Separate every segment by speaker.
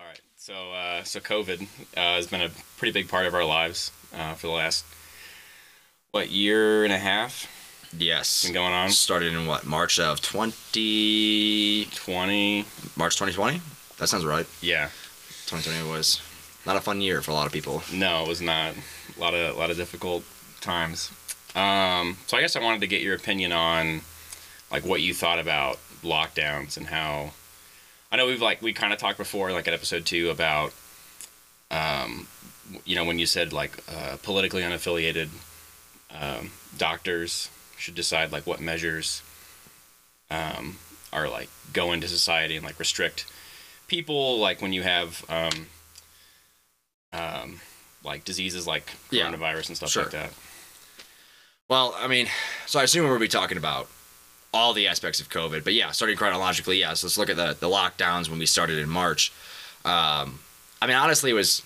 Speaker 1: right. So, uh, so COVID uh, has been a pretty big part of our lives uh, for the last what year and a half
Speaker 2: Yes.
Speaker 1: been going on.
Speaker 2: Started in what March of twenty
Speaker 1: Twenty.
Speaker 2: March twenty twenty. That sounds right.
Speaker 1: Yeah.
Speaker 2: Twenty twenty was not a fun year for a lot of people.
Speaker 1: No, it was not. A lot of a lot of difficult times. Um, so I guess I wanted to get your opinion on like what you thought about lockdowns and how I know we've like we kind of talked before like at episode 2 about um you know when you said like uh, politically unaffiliated um, doctors should decide like what measures um, are like go into society and like restrict people like when you have um, um, like diseases like
Speaker 2: Yeah.
Speaker 1: coronavirus and stuff
Speaker 2: Sure.
Speaker 1: like that.
Speaker 2: Well, I mean, so I assume we'll be talking about all the aspects of COVID, but yeah, starting chronologically, yeah. So let's look at the the lockdowns when we started in March. Um, I mean, honestly, it was.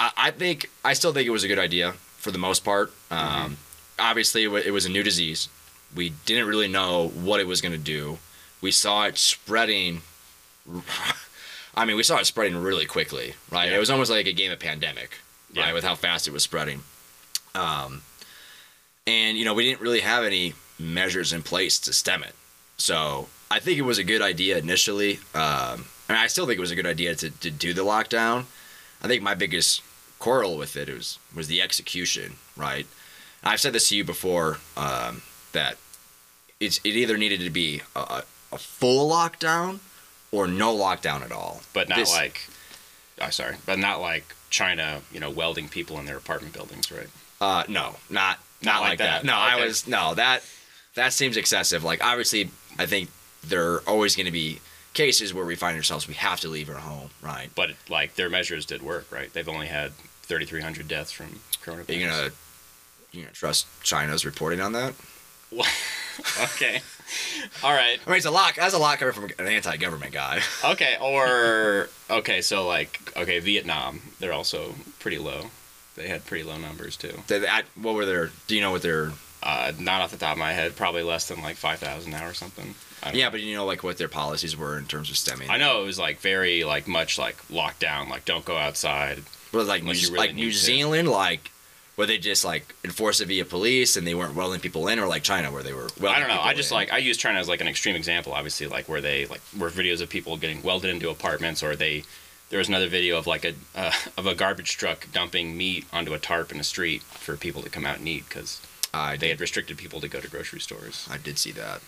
Speaker 2: I, I think I still think it was a good idea for the most part. Um, Obviously, it, wa it was a new disease. We didn't really know what it was going to do. We saw it spreading. I mean, we saw it spreading really quickly, right?
Speaker 1: Yeah.
Speaker 2: It was almost like a game of pandemic,
Speaker 1: Yeah.
Speaker 2: right? With how fast it was spreading. Um, and you know, we didn't really have any measures in place to stem it. So I think it was a good idea initially. Um, and I still think it was a good idea to, to do the lockdown. I think my biggest quarrel with it was was the execution, right? And I've said this to you before um, that it's it either needed to be a, a, a full lockdown or no lockdown at all.
Speaker 1: but not
Speaker 2: This-
Speaker 1: like I'm sorry, but not like China, you know, welding people in their apartment buildings, right?
Speaker 2: Uh, no, not not like, that. No,
Speaker 1: Okay.
Speaker 2: I was no that that seems excessive. Like obviously, I think there are always going to be cases where we find ourselves we have to leave our home, right?
Speaker 1: But like their measures did work, right? They've only had 3,300 deaths from
Speaker 2: Are
Speaker 1: coronavirus.
Speaker 2: you gonna you gonna trust China's reporting on that?
Speaker 1: What? okay, all right,
Speaker 2: I mean, it's a lot. That's a lot coming from an anti-government guy.
Speaker 1: okay, or okay, so like okay, Vietnam, they're also pretty low. They had pretty low numbers too.
Speaker 2: That- that- what were their? Do you know what their?
Speaker 1: Uh, not off the top of my head, probably less than like 5,000 now or something. I don't
Speaker 2: Yeah, but you know like what their policies were in terms of stemming.
Speaker 1: I know it was like very like much like lockdown, like don't go outside.
Speaker 2: But like New,
Speaker 1: Unless you really
Speaker 2: like
Speaker 1: need
Speaker 2: New
Speaker 1: to.
Speaker 2: Zealand, like where they just like enforced it via police and they weren't welding people in, or like China where they were. Welding
Speaker 1: I don't know.
Speaker 2: people
Speaker 1: I just
Speaker 2: in.
Speaker 1: like I use China as like an extreme example, obviously, like where they like were videos of people getting welded into apartments, or they there was another video of like a uh, of a garbage truck dumping meat onto a tarp in the street for people to come out and eat because
Speaker 2: I
Speaker 1: they
Speaker 2: did.
Speaker 1: had restricted people to go to grocery stores,
Speaker 2: I did see that.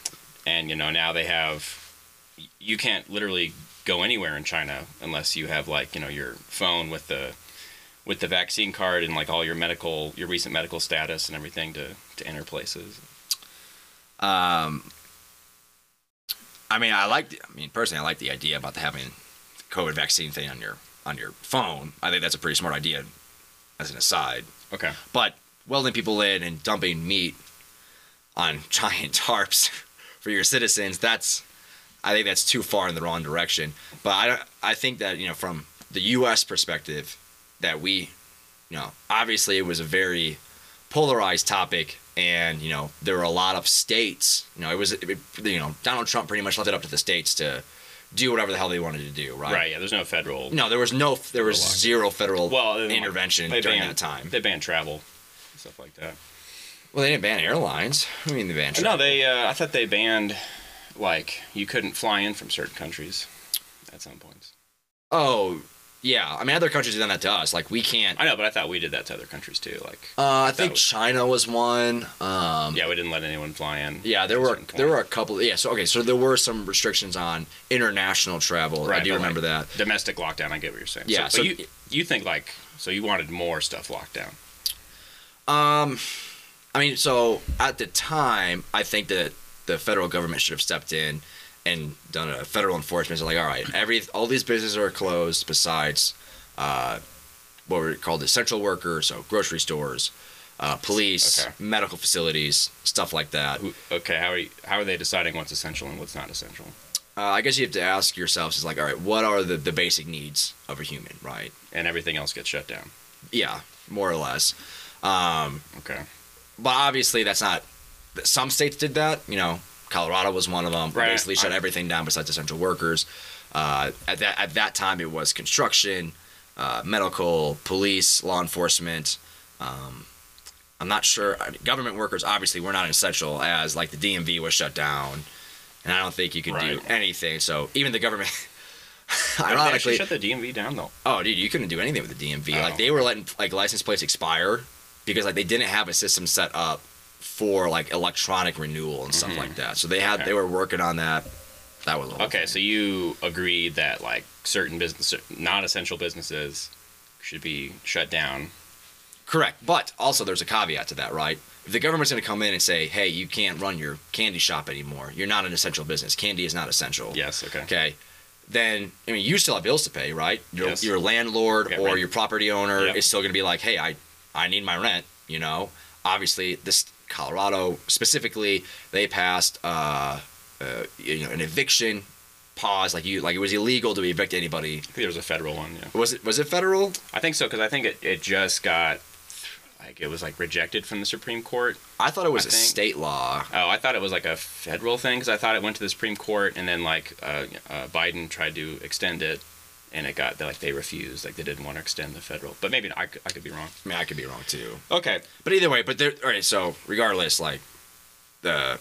Speaker 1: and you know now they have you can't literally go anywhere in China unless you have like you know your phone with the with the vaccine card and like all your medical your recent medical status and everything to to enter places.
Speaker 2: Um, I mean, I like. the- I mean, personally, I like the idea about the having COVID vaccine thing on your on your phone. I think that's a pretty smart idea, as an aside.
Speaker 1: Okay.
Speaker 2: But welding people in and dumping meat on giant tarps for your citizens, that's I think that's too far in the wrong direction. But I don't- I think that, you know, from the US perspective that we, you know, obviously it was a very polarized topic and, you know, there were a lot of states, you know, it was it, you know, Donald Trump pretty much left it up to the states to do whatever the hell they wanted to do, right?
Speaker 1: Right. Yeah. There's no federal.
Speaker 2: No, there was no there was
Speaker 1: Lockdown.
Speaker 2: zero federal
Speaker 1: well they-
Speaker 2: intervention
Speaker 1: they
Speaker 2: during
Speaker 1: ban-
Speaker 2: that time.
Speaker 1: They banned travel, stuff like that.
Speaker 2: Well, they didn't ban airlines. I mean, they banned.
Speaker 1: No,
Speaker 2: travel.
Speaker 1: they. Uh, I thought they banned, like you couldn't fly in from certain countries, at some points.
Speaker 2: Oh, yeah. I mean, other countries have done that to us. Like we can't. Uh,
Speaker 1: I know, but I thought we did that to other countries too. Like,
Speaker 2: I think
Speaker 1: was-
Speaker 2: China was one. Um, yeah.
Speaker 1: yeah, we didn't let anyone fly in.
Speaker 2: there
Speaker 1: to
Speaker 2: were
Speaker 1: certain
Speaker 2: there
Speaker 1: points.
Speaker 2: were a couple. Yeah. So okay, so there were some restrictions on international travel.
Speaker 1: Right,
Speaker 2: I do
Speaker 1: but,
Speaker 2: remember that.
Speaker 1: domestic lockdown. I get what you're saying.
Speaker 2: Yeah,
Speaker 1: So,
Speaker 2: so-
Speaker 1: but you you think like so you wanted more stuff locked down.
Speaker 2: Um, I mean, so at the time, I think that the federal government should have stepped in and done a federal enforcement. So like, all right, every all these businesses are closed besides uh, what were called essential workers, so grocery stores, uh, police,
Speaker 1: Okay.
Speaker 2: medical facilities, stuff like that. Uh,
Speaker 1: Who- Okay, how are you, how are they deciding what's essential and what's not essential?
Speaker 2: Uh, I guess you have to ask yourselves is like, all right, what are the, the basic needs of a human, right?
Speaker 1: And everything else gets shut down.
Speaker 2: Yeah, more or less. Um,
Speaker 1: Okay.
Speaker 2: but obviously that's not some states did that you know colorado was one of them
Speaker 1: Right.
Speaker 2: basically shut
Speaker 1: I-
Speaker 2: everything down besides essential workers Uh, at that at that time, it was construction, uh, medical, police, law enforcement. Um, I'm not sure. Government workers obviously were not essential, as like the DMV was shut down, and I don't think you could do
Speaker 1: Right.
Speaker 2: anything. So even the government,
Speaker 1: They actually
Speaker 2: ironically,
Speaker 1: shut the DMV down though.
Speaker 2: Oh, dude, you couldn't do anything with the DMV.
Speaker 1: Oh.
Speaker 2: Like they were letting like license plates expire because like they didn't have a system set up for like electronic renewal and stuff like that. So they
Speaker 1: Mm-hmm.
Speaker 2: had
Speaker 1: Okay.
Speaker 2: they were working on that. That was a whole
Speaker 1: Okay, so you agree that like certain business, not essential businesses, should be shut down.
Speaker 2: Correct, but also there's a caveat to that, right? If the government's going to come in and say, "Hey, you can't run your candy shop anymore. You're not an essential business. Candy is not essential."
Speaker 1: Yes. Okay.
Speaker 2: Okay. Then I mean, you still have bills to pay, right? Your
Speaker 1: Yes.
Speaker 2: your landlord
Speaker 1: Yeah,
Speaker 2: or
Speaker 1: rent.
Speaker 2: your property owner
Speaker 1: Yep.
Speaker 2: is still going to be like, "Hey, I I need my rent." You know, obviously, this Colorado specifically, they passed uh, uh, you know an eviction pause. Like you, like it was illegal to evict anybody.
Speaker 1: I think there was a federal one. Yeah.
Speaker 2: Was it was it federal?
Speaker 1: I think so because I think it, it just got like it was like rejected from the Supreme Court.
Speaker 2: I thought it was
Speaker 1: I
Speaker 2: a
Speaker 1: think-
Speaker 2: state law.
Speaker 1: Oh, I thought it was like a federal thing because I thought it went to the Supreme Court and then like uh, uh, Biden tried to extend it and it got like they refused like they didn't want to extend the federal. But maybe I, could- I could be wrong.
Speaker 2: I mean, I could be wrong too.
Speaker 1: Okay.
Speaker 2: But either way, but there. All right. So regardless, like the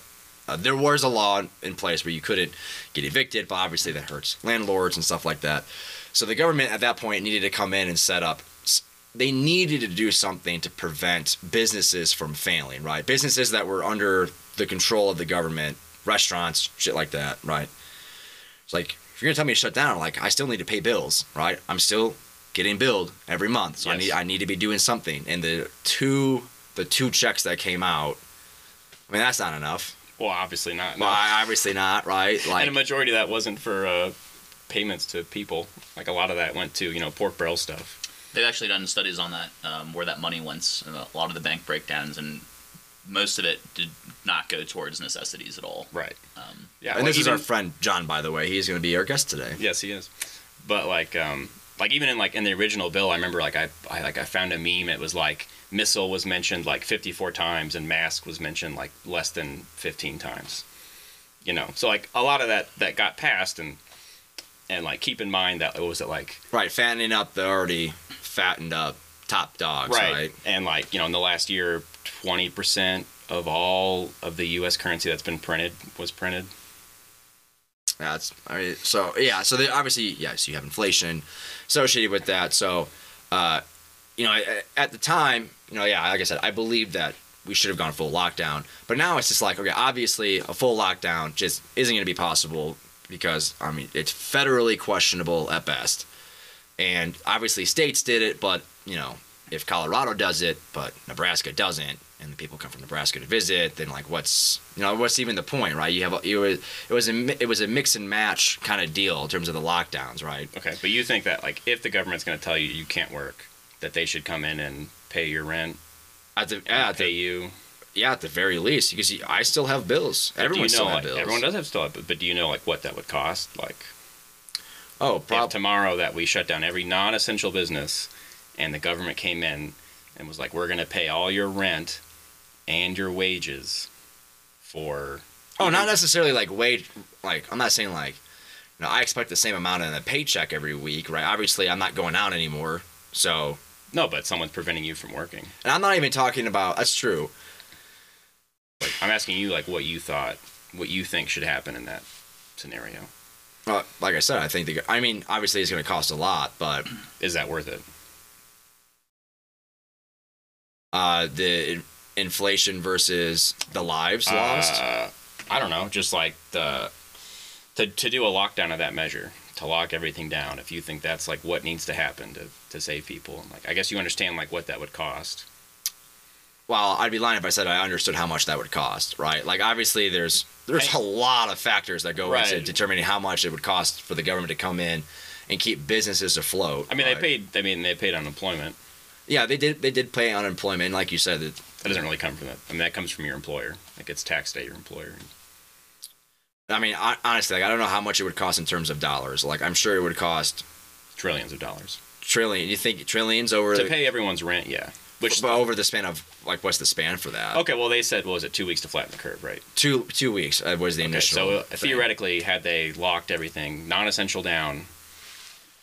Speaker 2: uh, there was a law in place where you couldn't get evicted, but obviously that hurts landlords and stuff like that. So the government at that point needed to come in and set up. s- They needed to do something to prevent businesses from failing, right? Businesses that were under the control of the government, restaurants, shit like that, right? It's like if you're gonna tell me to shut down, like I still need to pay bills, right? I'm still getting billed every month, so I
Speaker 1: Yes.
Speaker 2: need I need to be doing something. And the two the two checks that came out, I mean that's not enough.
Speaker 1: Well, obviously not.
Speaker 2: Well,
Speaker 1: no.
Speaker 2: I- obviously not, right?
Speaker 1: and
Speaker 2: Like
Speaker 1: a majority of that wasn't for uh, payments to people. Like a lot of that went to you know pork barrel stuff.
Speaker 3: They've actually done studies on that, um, where that money went, and a lot of the bank breakdowns, and most of it did not go towards necessities at all.
Speaker 1: Right.
Speaker 3: Um,
Speaker 1: Yeah.
Speaker 2: and
Speaker 1: like,
Speaker 2: this is our
Speaker 1: even-
Speaker 2: friend John, by the way. He's gonna be our guest today.
Speaker 1: Yes, he is. But like, um, like even in like in the original bill, I remember like I, I like I found a meme. It was like missile was mentioned like 54 times, and mask was mentioned like less than 15 times. You know, so like a lot of that that got passed, and and like keep in mind that what was it like
Speaker 2: Right, fattening up the already fattened up top dogs, right?
Speaker 1: And like, you know, in the last year, 20% of all of the US currency that's been printed was printed.
Speaker 2: That's I mean, so yeah. So they obviously yes, you have inflation associated with that. So, uh, you know, a- at the time, you know, yeah, like I said, I believe that we should have gone full lockdown. But now it's just like okay, obviously a full lockdown just isn't going to be possible because I mean it's federally questionable at best, and obviously states did it, but you know if Colorado does it but Nebraska doesn't and the people come from Nebraska to visit then like what's you know what's even the point right you have a, it was it was a mi- it was a mix and match kind of deal in terms of the lockdowns right
Speaker 1: Okay. But you think that, like, if the government's going to tell you you can't work, that they should come in and pay your rent,
Speaker 2: at the yeah, at
Speaker 1: pay
Speaker 2: the,
Speaker 1: you.
Speaker 2: yeah at the very least because you- I still have bills
Speaker 1: Do you
Speaker 2: everyone
Speaker 1: know,
Speaker 2: still has
Speaker 1: like,
Speaker 2: bills
Speaker 1: Everyone does have still have, but do you know, like, what that would cost? Like,
Speaker 2: oh
Speaker 1: if
Speaker 2: prob-
Speaker 1: tomorrow that we shut down every non essential business and the government came in and was like, we're going to pay all your rent and your wages for.
Speaker 2: oh not necessarily like wage like I'm not saying like you know I expect the same amount in a paycheck every week right obviously I'm not going out anymore so
Speaker 1: No, but someone's preventing you from working.
Speaker 2: and I'm not even talking about that's true
Speaker 1: Like, I'm asking you, like, what you thought, what you think should happen in that scenario.
Speaker 2: Well, like I said, I think the. I mean, obviously, it's going to cost a lot, but
Speaker 1: Is that worth it?
Speaker 2: uh, the in- inflation versus the lives lost.
Speaker 1: Uh, I don't know. Just like the to to do a lockdown of that measure, to lock everything down. If you think that's like what needs to happen to to save people, like I guess you understand like what that would cost.
Speaker 2: Well, I'd be lying if I said I understood how much that would cost, right? Like, obviously, there's there's a lot of factors that go
Speaker 1: Right.
Speaker 2: into determining how much it would cost for the government to come in and keep businesses afloat.
Speaker 1: I mean,
Speaker 2: right?
Speaker 1: they paid. I mean, they paid unemployment.
Speaker 2: Yeah, they did. They did pay unemployment, like you said. That,
Speaker 1: That doesn't really come from that. I mean, that comes from your employer. Like it's taxed at your employer.
Speaker 2: I mean, hon- honestly, like I don't know how much it would cost in terms of dollars. Like, I'm sure it would cost
Speaker 1: Trillions of dollars
Speaker 2: trillion. You think trillions over
Speaker 1: to
Speaker 2: the-
Speaker 1: pay everyone's rent. Yeah, Which Oh.
Speaker 2: but over the span of like what's the span for that?
Speaker 1: okay, well they said what was it two weeks to flatten the curve, right?
Speaker 2: Two two weeks uh, was the
Speaker 1: Okay,
Speaker 2: initial.
Speaker 1: so uh,
Speaker 2: thing.
Speaker 1: theoretically, had they locked everything non-essential down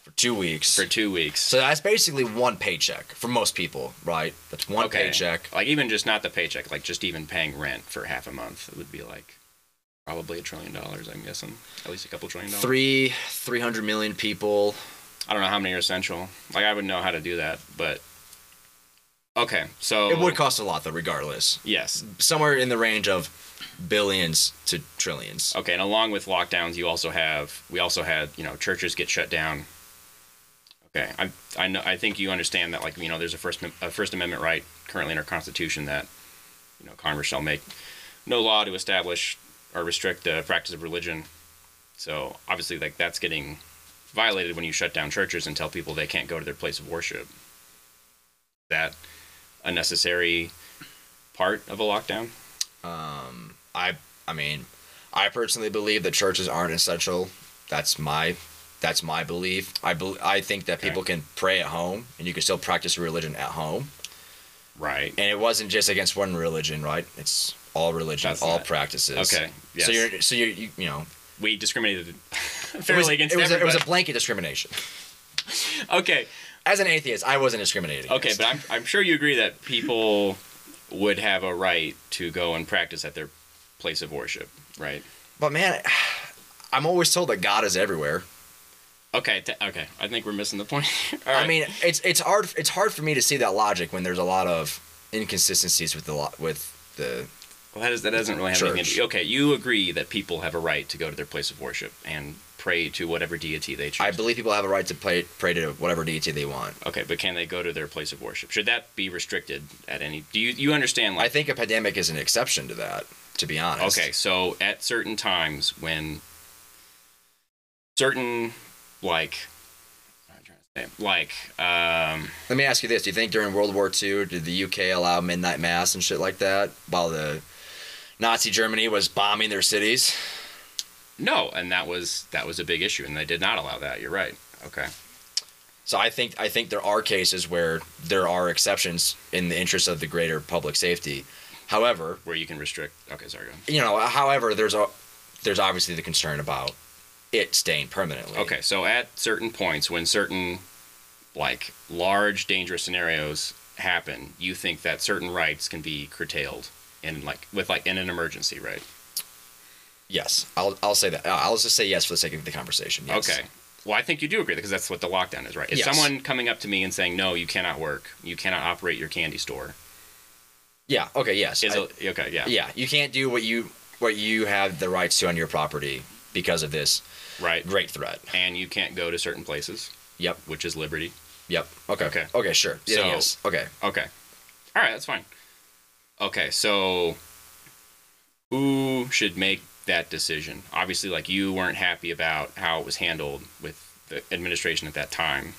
Speaker 2: for two weeks.
Speaker 1: for two weeks,
Speaker 2: so that's basically one paycheck for most people, right? That's one
Speaker 1: okay,
Speaker 2: paycheck.
Speaker 1: like even just not the paycheck, like just even paying rent for half a month would be like probably a trillion dollars. I'm guessing at least a couple trillion dollars.
Speaker 2: Three three hundred million people.
Speaker 1: I don't know how many are essential. Like I would know how to do that, but okay, so
Speaker 2: It would cost a lot though, regardless.
Speaker 1: yes,
Speaker 2: Somewhere in the range of billions to trillions.
Speaker 1: okay, and along with lockdowns, you also have we also had you know churches get shut down. Okay, I I know I think you understand that like you know there's a first Am- a First Amendment right currently in our Constitution that you know Congress shall make no law to establish or restrict the practice of religion. So obviously like that's getting violated when you shut down churches and tell people they can't go to their place of worship. That a necessary part of a lockdown.
Speaker 2: Um, I I mean, I personally believe that churches aren't essential. That's my that's my belief. I bel I think that
Speaker 1: Okay.
Speaker 2: people can pray at home and you can still practice your religion at home.
Speaker 1: Right.
Speaker 2: And it wasn't just against one religion, right? It's all religion,
Speaker 1: That's
Speaker 2: all
Speaker 1: not-
Speaker 2: practices.
Speaker 1: Okay, yes.
Speaker 2: So you're so you're you, you know
Speaker 1: We discriminated
Speaker 2: it
Speaker 1: fairly
Speaker 2: was,
Speaker 1: against
Speaker 2: it was, a, it
Speaker 1: everybody.
Speaker 2: was a blanket discrimination.
Speaker 1: Okay,
Speaker 2: As an atheist, I wasn't discriminated.
Speaker 1: okay,
Speaker 2: against.
Speaker 1: but I'm, I'm sure you agree that people would have a right to go and practice at their place of worship, right?
Speaker 2: but man, I'm always told that God is everywhere.
Speaker 1: Okay, t- okay. I think we're missing the point. All
Speaker 2: I
Speaker 1: right.
Speaker 2: mean, it's it's hard it's hard for me to see that logic when there's a lot of inconsistencies with the lo- with the
Speaker 1: well, that, is, that doesn't really have anything.
Speaker 2: Church.
Speaker 1: To, okay, you agree that people have a right to go to their place of worship and pray to whatever deity they choose.
Speaker 2: I believe people have a right to pray, pray to whatever deity they want.
Speaker 1: okay, but can they go to their place of worship? Should that be restricted at any? Do you you understand? Like,
Speaker 2: I think a pandemic is an exception to that, to be honest.
Speaker 1: Okay, so at certain times when certain like I'm trying to say like um
Speaker 2: Let me ask you this: Do you think during World War II did the UK allow midnight mass and shit like that while the Nazi Germany was bombing their cities?
Speaker 1: no, and that was that was a big issue and they did not allow that. You're right. Okay.
Speaker 2: So I think I think there are cases where there are exceptions in the interest of the greater public safety. However,
Speaker 1: Where you can restrict Okay, sorry. Go on.
Speaker 2: you know, however, there's a there's obviously the concern about it staying permanently.
Speaker 1: Okay, so at certain points when certain like large dangerous scenarios happen, you think that certain rights can be curtailed in like with like in an emergency, right?
Speaker 2: Yes, I'll I'll say that. I'll just say yes for the sake of the conversation. Yes.
Speaker 1: Okay. Well, I think you do agree because that's what the lockdown is, right? Is
Speaker 2: Yes.
Speaker 1: someone coming up to me and saying, "No, you cannot work. You cannot operate your candy store."
Speaker 2: Yeah. Okay. Yes.
Speaker 1: Is
Speaker 2: I-
Speaker 1: it okay? Yeah.
Speaker 2: yeah. You can't do what you what you have the rights to on your property because of this
Speaker 1: Right.
Speaker 2: great threat.
Speaker 1: And you can't go to certain places,
Speaker 2: Yep.
Speaker 1: which is liberty.
Speaker 2: Yep. Okay.
Speaker 1: Okay.
Speaker 2: Okay. Sure. Yeah,
Speaker 1: So-
Speaker 2: yes. Okay.
Speaker 1: Okay. All right, that's fine. Okay, so who should make that decision? Obviously, like you weren't happy about how it was handled with the administration at that time.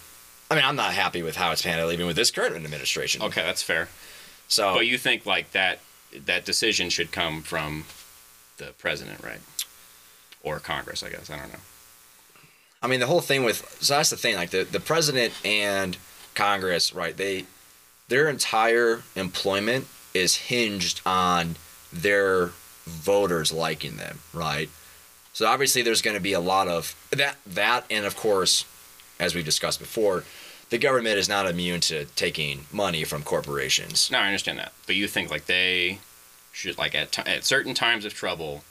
Speaker 2: I mean, I'm not happy with how it's handled, even with this current administration.
Speaker 1: Okay, that's fair.
Speaker 2: So
Speaker 1: But you think like that that decision should come from the president, right? Or Congress, I guess. I don't know.
Speaker 2: I mean, the whole thing with so that's the thing. Like the the president and Congress, right? They their entire employment is hinged on their voters liking them, right? So obviously, there's going to be a lot of that. That and of course, as we've discussed before, the government is not immune to taking money from corporations.
Speaker 1: No, I understand that. But you think like they should like at t- at certain times of trouble,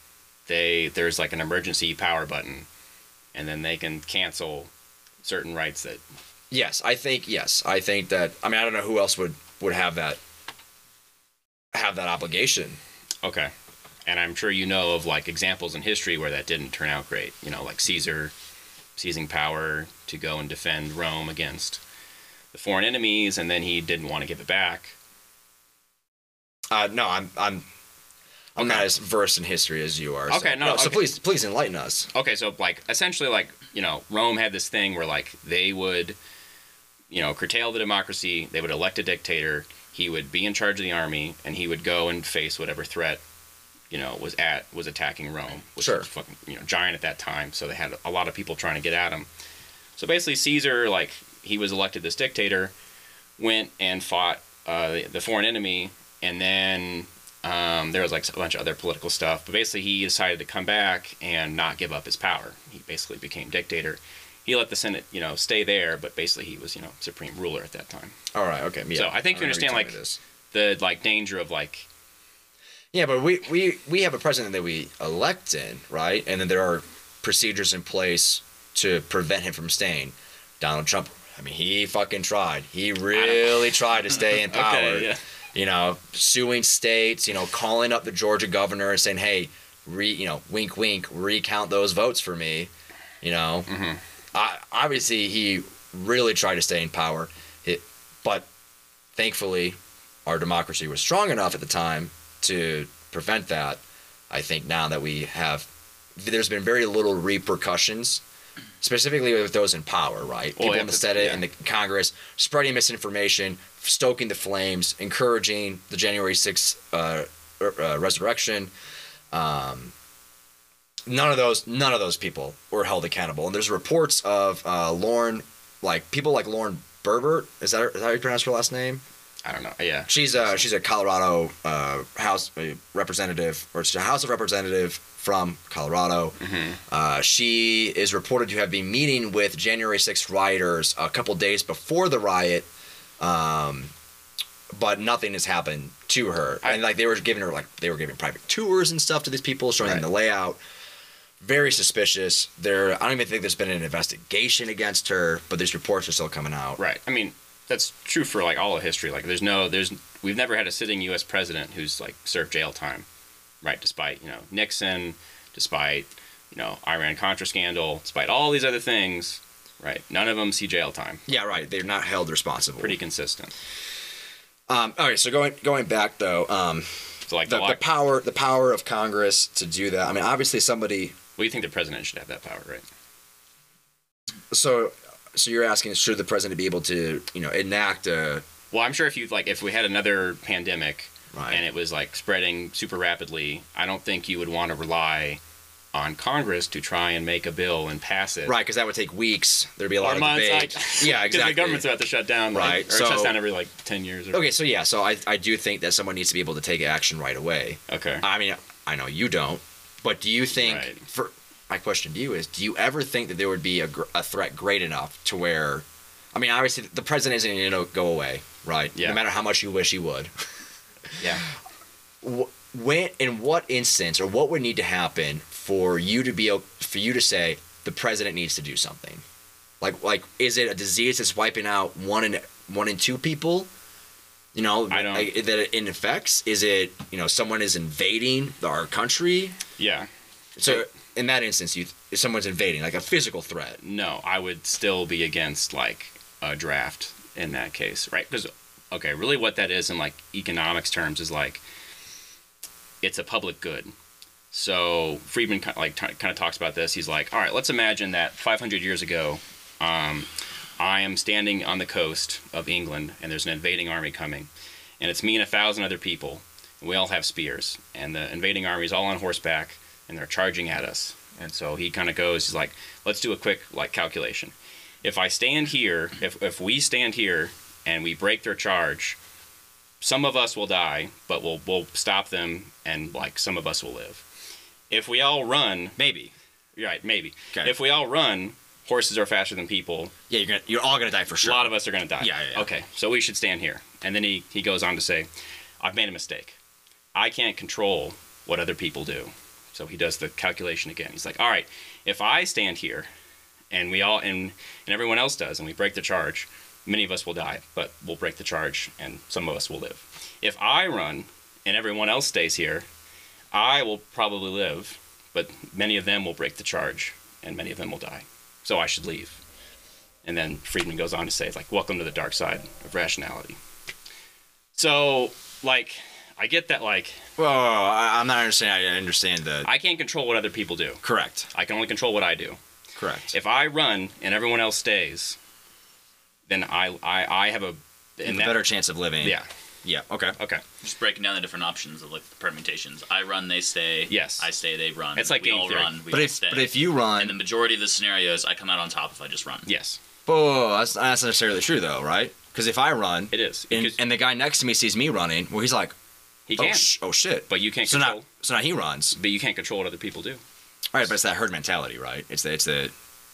Speaker 1: they there's like an emergency power button, and then they can cancel certain rights that
Speaker 2: Yes, I think yes, I think that. I mean, I don't know who else would would have that have that obligation.
Speaker 1: okay. And I'm sure you know of like examples in history where that didn't turn out great. You know, like Caesar seizing power to go and defend Rome against the foreign enemies, and then he didn't want to give it back.
Speaker 2: Uh, no, I'm I'm I'm not
Speaker 1: Okay.
Speaker 2: as versed in history as you are. so-
Speaker 1: Okay, no,
Speaker 2: So
Speaker 1: okay.
Speaker 2: please, please enlighten us.
Speaker 1: okay so like essentially like you know rome had this thing where like they would you know curtail the democracy they would elect a dictator he would be in charge of the army and he would go and face whatever threat you know was at was attacking rome which
Speaker 2: Sure.
Speaker 1: was fucking you know giant at that time so they had a lot of people trying to get at him so basically caesar like he was elected this dictator went and fought uh, the, the foreign enemy, and then um, there was like a bunch of other political stuff. But basically, he decided to come back and not give up his power. He basically became dictator. He let the Senate, you know, stay there, but basically he was, you know, supreme ruler at that time.
Speaker 2: All right. Okay. Yeah.
Speaker 1: So I think you
Speaker 2: remember
Speaker 1: understand,
Speaker 2: telling
Speaker 1: like-
Speaker 2: me this.
Speaker 1: The like danger of like
Speaker 2: Yeah, but we, we we have a president that we elect in, right? And then there are procedures in place to prevent him from staying. Donald Trump, I mean, he fucking tried. He really tried to stay in power.
Speaker 1: yeah.
Speaker 2: You know, suing states. You know, calling up the Georgia governor and saying, "Hey, re you know, wink wink, recount those votes for me." You know,
Speaker 1: Mhm.
Speaker 2: I, obviously he really tried to stay in power, it, but thankfully, our democracy was strong enough at the time to prevent that. I think now that we have, there's been very little repercussions, specifically with those in power, right?
Speaker 1: Well,
Speaker 2: People
Speaker 1: yeah,
Speaker 2: in the
Speaker 1: but-
Speaker 2: Senate
Speaker 1: yeah.
Speaker 2: and the Congress spreading misinformation, stoking the flames, encouraging the January 6th uh, er- uh, resurrection. Um, none of those, none of those people were held accountable. And there's reports of uh, Lauren, like people like Lauren Berbert. Is that, her, is that how you pronounce her last name?
Speaker 1: I don't know. Yeah.
Speaker 2: She's a she's a Colorado uh, House uh, representative, or she's a House of Representative from Colorado.
Speaker 1: Mm-hmm.
Speaker 2: Uh, she is reported to have been meeting with January 6th rioters a couple days before the riot, um, but nothing has happened to her. and like they were giving her like they were giving private tours and stuff to these people, showing them
Speaker 1: Right.
Speaker 2: the layout. Very suspicious. There, I don't even think there's been an investigation against her, but these reports are still coming out.
Speaker 1: Right. I mean, that's true for like all of history. Like, there's no, there's, we've never had a sitting U.S. president who's like served jail time, right? Despite you know Nixon, despite you know Iran Contra scandal, despite all these other things, right? None of them see jail time.
Speaker 2: Yeah, right. They're not held responsible.
Speaker 1: Pretty consistent.
Speaker 2: Um, all right, so going going back though, um,
Speaker 1: So like,
Speaker 2: the,
Speaker 1: the,
Speaker 2: the
Speaker 1: lock,
Speaker 2: power the power of Congress to do that. I mean, obviously somebody.
Speaker 1: we think the president should have that power, right?
Speaker 2: So so you're asking should the president be able to you know enact a
Speaker 1: Well, I'm sure if you like, if we had another pandemic
Speaker 2: right
Speaker 1: and it was like spreading super rapidly, I don't think you would want to rely on Congress to try and make a bill and pass it.
Speaker 2: right because that would take weeks. There'd be a lot
Speaker 1: or
Speaker 2: of
Speaker 1: months.
Speaker 2: debate.
Speaker 1: Like,
Speaker 2: yeah,
Speaker 1: 'cause
Speaker 2: exactly.
Speaker 1: the government's about to shut down, like,
Speaker 2: Right,
Speaker 1: Or
Speaker 2: so-
Speaker 1: it shuts down every like ten years. Or,
Speaker 2: okay, so yeah, so I I do think that someone needs to be able to take action right away.
Speaker 1: Okay.
Speaker 2: I mean, I know you don't, but do you think
Speaker 1: Right.
Speaker 2: for my question to you is, do you ever think that there would be a, gr- a threat great enough to where, I mean, obviously the president isn't going to go away, right?
Speaker 1: Yeah.
Speaker 2: No matter how much you wish he would.
Speaker 1: Yeah.
Speaker 2: Wh- When in what instance or what would need to happen for you to be o- for you to say the president needs to do something? Like like is it a disease that's wiping out one in one in two people? You know
Speaker 1: I don't-
Speaker 2: like, that it infects. Is it you know someone is invading our country?
Speaker 1: Yeah.
Speaker 2: So in that instance, you if someone's invading, like a physical threat.
Speaker 1: No, I would still be against like a draft in that case, right? Because okay, really, what that is in like economics terms is like it's a public good. So Friedman kind of, like t- kind of talks about this. He's like, all right, let's imagine that 500 years ago, um, I am standing on the coast of England, and there's an invading army coming, and it's me and a thousand other people, and we all have spears, and the invading army is all on horseback, and they're charging at us. And so he kind of goes, he's like, let's do a quick like calculation. If I stand here, if if we stand here and we break their charge, some of us will die, but we'll we'll stop them, and like some of us will live. If we all run,
Speaker 2: Maybe.
Speaker 1: right? Maybe.
Speaker 2: Okay.
Speaker 1: If we all run, horses are faster than people.
Speaker 2: Yeah, you're gonna, you're all gonna die for sure.
Speaker 1: A lot of us are going to die.
Speaker 2: Yeah, yeah, yeah.
Speaker 1: Okay, so we should stand here. And then he, he goes on to say, I've made a mistake. I can't control what other people do. So he does the calculation again. He's like, all right, if I stand here and we all, and, and everyone else does, and we break the charge, many of us will die, but we'll break the charge and some of us will live. If I run and everyone else stays here, I will probably live, but many of them will break the charge and many of them will die. So I should leave. And then Friedman goes on to say, like, welcome to the dark side of rationality. So, like, I get that, like,
Speaker 2: Whoa, whoa, whoa, I, I'm not understanding. I understand the.
Speaker 1: I can't control what other people do.
Speaker 2: correct.
Speaker 1: I can only control what I do.
Speaker 2: Correct.
Speaker 1: If I run and everyone else stays, then I I, I have a
Speaker 2: and
Speaker 1: and
Speaker 2: a better chance of living.
Speaker 1: yeah
Speaker 2: Yeah. Okay.
Speaker 1: okay
Speaker 3: Just breaking down the different options of like the permutations. I run, they stay.
Speaker 1: Yes.
Speaker 3: I stay, they run.
Speaker 1: It's like
Speaker 3: we
Speaker 1: game
Speaker 3: all
Speaker 1: theory.
Speaker 3: run, we
Speaker 2: But
Speaker 3: all
Speaker 2: if
Speaker 3: stay.
Speaker 2: but if you run,
Speaker 3: and the majority of the scenarios, I come out on top if I just run.
Speaker 1: yes
Speaker 2: whoa, whoa, whoa, that's not necessarily true though, right? Because if I run,
Speaker 1: It is.
Speaker 2: and,
Speaker 1: Because
Speaker 2: and the guy next to me sees me running, well, he's like,
Speaker 1: he
Speaker 2: oh,
Speaker 1: can,
Speaker 2: sh- oh shit.
Speaker 1: but you can't
Speaker 2: so
Speaker 1: control.
Speaker 2: now, so now he runs.
Speaker 1: but you can't control what other people do.
Speaker 2: All right, but it's that herd mentality, right? It's the it's the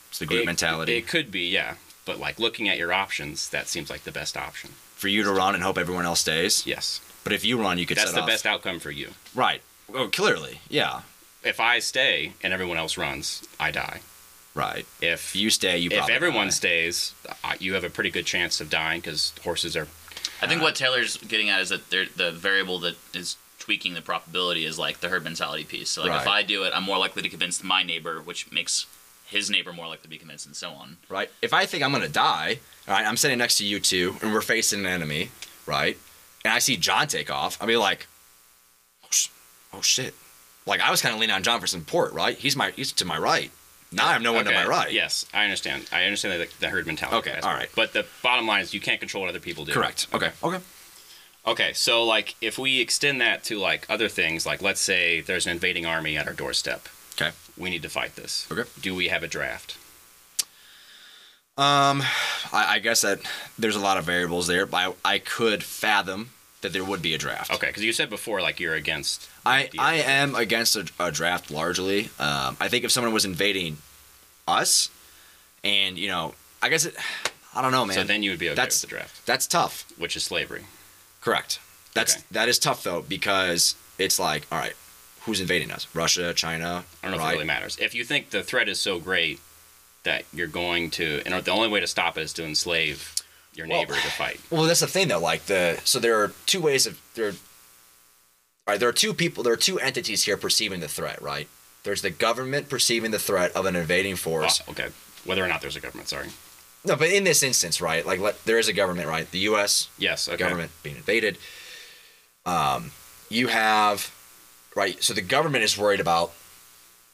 Speaker 2: it's the group
Speaker 1: It-
Speaker 2: mentality.
Speaker 1: It could be, yeah. But like looking at your options, that seems like the best option.
Speaker 2: for you to run and hope everyone else stays.
Speaker 1: Yes,
Speaker 2: But if you run, you could
Speaker 1: that's
Speaker 2: set
Speaker 1: the
Speaker 2: off.
Speaker 1: best outcome for you.
Speaker 2: Right. Oh, clearly, yeah.
Speaker 1: If I stay and everyone else runs, I die.
Speaker 2: Right.
Speaker 1: If
Speaker 2: If you stay, you.
Speaker 1: if
Speaker 2: probably
Speaker 1: everyone
Speaker 2: die.
Speaker 1: stays, I, you have a pretty good chance of dying because horses are.
Speaker 3: I think what Taylor's getting at is that there- the variable that is tweaking the probability is like the herd mentality piece. So like if
Speaker 2: Right.
Speaker 3: I do it, I'm more likely to convince my neighbor, which makes his neighbor more likely to be convinced, and so on.
Speaker 2: right? If I think I'm gonna die, all right, I'm sitting next to you two, and we're facing an enemy, right? And I see John take off, I'll be like, oh, sh- oh shit! Like I was kind of leaning on John for support, right? He's my he's to my right. Now I have Oh, no one
Speaker 1: Okay,
Speaker 2: to my right.
Speaker 1: Yes, I understand. I understand the, the herd mentality.
Speaker 2: Okay,
Speaker 1: aspect.
Speaker 2: all right.
Speaker 1: But the bottom line is you can't control what other people do.
Speaker 2: Correct. Okay. Okay.
Speaker 1: Okay, so like if we extend that to like other things, like let's say there's an invading army at our doorstep,
Speaker 2: Okay.
Speaker 1: we need to fight this.
Speaker 2: Okay.
Speaker 1: Do we have a draft?
Speaker 2: Um, I, I guess that there's a lot of variables there, but I, I could fathom that there would be a draft.
Speaker 1: Okay, because you said before like you're against.
Speaker 2: I,
Speaker 1: the
Speaker 2: I am against a, a draft largely. Um, I think if someone was invading us, and you know, I guess it, I don't know, man.
Speaker 1: so then you would be okay
Speaker 2: that's-
Speaker 1: with the draft,
Speaker 2: that's tough.
Speaker 1: which is slavery.
Speaker 2: Correct. That's
Speaker 1: Okay.
Speaker 2: that is tough though because it's like, all right, who's invading us? Russia, China.
Speaker 1: I don't know if
Speaker 2: right?
Speaker 1: it really matters. If you think the threat is so great that you're going to, and the only way to stop it is to enslave your
Speaker 2: Well-
Speaker 1: neighbor to fight.
Speaker 2: Well, that's the thing though. Like the so there are two ways of there. All right, there are two people. There are two entities here perceiving the threat. Right. There's the government perceiving the threat of an invading
Speaker 1: Well,
Speaker 2: force.
Speaker 1: okay, whether or not there's a government. Sorry.
Speaker 2: No, but in this instance, right? Like let, there is a government, right? The U.S.
Speaker 1: Yes. Okay.
Speaker 2: government being invaded. Um, you have right. So the government is worried about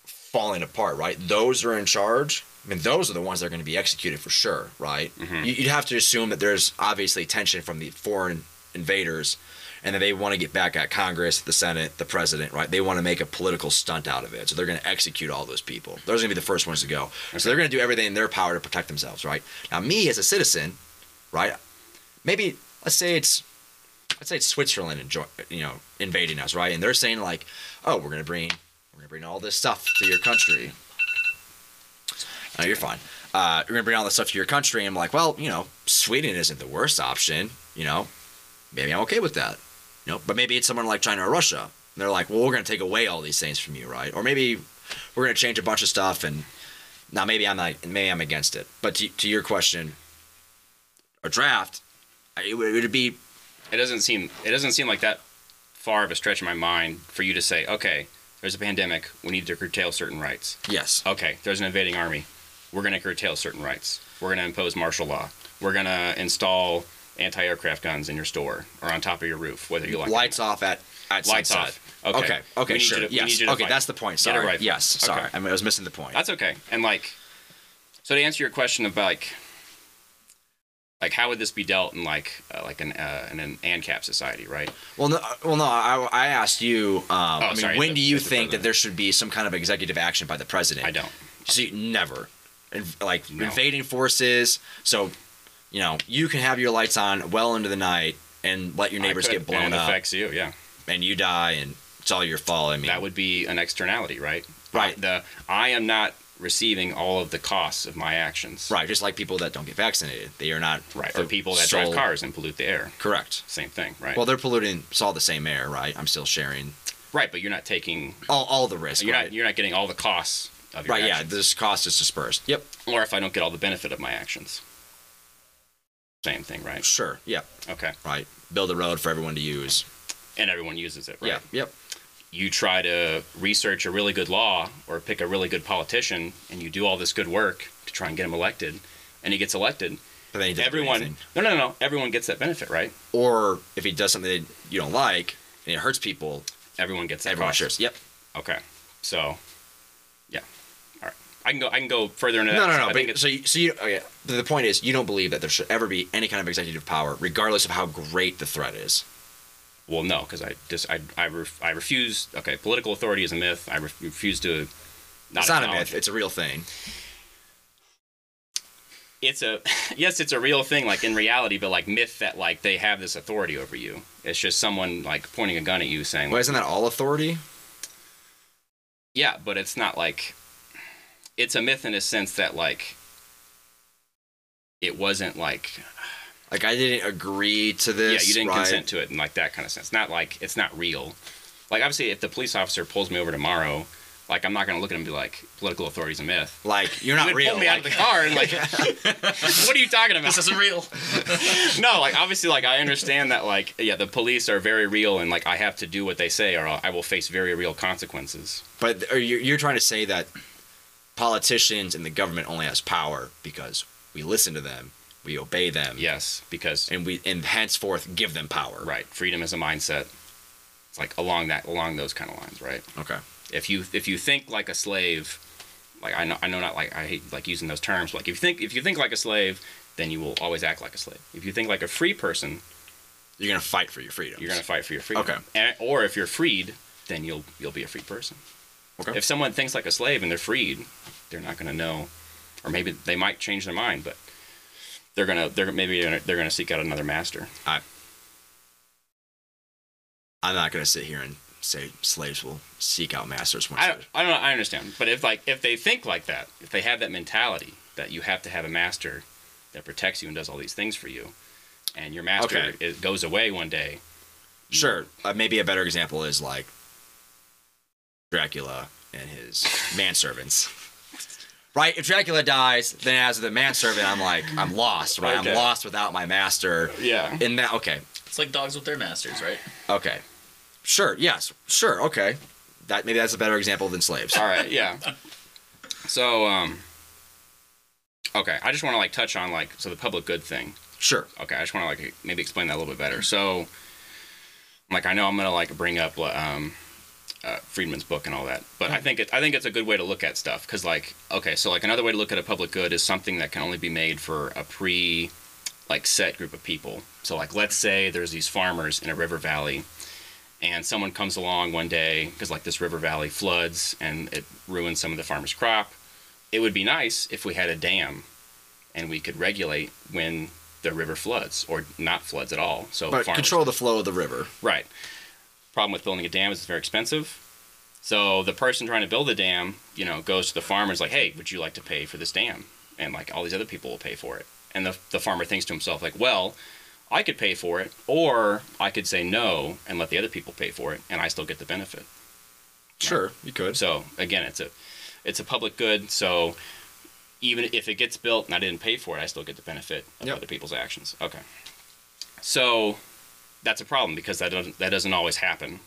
Speaker 2: falling apart, right? Those who are in charge. I mean, those are the ones that are going to be executed for sure, right? You, you'd have to assume that there's obviously tension from the foreign invaders, and that they want to get back at Congress, the Senate, the president, right? They want to make a political stunt out of it, so they're going to execute all those people. Those are going to be the first ones to go. So they're going to do everything in their power to protect themselves, right? Now, me as a citizen, right? maybe let's say it's let's say it's Switzerland enjoy, you know invading us, right? And they're saying like, oh, we're gonna bring we're gonna bring all this stuff to your country. No, you're fine. Uh, you're gonna bring all this stuff to your country. And I'm like, well, you know, Sweden isn't the worst option. You know, maybe I'm okay with that. You know, but maybe it's someone like China or Russia. And they're like, well, we're gonna take away all these things from you, right? Or maybe we're gonna change a bunch of stuff. And now maybe I'm like, maybe I'm against it. But to, to your question, a draft, I- it would, it would be
Speaker 1: It doesn't seem. It doesn't seem like that far of a stretch in my mind for you to say, okay, there's a pandemic. We need to curtail certain rights.
Speaker 2: yes.
Speaker 1: Okay, there's an invading army. We're going to curtail certain rights. We're going to impose martial law. We're going to install anti-aircraft guns in your store or on top of your roof, whether you like it or
Speaker 2: lights off at at
Speaker 1: Lights
Speaker 2: sunset.
Speaker 1: off. Okay.
Speaker 2: Okay. Okay.
Speaker 1: We need
Speaker 2: sure.
Speaker 1: you to- we
Speaker 2: yes.
Speaker 1: need you to
Speaker 2: Okay.
Speaker 1: fight.
Speaker 2: That's the point.
Speaker 1: Get it
Speaker 2: Sorry.
Speaker 1: right.
Speaker 2: Yes. Sorry.
Speaker 1: Okay.
Speaker 2: I, mean, I was missing the point.
Speaker 1: That's okay. And like, so to answer your question of like, like how would this be dealt in like uh, like an uh, an, an ANCAP society, right?
Speaker 2: well, no. Well, no. I, I asked you. Um, I mean,
Speaker 1: Oh, sorry,
Speaker 2: when
Speaker 1: the-
Speaker 2: do you
Speaker 1: the
Speaker 2: think that
Speaker 1: president.
Speaker 2: there should be some kind of executive action by the president?
Speaker 1: I don't.
Speaker 2: See, never. In, like
Speaker 1: No.
Speaker 2: invading forces. So, you know, you can have your lights on well into the night and let your neighbors
Speaker 1: I could,
Speaker 2: get blown
Speaker 1: and it
Speaker 2: up
Speaker 1: affects you, yeah.
Speaker 2: and you die and it's all your fault. I mean,
Speaker 1: That would be an externality, right?
Speaker 2: Right.
Speaker 1: The I am not receiving all of the costs of my actions.
Speaker 2: right. Just like people that don't get vaccinated, they are not
Speaker 1: Right.
Speaker 2: the
Speaker 1: Or people that
Speaker 2: sole-
Speaker 1: drive cars and pollute the air.
Speaker 2: Correct.
Speaker 1: Same thing, right?
Speaker 2: Well, they're polluting. It's all the same air, right? I'm still sharing
Speaker 1: right, but you're not taking
Speaker 2: all, all the risk.
Speaker 1: you're
Speaker 2: right,
Speaker 1: not you're not getting all the costs of your
Speaker 2: right yeah.
Speaker 1: actions.
Speaker 2: This cost is dispersed. Yep.
Speaker 1: Or if I don't get all the benefit of my actions. Same thing, right?
Speaker 2: Sure. Yep.
Speaker 1: Okay.
Speaker 2: Right. Build a road for everyone to use.
Speaker 1: And everyone uses it, right?
Speaker 2: Yeah. Yep.
Speaker 1: you try to research a really good law or pick a really good politician and you do all this good work to try and get him elected and he gets elected
Speaker 2: But then he doesn't do
Speaker 1: everyone
Speaker 2: anything.
Speaker 1: no no no everyone gets that benefit right
Speaker 2: Or if he does something that you don't like and it hurts people,
Speaker 1: everyone gets that
Speaker 2: everyone
Speaker 1: cost.
Speaker 2: shares. Yep.
Speaker 1: okay so yeah all right i can go i can go further into
Speaker 2: No,
Speaker 1: that
Speaker 2: no,
Speaker 1: I
Speaker 2: no.
Speaker 1: think
Speaker 2: But
Speaker 1: it's-
Speaker 2: so, you, so you, okay. But the point is, you don't believe that there should ever be any kind of executive power, regardless of how great the threat is.
Speaker 1: well no because i just i I, ref, I refuse okay political authority is a myth i ref, refuse to not
Speaker 2: it's not a
Speaker 1: acknowledge
Speaker 2: myth.
Speaker 1: it.
Speaker 2: It's a real thing.
Speaker 1: it's a yes, it's a real thing, like in reality, but like myth that like they have this authority over you. It's just someone like pointing a gun at you saying,
Speaker 2: Well, isn't that all authority?
Speaker 1: yeah, but it's not like it's a myth in a sense that like it wasn't like
Speaker 2: Like I didn't agree to this.
Speaker 1: yeah, you didn't
Speaker 2: right?
Speaker 1: consent to it in like that kind of sense. Not like it's not real. Like obviously, if the police officer pulls me over tomorrow, like I'm not gonna look at him and be like, political authority's a myth.
Speaker 2: Like you're not
Speaker 1: He would
Speaker 2: real.
Speaker 1: Pull me out of the car and like, what are you talking about?
Speaker 3: This isn't real.
Speaker 1: no, like obviously, like I understand that, like yeah, the police are very real, and like I have to do what they say, or I will face very real consequences.
Speaker 2: But are you, you're trying to say that politicians and the government only has power because we listen to them, we obey them,
Speaker 1: Yes, because
Speaker 2: and we and henceforth give them power.
Speaker 1: right, freedom is a mindset. It's like along that, along those kind of lines, right?
Speaker 2: Okay.
Speaker 1: If you if you think like a slave, like I know I know not like I hate like using those terms, but like if you think if you think like a slave, then you will always act like a slave. If you think like a free person,
Speaker 2: You're gonna fight for your freedom.
Speaker 1: you're gonna fight for your freedom.
Speaker 2: Okay.
Speaker 1: And, or if you're freed, then you'll you'll be a free person.
Speaker 2: Okay.
Speaker 1: If someone thinks like a slave and they're freed, they're not gonna know, or maybe they might change their mind, but they're gonna they're maybe gonna, they're gonna seek out another master.
Speaker 2: I'm not gonna sit here and say slaves will seek out masters once.
Speaker 1: I
Speaker 2: they're-
Speaker 1: I don't know, I understand, but if like if they think like that, if they have that mentality that you have to have a master that protects you and does all these things for you, and your master
Speaker 2: Okay.
Speaker 1: is, goes away one day,
Speaker 2: Sure. Uh, maybe a better example is like Dracula and his manservants. Right? If Dracula dies, then as the manservant, I'm like, I'm lost, right?
Speaker 1: Okay.
Speaker 2: I'm lost without my master.
Speaker 1: yeah,
Speaker 2: In that, okay,
Speaker 3: It's like dogs with their masters, right?
Speaker 2: okay, sure, yes, sure, okay. That maybe that's a better example than slaves.
Speaker 1: All right, yeah. So, um, okay, I just want to like touch on like so the public good thing.
Speaker 2: Sure,
Speaker 1: Okay, I just want to like maybe explain that a little bit better. So, like I know I'm gonna like bring up um, uh, Friedman's book and all that, but I think it, I think it's a good way to look at stuff because like okay, so like another way to look at a public good is something that can only be made for a pre like set group of people. So like let's say there's these farmers in a river valley and someone comes along one day because like this river valley floods and it ruins some of the farmers crop it would be nice if we had a dam and we could regulate when the river floods or not floods at all so
Speaker 2: but
Speaker 1: farmers-
Speaker 2: control the flow of the river.
Speaker 1: right problem with building a dam is it's very expensive so the person trying to build the dam you know goes to the farmer and is like hey would you like to pay for this dam and like all these other people will pay for it and the, the farmer thinks to himself like well I could pay for it, or I could say no and let the other people pay for it, and I still get the benefit.
Speaker 2: Sure, you could.
Speaker 1: So again, it's a it's a public good. So even if it gets built and I didn't pay for it, I still get the benefit of
Speaker 2: Yep.
Speaker 1: other people's actions. Okay. So that's a problem because that doesn't that doesn't always happen.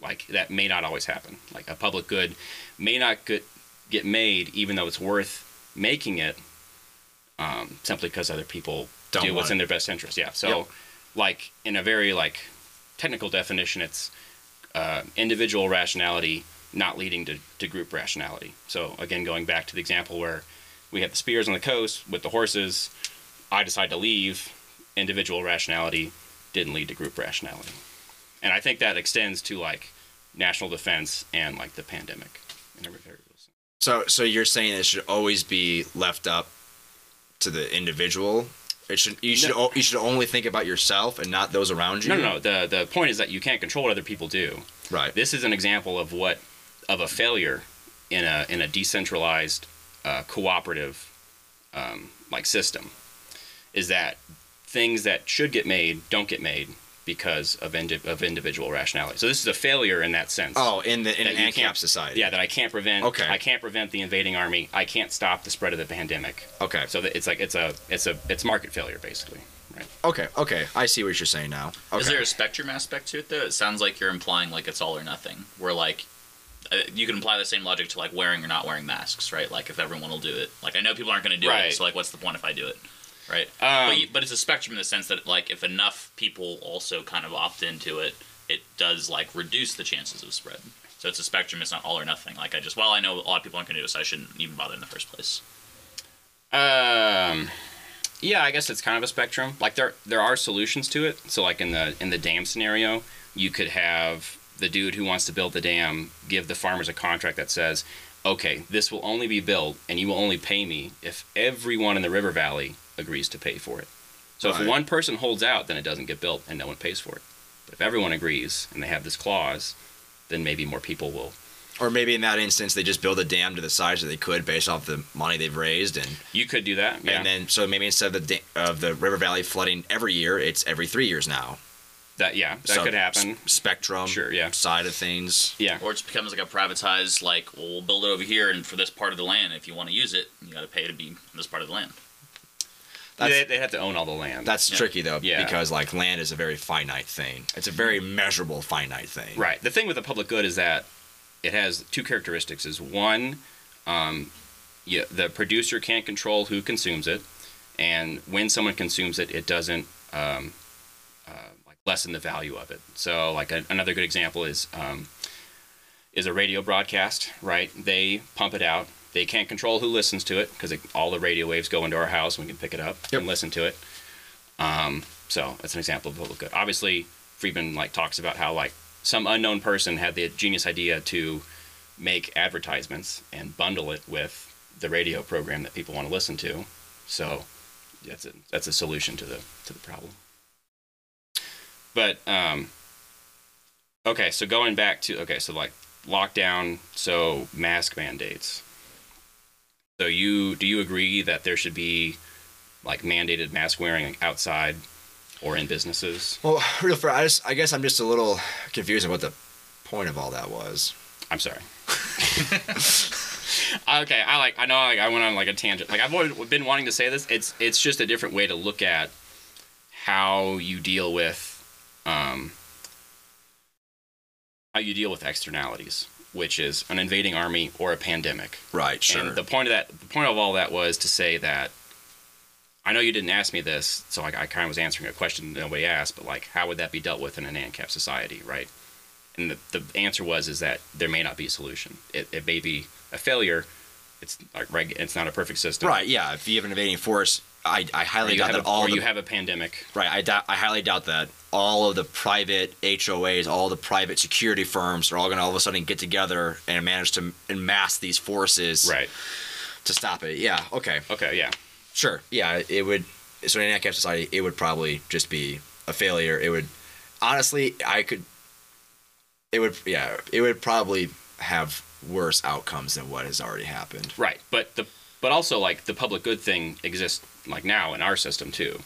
Speaker 1: Like that may not always happen. Like a public good may not get get made even though it's worth making it um, simply because other people
Speaker 2: Don't
Speaker 1: do
Speaker 2: want
Speaker 1: what's
Speaker 2: it.
Speaker 1: in their best interest. Yeah. So
Speaker 2: Yep.
Speaker 1: like in a very like technical definition, it's uh, individual rationality not leading to, to group rationality. So again, going back to the example where we have the spears on the coast with the horses, I decide to leave. Individual rationality didn't lead to group rationality, and I think that extends to like national defense and like the pandemic. In every very real sense.
Speaker 2: So, so you're saying it should always be left up to the individual. It should you should o- you should only think about yourself and not those around you.
Speaker 1: No, no, no. The the point is that you can't control what other people do.
Speaker 2: Right.
Speaker 1: This is an example of what of a failure in a in a decentralized uh, cooperative um, like system is that things that should get made don't get made because of indi- of individual rationality. So this is a failure in that sense.
Speaker 2: Oh, in the in
Speaker 1: that
Speaker 2: an
Speaker 1: you can't-
Speaker 2: ANCAP society.
Speaker 1: Yeah, that I can't prevent.
Speaker 2: Okay.
Speaker 1: I can't prevent the invading army. I can't stop the spread of the pandemic.
Speaker 2: Okay.
Speaker 1: So that it's like it's a it's a it's market failure basically. Right.
Speaker 2: Okay. Okay. I see what you're saying now. Okay.
Speaker 3: Is there a spectrum aspect to it though? It sounds like you're implying like it's all or nothing. Where like uh, you can apply the same logic to like wearing or not wearing masks, right? Like if everyone will do it, like I know people aren't going to do
Speaker 1: Right.
Speaker 3: it, so like what's the point if I do it, right?
Speaker 1: Um,
Speaker 3: but, you- but it's a spectrum in the sense that like if enough people also kind of opt into it, it does like reduce the chances of spread. So it's a spectrum. It's not all or nothing. Like I just well I know a lot of people aren't going to do it, so I shouldn't even bother in the first place.
Speaker 1: Um, yeah, I guess it's kind of a spectrum. Like there there are solutions to it. So like in the in the dam scenario, you could have the dude who wants to build the dam give the farmers a contract that says, okay, this will only be built and you will only pay me if everyone in the river valley agrees to pay for it. So
Speaker 2: Right.
Speaker 1: if one person holds out, then it doesn't get built and no one pays for it. But if everyone agrees and they have this clause, then maybe more people will.
Speaker 2: Or maybe in that instance, they just build a dam to the size that they could based off the money they've raised, and
Speaker 1: You could do that. Yeah.
Speaker 2: and then so maybe instead of the da- of the river valley flooding every year, it's every three years now.
Speaker 1: that yeah, that
Speaker 2: Some
Speaker 1: could happen.
Speaker 2: s- spectrum,
Speaker 1: Sure, yeah.
Speaker 2: side of things.
Speaker 1: Yeah.
Speaker 3: Or it just becomes like a privatized, like, well, we'll build it over here, and for this part of the land, if you want to use it, you got to pay to be on this part of the land.
Speaker 2: That's
Speaker 1: they, they have to own all the land.
Speaker 2: that's
Speaker 3: Yeah.
Speaker 2: tricky though,
Speaker 1: Yeah.
Speaker 2: because like land is a very finite thing. It's a very measurable finite thing.
Speaker 1: Right. The thing with the public good is that it has two characteristics: is one, um, yeah, the producer can't control who consumes it, and when someone consumes it, it doesn't um, uh, like lessen the value of it. So, like a, another good example is um, is a radio broadcast. Right? They pump it out. They can't control who listens to it because all the radio waves go into our house and we can pick it up
Speaker 2: Yep.
Speaker 1: and listen to it. Um, So that's an example of public good. Obviously, Friedman like talks about how like some unknown person had the genius idea to make advertisements and bundle it with the radio program that people want to listen to. So that's a that's a solution to the to the problem. But um, okay, so going back to okay, so like lockdown, so mask mandates. So you do you agree that there should be like mandated mask wearing outside or in businesses?
Speaker 2: Well, real for I just I guess I'm just a little confused on what the point of all that was.
Speaker 1: I'm sorry. okay, I like I know like I went on like a tangent. Like I've always been wanting to say this. It's it's just a different way to look at how you deal with um how you deal with externalities, which is an invading army or a pandemic.
Speaker 2: Right. Sure.
Speaker 1: And the point of that, the point of all that was to say that I know you didn't ask me this, so I, I kind of was answering a question that nobody asked. But like, how would that be dealt with in an ANCAP society, right? And the, the answer was is that there may not be a solution. It, it may be a failure. It's like reg, it's not a perfect system.
Speaker 2: right. Yeah. If you have an invading force, I, I
Speaker 1: Or
Speaker 2: highly
Speaker 1: you,
Speaker 2: doubt
Speaker 1: have
Speaker 2: that
Speaker 1: a,
Speaker 2: all
Speaker 1: or
Speaker 2: the
Speaker 1: you have a pandemic.
Speaker 2: Right. I, doubt, I highly doubt that. All of the private HOAs, all the private security firms are all going to all of a sudden get together and manage to amass these forces
Speaker 1: Right.
Speaker 2: to stop it. Yeah. Okay.
Speaker 1: Okay. Yeah.
Speaker 2: Sure. Yeah. It would. So in an anarchist society, it would probably just be a failure. It would, honestly, I could. It would. Yeah. It would probably have worse outcomes than what has already happened.
Speaker 1: Right, but the but also like the public good thing exists like now in our system too,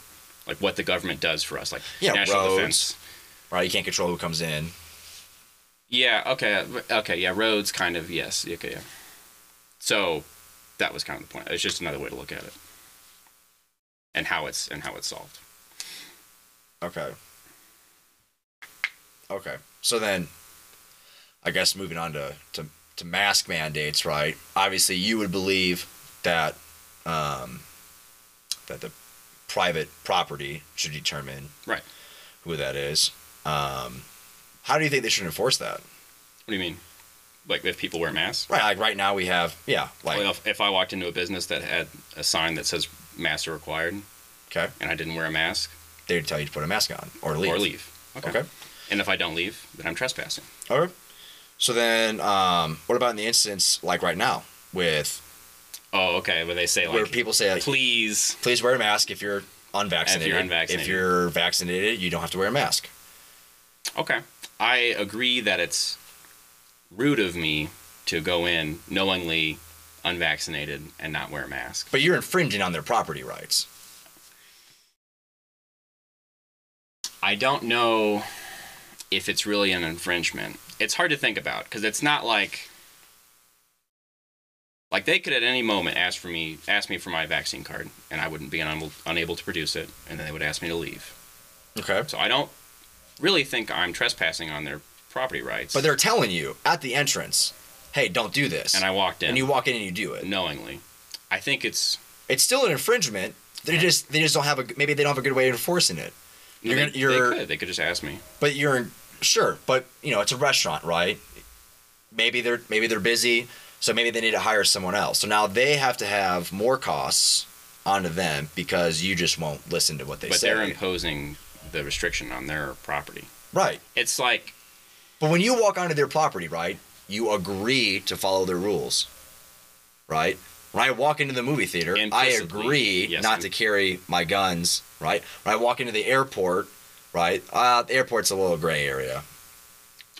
Speaker 1: like what the government does for us, like
Speaker 2: Yeah,
Speaker 1: national
Speaker 2: roads.
Speaker 1: defense.
Speaker 2: Right. You can't control who comes in.
Speaker 1: Yeah. Okay. uh, Okay. Yeah. Roads, kind of. Yes. Okay. Yeah. So that was kind of the point. It's just another way to look at it, and how it's and how it's solved.
Speaker 2: Okay. Okay. So then, I guess moving on to to, to mask mandates, right? Obviously, you would believe that um, that the private property should determine
Speaker 1: Right.
Speaker 2: who that is. Um, how do you think they should enforce that?
Speaker 1: What do you mean? Like if people wear masks?
Speaker 2: Right. Like right now, we have yeah. Like
Speaker 1: Well, if, if I walked into a business that had a sign that says masks are required,
Speaker 2: okay,
Speaker 1: and I didn't wear a mask
Speaker 2: they'd tell you to put a mask on or leave.
Speaker 1: or leave.
Speaker 2: Okay.
Speaker 1: And if I don't leave, then I'm trespassing.
Speaker 2: All right. So then, um, what about in the instance like right now with
Speaker 1: Oh, okay. Where they say like
Speaker 2: where people say like,
Speaker 1: please
Speaker 2: please wear a mask if you're unvaccinated.
Speaker 1: If you're unvaccinated.
Speaker 2: If you're vaccinated, you don't have to wear a mask.
Speaker 1: Okay. I agree that it's rude of me to go in knowingly unvaccinated and not wear a mask.
Speaker 2: But you're infringing on their property rights.
Speaker 1: I don't know if it's really an infringement. It's hard to think about because it's not like like they could at any moment ask for me ask me for my vaccine card and I wouldn't be un- unable to produce it and then they would ask me to leave.
Speaker 2: Okay.
Speaker 1: So I don't really think I'm trespassing on their property rights.
Speaker 2: But they're telling you at the entrance, hey, don't do this.
Speaker 1: and I walked in
Speaker 2: And you walk in and you do it.
Speaker 1: knowingly. I think it's
Speaker 2: It's still an infringement. They just they just don't have a maybe they don't have a good way of enforcing it.
Speaker 1: No,
Speaker 2: You're
Speaker 1: they,
Speaker 2: gonna- you're-
Speaker 1: they could. They could just ask me.
Speaker 2: But you're sure, but you know, it's a restaurant, right? Maybe they're maybe they're busy, so maybe they need to hire someone else. So now they have to have more costs onto them because you just won't listen to what they
Speaker 1: but
Speaker 2: say.
Speaker 1: they're imposing the restriction on their property.
Speaker 2: right.
Speaker 1: It's like
Speaker 2: But when you walk onto their property, right, you agree to follow their rules. right? When I walk into the movie theater, I
Speaker 1: Implicitly,
Speaker 2: agree
Speaker 1: yes,
Speaker 2: not
Speaker 1: we-
Speaker 2: to carry my guns, right? When I walk into the airport, right? Uh, the airport's a little gray area.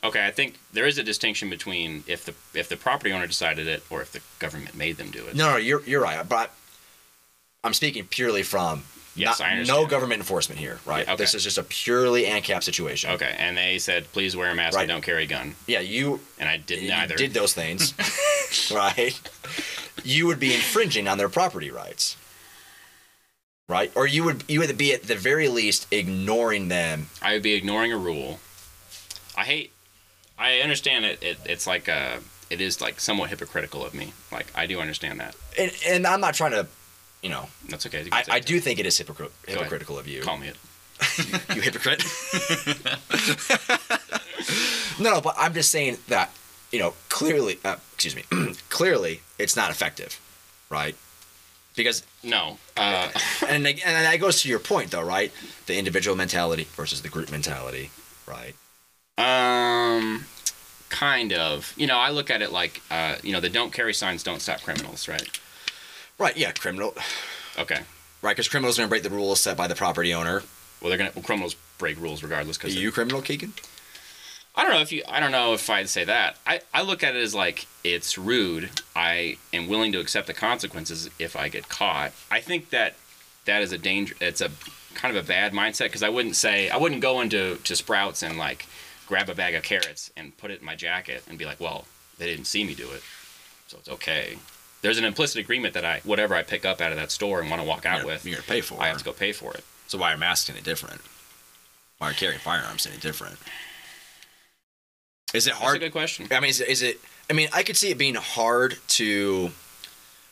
Speaker 1: Okay, I think there is a distinction between if the if the property owner decided it or if the government made them do it.
Speaker 2: No, no, you're you're right. But I'm speaking purely from
Speaker 1: Yes,
Speaker 2: not-
Speaker 1: I understand.
Speaker 2: no government enforcement here, right?
Speaker 1: Yeah, okay.
Speaker 2: This is just a purely ANCAP situation.
Speaker 1: Okay, and they said, please wear a mask
Speaker 2: Right.
Speaker 1: and don't carry a gun.
Speaker 2: Yeah, you
Speaker 1: And I didn't
Speaker 2: you
Speaker 1: either.
Speaker 2: did those things, right? You would be infringing on their property rights, right? Or you would you would be at the very least ignoring them.
Speaker 1: I would be ignoring a rule. I hate. I understand it. it it's like a. It is like somewhat hypocritical of me. Like I do understand that.
Speaker 2: And and I'm not trying to, you know,
Speaker 1: That's okay. You can
Speaker 2: I,
Speaker 1: say
Speaker 2: I
Speaker 1: it.
Speaker 2: do think it is hypocrit- hypocritical of you.
Speaker 1: Call me it.
Speaker 2: you hypocrite. no, no, but I'm just saying that, you know, clearly, uh, excuse me, clearly it's not effective, right? Because,
Speaker 1: No. Uh,
Speaker 2: and, ag- and that goes to your point, though, right? The individual mentality versus the group mentality, right?
Speaker 1: um, kind of. You know, I look at it like, uh, you know, the don't carry signs don't stop criminals, right?
Speaker 2: Right, yeah, criminal,
Speaker 1: Okay.
Speaker 2: right? Because criminals are going to break the rules set by the property owner.
Speaker 1: Well, they're gonna. Well, criminals break rules regardless.
Speaker 2: Are
Speaker 1: Because
Speaker 2: you criminal, Keegan?
Speaker 1: I don't know if you. I don't know if I'd say that. I, I look at it as like it's rude. I am willing to accept the consequences if I get caught. I think that that is a danger. It's a kind of a bad mindset because I wouldn't say I wouldn't go into to Sprouts and like grab a bag of carrots and put it in my jacket and be like, well, they didn't see me do it, so it's okay. There's an implicit agreement that I whatever I pick up out of that store and want to walk out
Speaker 2: You're-
Speaker 1: with,
Speaker 2: You're going to pay for
Speaker 1: I
Speaker 2: it.
Speaker 1: have to go pay for it.
Speaker 2: So why are masks any different? Why are carrying firearms any different? Is it
Speaker 1: That's a
Speaker 2: hard?
Speaker 1: good question.
Speaker 2: I mean, is, is it? I mean, I could see it being hard to,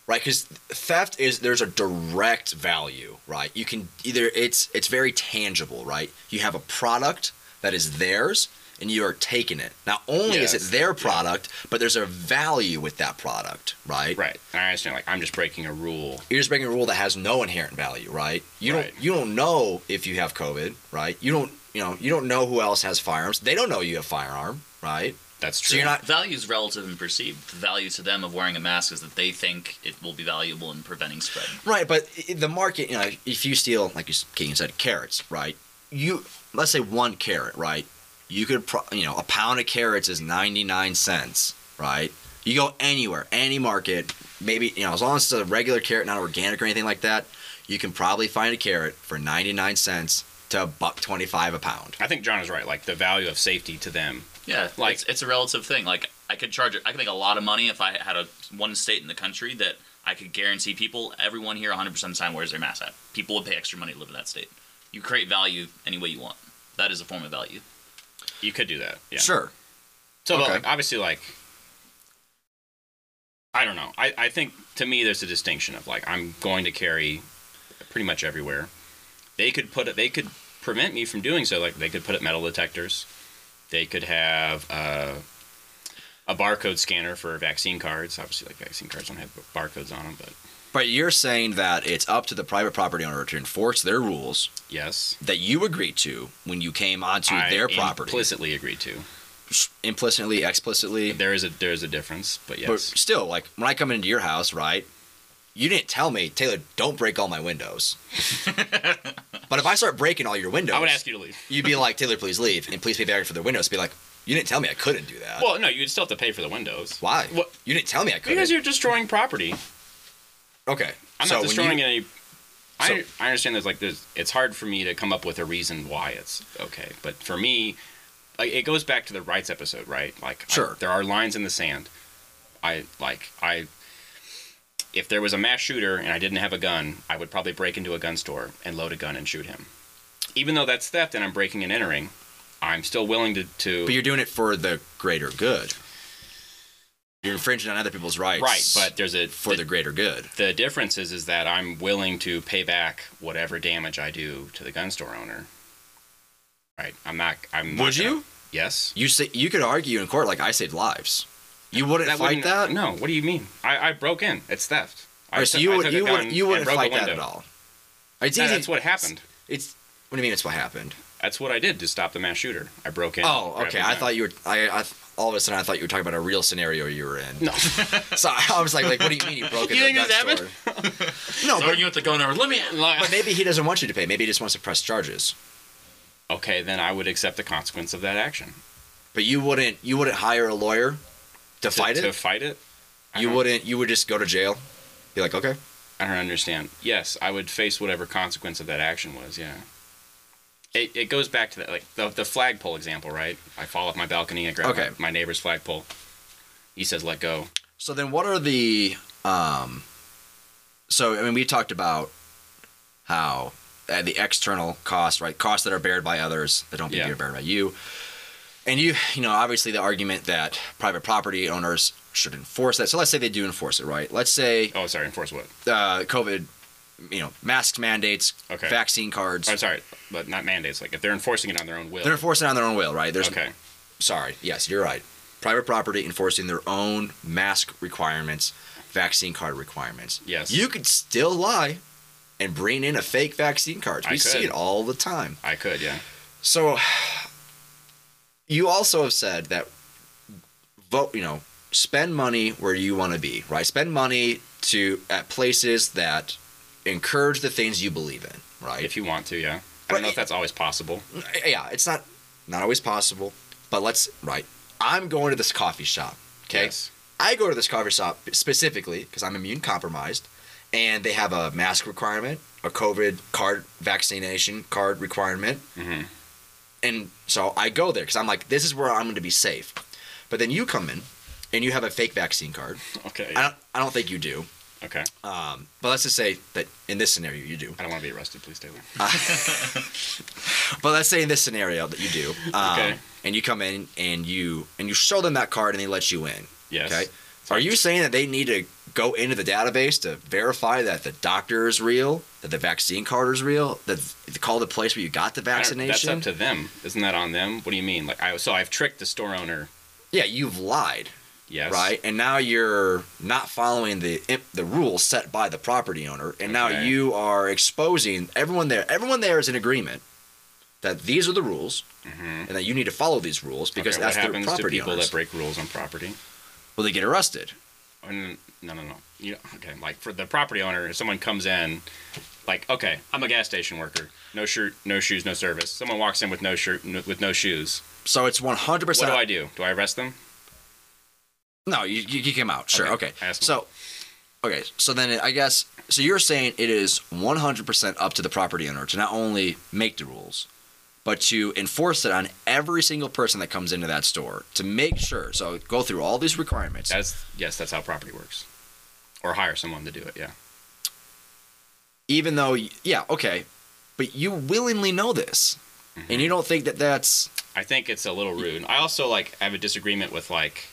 Speaker 2: right? Because theft is there's a direct value, right? You can either it's it's very tangible, right? You have a product that is theirs, and you are taking it. Not only
Speaker 1: Yes.
Speaker 2: is it their product, but there's a value with that product, right?
Speaker 1: Right, and I understand. Like I'm just breaking a rule.
Speaker 2: You're just breaking a rule that has no inherent value, right? You
Speaker 1: Right.
Speaker 2: don't you don't know if you have COVID, right? You don't you know you don't know who else has firearms. They don't know you have firearm, right?
Speaker 1: That's true.
Speaker 2: So you're not
Speaker 3: Value's relative and perceived. The value to them of wearing a mask is that they think it will be valuable in preventing spread.
Speaker 2: Right, but i- the market, you know, if you steal, like you s- Keegan said, carrots, right? You let's say one carrot, right? You could, pro, you know, a pound of carrots is ninety nine cents, right? You go anywhere, any market, maybe you know, as long as it's a regular carrot, not organic or anything like that, you can probably find a carrot for ninety nine cents to a buck twenty five a pound.
Speaker 1: I think John is right. Like the value of safety to them.
Speaker 3: Yeah,
Speaker 1: Like-
Speaker 3: like it's, it's a relative thing. Like I could charge, I could make a lot of money if I had a one state in the country that I could guarantee people, everyone here, 100 percent of the time wears their mask. At people would pay extra money to live in that state. You create value any way you want. That is a form of value.
Speaker 1: You could do that. Yeah.
Speaker 2: Sure,
Speaker 1: So, but,
Speaker 2: Okay.
Speaker 1: like, obviously, like, I don't know. I, I think to me, there's a distinction of like I'm going to carry pretty much everywhere. They could put it. They could prevent me from doing so. Like they could put up metal detectors. They could have uh, a barcode scanner for vaccine cards. Obviously, like vaccine cards don't have barcodes on them, but
Speaker 2: but you're saying that it's up to the private property owner to enforce their rules
Speaker 1: yes,
Speaker 2: that you agreed to when you came onto their property,
Speaker 1: implicitly agreed to.
Speaker 2: implicitly, explicitly.
Speaker 1: There is a there is a difference, but yes.
Speaker 2: But still, like when I come into your house, right? You didn't tell me, Taylor, don't break all my windows. but if I start breaking all your windows,
Speaker 1: I would ask you to leave.
Speaker 2: would be like, Taylor, please leave, and please pay back for the windows. Be like, you didn't tell me I couldn't do that.
Speaker 1: Well, no, you'd still have to pay for the windows.
Speaker 2: Why?
Speaker 1: What-
Speaker 2: You didn't tell me I couldn't.
Speaker 1: Because you're destroying property.
Speaker 2: okay.
Speaker 1: I'm
Speaker 2: so
Speaker 1: not
Speaker 2: when
Speaker 1: destroying
Speaker 2: you,
Speaker 1: any. I, I understand there's like there's it's hard for me to come up with a reason why it's okay, but for me, like it goes back to the rights episode, right? Like I-
Speaker 2: Sure.
Speaker 1: there are lines in the sand. I like I. If there was a mass shooter and I didn't have a gun, I would probably break into a gun store and load a gun and shoot him. Even though that's theft and I'm breaking and entering, I'm still willing to. to
Speaker 2: But you're doing it for the greater good. You're infringing on other people's rights.
Speaker 1: right, but there's a
Speaker 2: for the, greater good.
Speaker 1: the difference is is that I'm willing to pay back whatever damage I do to the gun store owner. Right. I'm not. I'm. not
Speaker 2: Would
Speaker 1: gonna-
Speaker 2: you?
Speaker 1: Yes.
Speaker 2: You say you could argue in court like I saved lives. You wouldn't fight
Speaker 1: wouldn't-
Speaker 2: that.
Speaker 1: No. What do you mean? I, I broke in. It's theft.
Speaker 2: All
Speaker 1: I
Speaker 2: right, so
Speaker 1: took-
Speaker 2: you
Speaker 1: I
Speaker 2: would
Speaker 1: took a
Speaker 2: you
Speaker 1: gun
Speaker 2: would you
Speaker 1: and
Speaker 2: wouldn't
Speaker 1: broke a
Speaker 2: fight that at
Speaker 1: window.
Speaker 2: all. It's
Speaker 1: No,
Speaker 2: easy-
Speaker 1: that's what happened.
Speaker 2: It's what do you mean? It's what happened?
Speaker 1: That's what I did to stop the mass shooter. I broke in.
Speaker 2: Oh,
Speaker 1: grabbed
Speaker 2: okay.
Speaker 1: a
Speaker 2: I
Speaker 1: gun.
Speaker 2: thought you were. I, I all of a sudden I thought you were talking about a real scenario you were in.
Speaker 1: No.
Speaker 2: So I was like, like, what do you mean you broke
Speaker 1: You
Speaker 2: into a
Speaker 1: think
Speaker 2: gun
Speaker 1: this
Speaker 2: store?
Speaker 1: happened?
Speaker 2: no,
Speaker 3: So
Speaker 2: but,
Speaker 3: arguing with the governor, let me.
Speaker 2: but maybe he doesn't want you to pay. Maybe he just wants to press charges.
Speaker 1: okay, then I would accept the consequence of that action.
Speaker 2: But you wouldn't you wouldn't hire a lawyer to
Speaker 1: To-
Speaker 2: fight
Speaker 1: to,
Speaker 2: it.
Speaker 1: fight it? I
Speaker 2: you
Speaker 1: don't-
Speaker 2: wouldn't. You would just go to jail. Be like, okay,
Speaker 1: I don't understand. Yes, I would face whatever consequence of that action was. Yeah. It, it goes back to that like the the flagpole example, right? I fall off my balcony, I grab
Speaker 2: Okay.
Speaker 1: my, my neighbor's flagpole. He says, "Let go."
Speaker 2: So then, what are the? Um, so I mean, we talked about how uh, the external costs, right? Costs that are bared by others that don't
Speaker 1: Yeah.
Speaker 2: be bared by you. And you, you know, obviously the argument that private property owners should enforce that. So let's say they do enforce it, right? Let's say
Speaker 1: Oh, sorry, enforce what?
Speaker 2: uh, COVID, you know, masks mandates,
Speaker 1: Okay.
Speaker 2: vaccine cards.
Speaker 1: I'm sorry, but not mandates. Like if they're enforcing it on their own will.
Speaker 2: They're enforcing it on their own will, right? There's
Speaker 1: okay.
Speaker 2: sorry, yes, you're right. Private property enforcing their own mask requirements, vaccine card requirements.
Speaker 1: Yes.
Speaker 2: You could still lie and bring in a fake vaccine card.
Speaker 1: I
Speaker 2: We see
Speaker 1: could.
Speaker 2: it all the time.
Speaker 1: I could, yeah.
Speaker 2: So you also have said that vote, you know, spend money where you want to be, right? Spend money to at places that encourage the things you believe in, right?
Speaker 1: If you want to, yeah. I
Speaker 2: But
Speaker 1: don't know
Speaker 2: it-
Speaker 1: if that's always possible.
Speaker 2: yeah, it's not not always possible, but let's right. I'm going to this coffee shop, okay?
Speaker 1: Yes.
Speaker 2: I go to this coffee shop specifically because I'm immune compromised, and they have a mask requirement, a COVID card vaccination card requirement,
Speaker 1: Mhm.
Speaker 2: and so I go there because I'm like, this is where I'm going to be safe. But then you come in, and you have a fake vaccine card.
Speaker 1: Okay.
Speaker 2: I don't, I don't think you do.
Speaker 1: okay.
Speaker 2: Um, but let's just say that in this scenario you do.
Speaker 1: I don't want to be arrested, please, Taylor.
Speaker 2: But let's say in this scenario that you do. Um,
Speaker 1: Okay.
Speaker 2: And you come in and you and you show them that card and they let you in.
Speaker 1: Yes.
Speaker 2: Okay. Are you saying that they need to go into the database to verify that the doctor is real, that the vaccine card is real, that to call the place where you got the
Speaker 1: I don't- That's
Speaker 2: vaccination?
Speaker 1: up to them. Isn't that on them? What do you mean? Like I so I've tricked the store owner.
Speaker 2: yeah, you've lied,
Speaker 1: Yes.
Speaker 2: right? And now you're not following the the rules set by the property owner, and now
Speaker 1: Okay.
Speaker 2: you are exposing everyone there. Everyone there is in agreement that these are the rules,
Speaker 1: Mhm.
Speaker 2: and that you need to follow these rules because
Speaker 1: okay,
Speaker 2: that's
Speaker 1: what
Speaker 2: their
Speaker 1: happens to
Speaker 2: property
Speaker 1: people
Speaker 2: owners.
Speaker 1: that break rules on property?
Speaker 2: Well, they get arrested.
Speaker 1: Oh, No, no, no. no. You know, okay, like for the property owner, if someone comes in, like, okay, I'm a gas station worker, no shirt, no shoes, no service. Someone walks in with no shirt, no, with no shoes.
Speaker 2: So it's 100%.
Speaker 1: what do I do? Do I arrest them?
Speaker 2: No, you, you kick him out. Sure.
Speaker 1: Okay,
Speaker 2: Okay.
Speaker 1: ask him.
Speaker 2: So, okay. So then I guess, so you're saying it is 100% up to the property owner to not only make the rules, but to enforce it on every single person that comes into that store to make sure. So go through all these requirements.
Speaker 1: That's yes, that's how property works. Or hire someone to do it. Yeah.
Speaker 2: even though, yeah, okay. But you willingly know this.
Speaker 1: Mm-hmm.
Speaker 2: And you don't think that that's.
Speaker 1: I think it's a little rude. I also like have a disagreement with like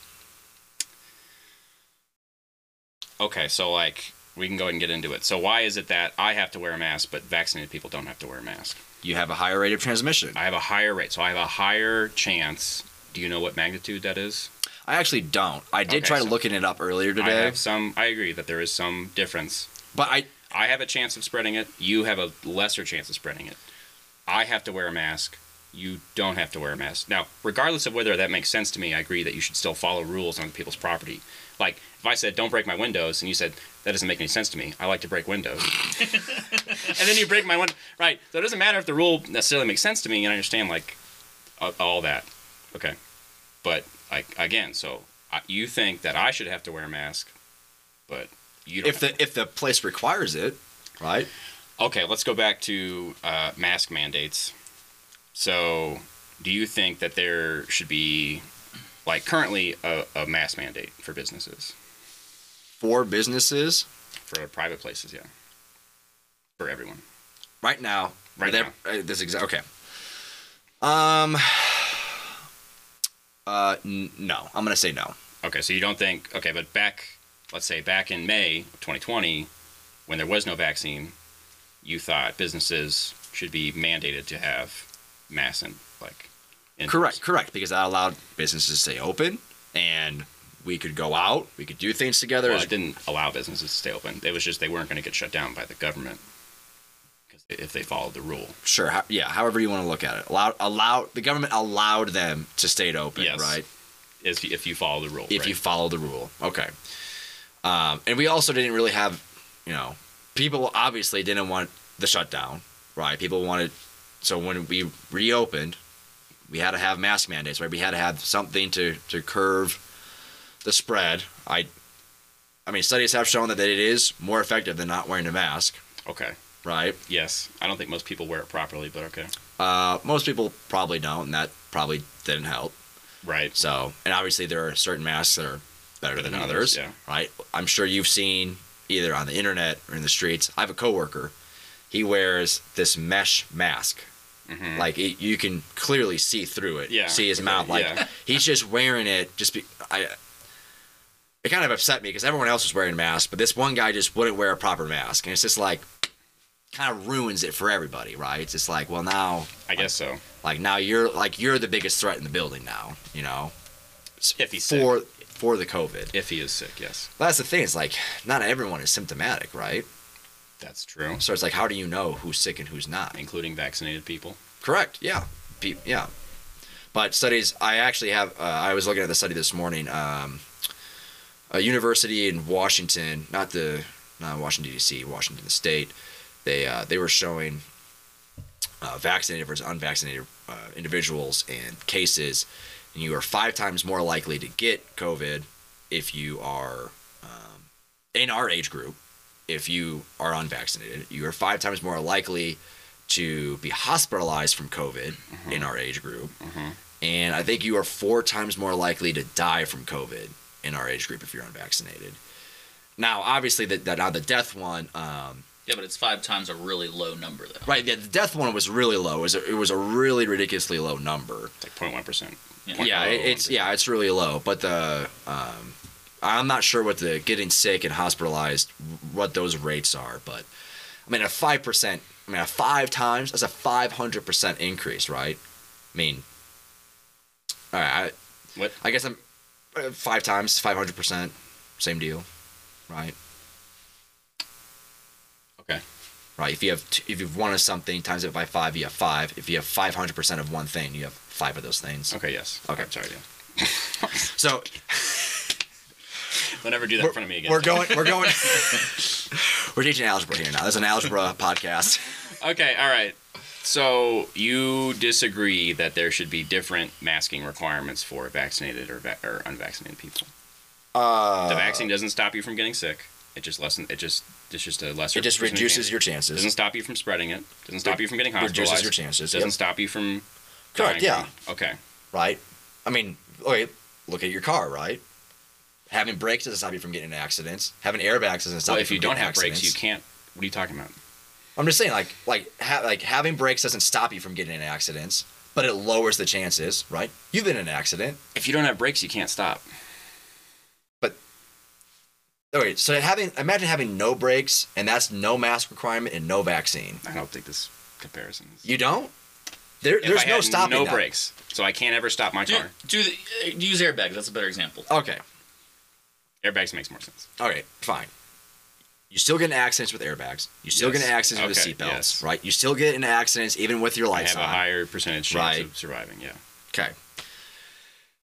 Speaker 1: Okay, so like we can go ahead and get into it. So why is it that I have to wear a mask but vaccinated people don't have to wear a mask?
Speaker 2: You have a higher rate of transmission.
Speaker 1: I have a higher rate, so I have a higher chance. Do you know what magnitude that is?
Speaker 2: I actually don't. I did
Speaker 1: Okay,
Speaker 2: try
Speaker 1: so-
Speaker 2: looking it up earlier
Speaker 1: I
Speaker 2: today,
Speaker 1: have some I agree that there is some difference.
Speaker 2: but I
Speaker 1: I have a chance of spreading it, you have a lesser chance of spreading it. I have to wear a mask, you don't have to wear a mask. Now, regardless of whether that makes sense to me, I agree that you should still follow rules on people's property. Like, if I said, don't break my windows, and you said, that doesn't make any sense to me, I like to break windows. and then you break my window. Right. So it doesn't matter if the rule necessarily makes sense to me, and I understand, like, a- all that. Okay. But, like, again, so I, you think that I should have to wear a mask, but you don't.
Speaker 2: if
Speaker 1: have to.
Speaker 2: the if the place requires it, right?
Speaker 1: Okay, let's go back to uh, mask mandates. So, do you think that there should be, like, currently a, a mask mandate for businesses,
Speaker 2: For businesses
Speaker 1: for private places? Yeah. For everyone.
Speaker 2: right now,
Speaker 1: Right
Speaker 2: there- uh, This exact okay. Um. Uh, n- no, I'm gonna say no.
Speaker 1: Okay, so you don't think, okay, but back, let's say back in May of 2020, when there was no vaccine, you thought businesses should be mandated to have masks and, like, in-
Speaker 2: Correct, correct, because that allowed businesses to stay open, and we could go out, we could do things together.
Speaker 1: Well, it didn't allow businesses to stay open. It was just they weren't going to get shut down by the government 'cause if they followed the rule.
Speaker 2: sure, how, yeah, however you want to look at it. Allow, allow the government allowed them to stay open,
Speaker 1: Yes.
Speaker 2: right?
Speaker 1: is if you follow the rule.
Speaker 2: if
Speaker 1: right?
Speaker 2: you follow the rule. Okay. Um, and we also didn't really have, you know, people obviously didn't want the shutdown, right? People wanted, so when we reopened, we had to have mask mandates, right? We had to have something to to curve the spread. I, I mean, studies have shown that it is more effective than not wearing a mask,
Speaker 1: okay.
Speaker 2: right?
Speaker 1: Yes, I don't think most people wear it properly, but okay.
Speaker 2: Uh, most people probably don't, and that probably didn't help.
Speaker 1: Right.
Speaker 2: So, and obviously there are certain masks that are better than,
Speaker 1: than others,
Speaker 2: others,
Speaker 1: yeah.
Speaker 2: right? I'm sure you've seen either on the internet or in the streets. I have a coworker. He wears this mesh mask.
Speaker 1: Mm-hmm.
Speaker 2: Like it, you can clearly see through it.
Speaker 1: Hmm. Yeah,
Speaker 2: See his
Speaker 1: okay,
Speaker 2: mouth. Like
Speaker 1: yeah.
Speaker 2: he's just wearing it. Just be, I. It kind of upset me because everyone else was wearing masks, but this one guy just wouldn't wear a proper mask, and it's just like, kind of ruins it for everybody, right? It's just like, well, now
Speaker 1: I guess so.
Speaker 2: like now you're like you're the biggest threat in the building now, you know.
Speaker 1: If he's
Speaker 2: for for the COVID.
Speaker 1: If he is sick, yes,
Speaker 2: That's the thing. It's like not everyone is symptomatic, right?
Speaker 1: that's true,
Speaker 2: So it's like how do you know who's sick and who's not?
Speaker 1: including vaccinated people.
Speaker 2: Correct. Yeah. Pe- yeah. But studies, I actually have. Uh, I was looking at the study this morning. Um, a university in Washington, not the not Washington D.C., Washington State. They uh, they were showing uh, vaccinated versus unvaccinated uh, individuals and cases, and you are five times more likely to get COVID if you are um, in our age group. If you are unvaccinated, you are five times more likely to be hospitalized from COVID in our age group. And I think you are four times more likely to die from COVID in our age group if you're unvaccinated. Now, obviously, that that on the death one, um,
Speaker 3: Yeah, but it's five times a really low number though.
Speaker 2: right? The the death one was really low. It was a, it was a really ridiculously low number.
Speaker 1: It's like 0.1 percent.
Speaker 3: Yeah.
Speaker 2: yeah, it, it's yeah, it's really low. But the um, I'm not sure what the getting sick and hospitalized what those rates are. But I mean, a five percent, I mean, a five times that's a five hundred percent increase, right? I mean, all right,
Speaker 1: What?
Speaker 2: I, I guess I'm uh, five times five hundred percent, same deal, right?
Speaker 1: Okay.
Speaker 2: Right. If you have t- if you've one of something times it by five, you have five. If you have five hundred percent of one thing, you have five of those things.
Speaker 1: Okay. Yes.
Speaker 2: Okay.
Speaker 1: I'm sorry. Yeah.
Speaker 2: So
Speaker 1: Don't ever do that in front of me again.
Speaker 2: We're going. We're going. we're teaching algebra here now. There's an algebra podcast.
Speaker 1: Okay. All right. So you disagree that there should be different masking requirements for vaccinated or, va- or unvaccinated people.
Speaker 2: Uh,
Speaker 1: The vaccine doesn't stop you from getting sick. It just lessen. It just. It's just a lesser.
Speaker 2: it just
Speaker 1: percentage
Speaker 2: reduces
Speaker 1: chance.
Speaker 2: your chances.
Speaker 1: Doesn't stop you from spreading it. Doesn't stop you from getting
Speaker 2: Reduces
Speaker 1: hospitalized.
Speaker 2: your chances,
Speaker 1: Doesn't
Speaker 2: yep.
Speaker 1: stop you from.
Speaker 2: Correct,
Speaker 1: dying from it. Okay.
Speaker 2: right? I mean, okay, look at your car, right? Having brakes doesn't stop you from getting in accidents. Having airbags doesn't stop
Speaker 1: Well,
Speaker 2: you
Speaker 1: if
Speaker 2: from
Speaker 1: you don't
Speaker 2: getting
Speaker 1: have
Speaker 2: accidents.
Speaker 1: brakes, you can't. What are you talking about?
Speaker 2: I'm just saying, like, like, ha- like having brakes doesn't stop you from getting in accidents, but it lowers the chances, right? You've been in an accident.
Speaker 1: If you don't have brakes, you can't stop.
Speaker 2: Okay, so having imagine having no brakes, and that's no mask requirement and no vaccine.
Speaker 1: I don't think this comparison is.
Speaker 2: You don't. There,
Speaker 1: If
Speaker 2: there's
Speaker 1: I
Speaker 2: no
Speaker 1: had
Speaker 2: stopping.
Speaker 1: No
Speaker 2: that.
Speaker 1: brakes, so I can't ever stop my
Speaker 3: Do,
Speaker 1: car.
Speaker 3: do the, uh, use airbags. That's a better example.
Speaker 2: Okay.
Speaker 1: Airbags makes more sense.
Speaker 2: Okay, fine. You still get in accidents with airbags. You still
Speaker 1: Yes.
Speaker 2: get in accidents with
Speaker 1: Okay,
Speaker 2: the seatbelts,
Speaker 1: yes.
Speaker 2: right? You still get in accidents even with your
Speaker 1: I
Speaker 2: lights
Speaker 1: have a
Speaker 2: on.
Speaker 1: higher percentage chance
Speaker 2: Right.
Speaker 1: of surviving. Yeah.
Speaker 2: okay.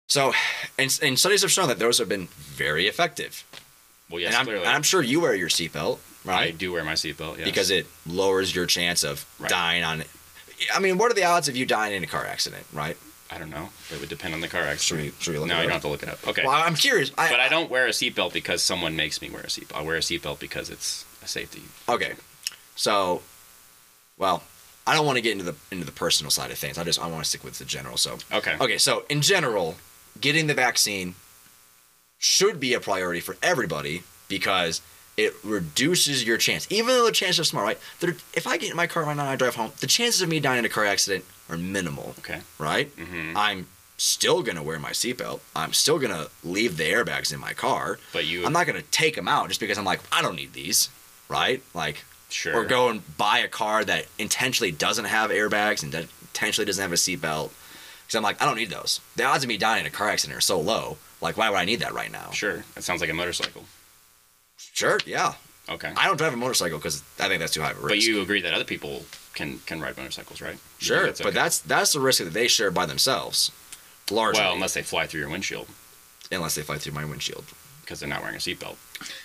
Speaker 2: So, and, and studies have shown that those have been very effective.
Speaker 1: Well, yes,
Speaker 2: and, I'm,
Speaker 1: clearly.
Speaker 2: and I'm sure you wear your seatbelt,
Speaker 1: I
Speaker 2: right?
Speaker 1: do wear my seatbelt. Yes.
Speaker 2: Because it lowers your chance of
Speaker 1: Right.
Speaker 2: dying on. I mean, what are the odds of you dying in a car accident, right?
Speaker 1: I don't know. It would depend on the car
Speaker 2: Should we,
Speaker 1: accident.
Speaker 2: should we look
Speaker 1: No,
Speaker 2: it
Speaker 1: you don't have
Speaker 2: up?
Speaker 1: to look it up. Okay.
Speaker 2: Well, I'm curious. I,
Speaker 1: but I don't wear a seatbelt because someone makes me wear a seatbelt. I wear a seatbelt because it's a safety.
Speaker 2: Okay. So, well, I don't want to get into the into the personal side of things. I just I want to stick with the general. So,
Speaker 1: Okay.
Speaker 2: okay. So, in general, getting the vaccine should be a priority for everybody because it reduces your chance. Even though the chances are small, right? There, if I get in my car right now and I drive home, the chances of me dying in a car accident are minimal
Speaker 1: Okay.
Speaker 2: right?
Speaker 1: Mm-hmm.
Speaker 2: I'm still gonna wear my seatbelt. I'm still gonna leave the airbags in my car.
Speaker 1: But you-
Speaker 2: I'm not gonna take them out just because I'm like, I don't need these, right? Like,
Speaker 1: Sure.
Speaker 2: Or go and buy a car that intentionally doesn't have airbags and that intentionally doesn't have a seatbelt. Because I'm like, I don't need those. The odds of me dying in a car accident are so low. Like, why would I need that right now?
Speaker 1: Sure. That sounds like a motorcycle.
Speaker 2: Sure, yeah.
Speaker 1: Okay.
Speaker 2: I don't drive a motorcycle because I think that's too high of a risk.
Speaker 1: But you agree that other people can can ride motorcycles, right? You think
Speaker 2: sure,
Speaker 1: that's
Speaker 2: but
Speaker 1: okay?
Speaker 2: that's that's the risk that they share by themselves, largely.
Speaker 1: well, unless they fly through your windshield.
Speaker 2: unless they fly through my windshield.
Speaker 1: because they're not wearing a seatbelt.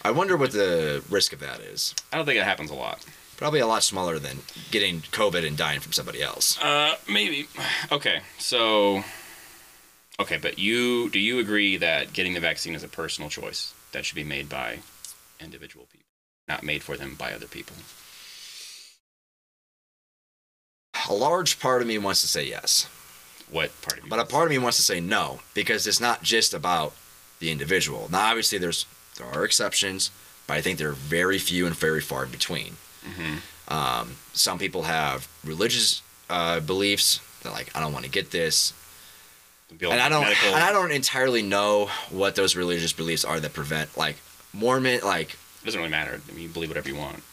Speaker 2: I wonder what the risk of that is.
Speaker 1: I don't think it happens a lot.
Speaker 2: Probably a lot smaller than getting COVID and dying from somebody else.
Speaker 1: Uh, maybe. Okay, so. Okay, but you do you agree that getting the vaccine is a personal choice that should be made by individual people, not made for them by other people?
Speaker 2: A large part of me wants to say yes,
Speaker 1: What part of you?
Speaker 2: but a part of me wants to say no because it's not just about the individual. Now, obviously, there's there are exceptions, but I think they're very few and very far between.
Speaker 1: Mhm.
Speaker 2: Um, some people have religious uh, beliefs. They're like, I don't want to get this.
Speaker 1: Bill-
Speaker 2: and I don't
Speaker 1: Oh, medical-
Speaker 2: and I don't entirely know what those religious beliefs are that prevent like Mormon like
Speaker 1: It doesn't really matter. I mean, you believe whatever you want.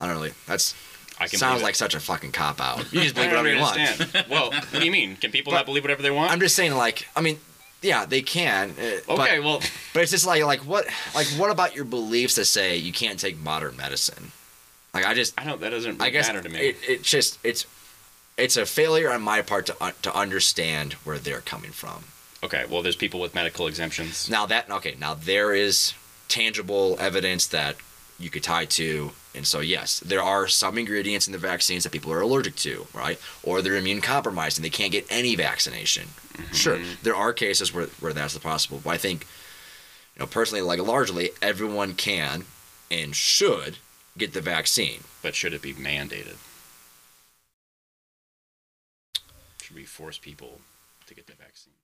Speaker 2: I don't really that's
Speaker 1: I can.
Speaker 2: sounds
Speaker 1: believe
Speaker 2: like
Speaker 1: it.
Speaker 2: such a fucking cop out. You just
Speaker 1: I
Speaker 2: believe
Speaker 1: don't
Speaker 2: whatever you want.
Speaker 1: understand. well, what do you mean? Can people
Speaker 2: But-
Speaker 1: not believe whatever they want?
Speaker 2: I'm just saying like I mean yeah they can uh,
Speaker 1: okay,
Speaker 2: but,
Speaker 1: well,
Speaker 2: but it's just like like what like what about your beliefs that say you can't take modern medicine like I just
Speaker 1: I don't. That doesn't
Speaker 2: I
Speaker 1: really
Speaker 2: guess
Speaker 1: matter to me.
Speaker 2: It, it's just it's it's a failure on my part to un- to understand where they're coming from.
Speaker 1: okay, well, there's people with medical exemptions.
Speaker 2: Now that okay, now there is tangible evidence that you could tie to, and so yes, there are some ingredients in the vaccines that people are allergic to, right? Or they're immune compromised and they can't get any vaccination. Sure, there are cases where where that's possible, but I think, you know, personally, like largely everyone can and should get the vaccine.
Speaker 1: But should it be mandated? Should we force people to get the vaccine?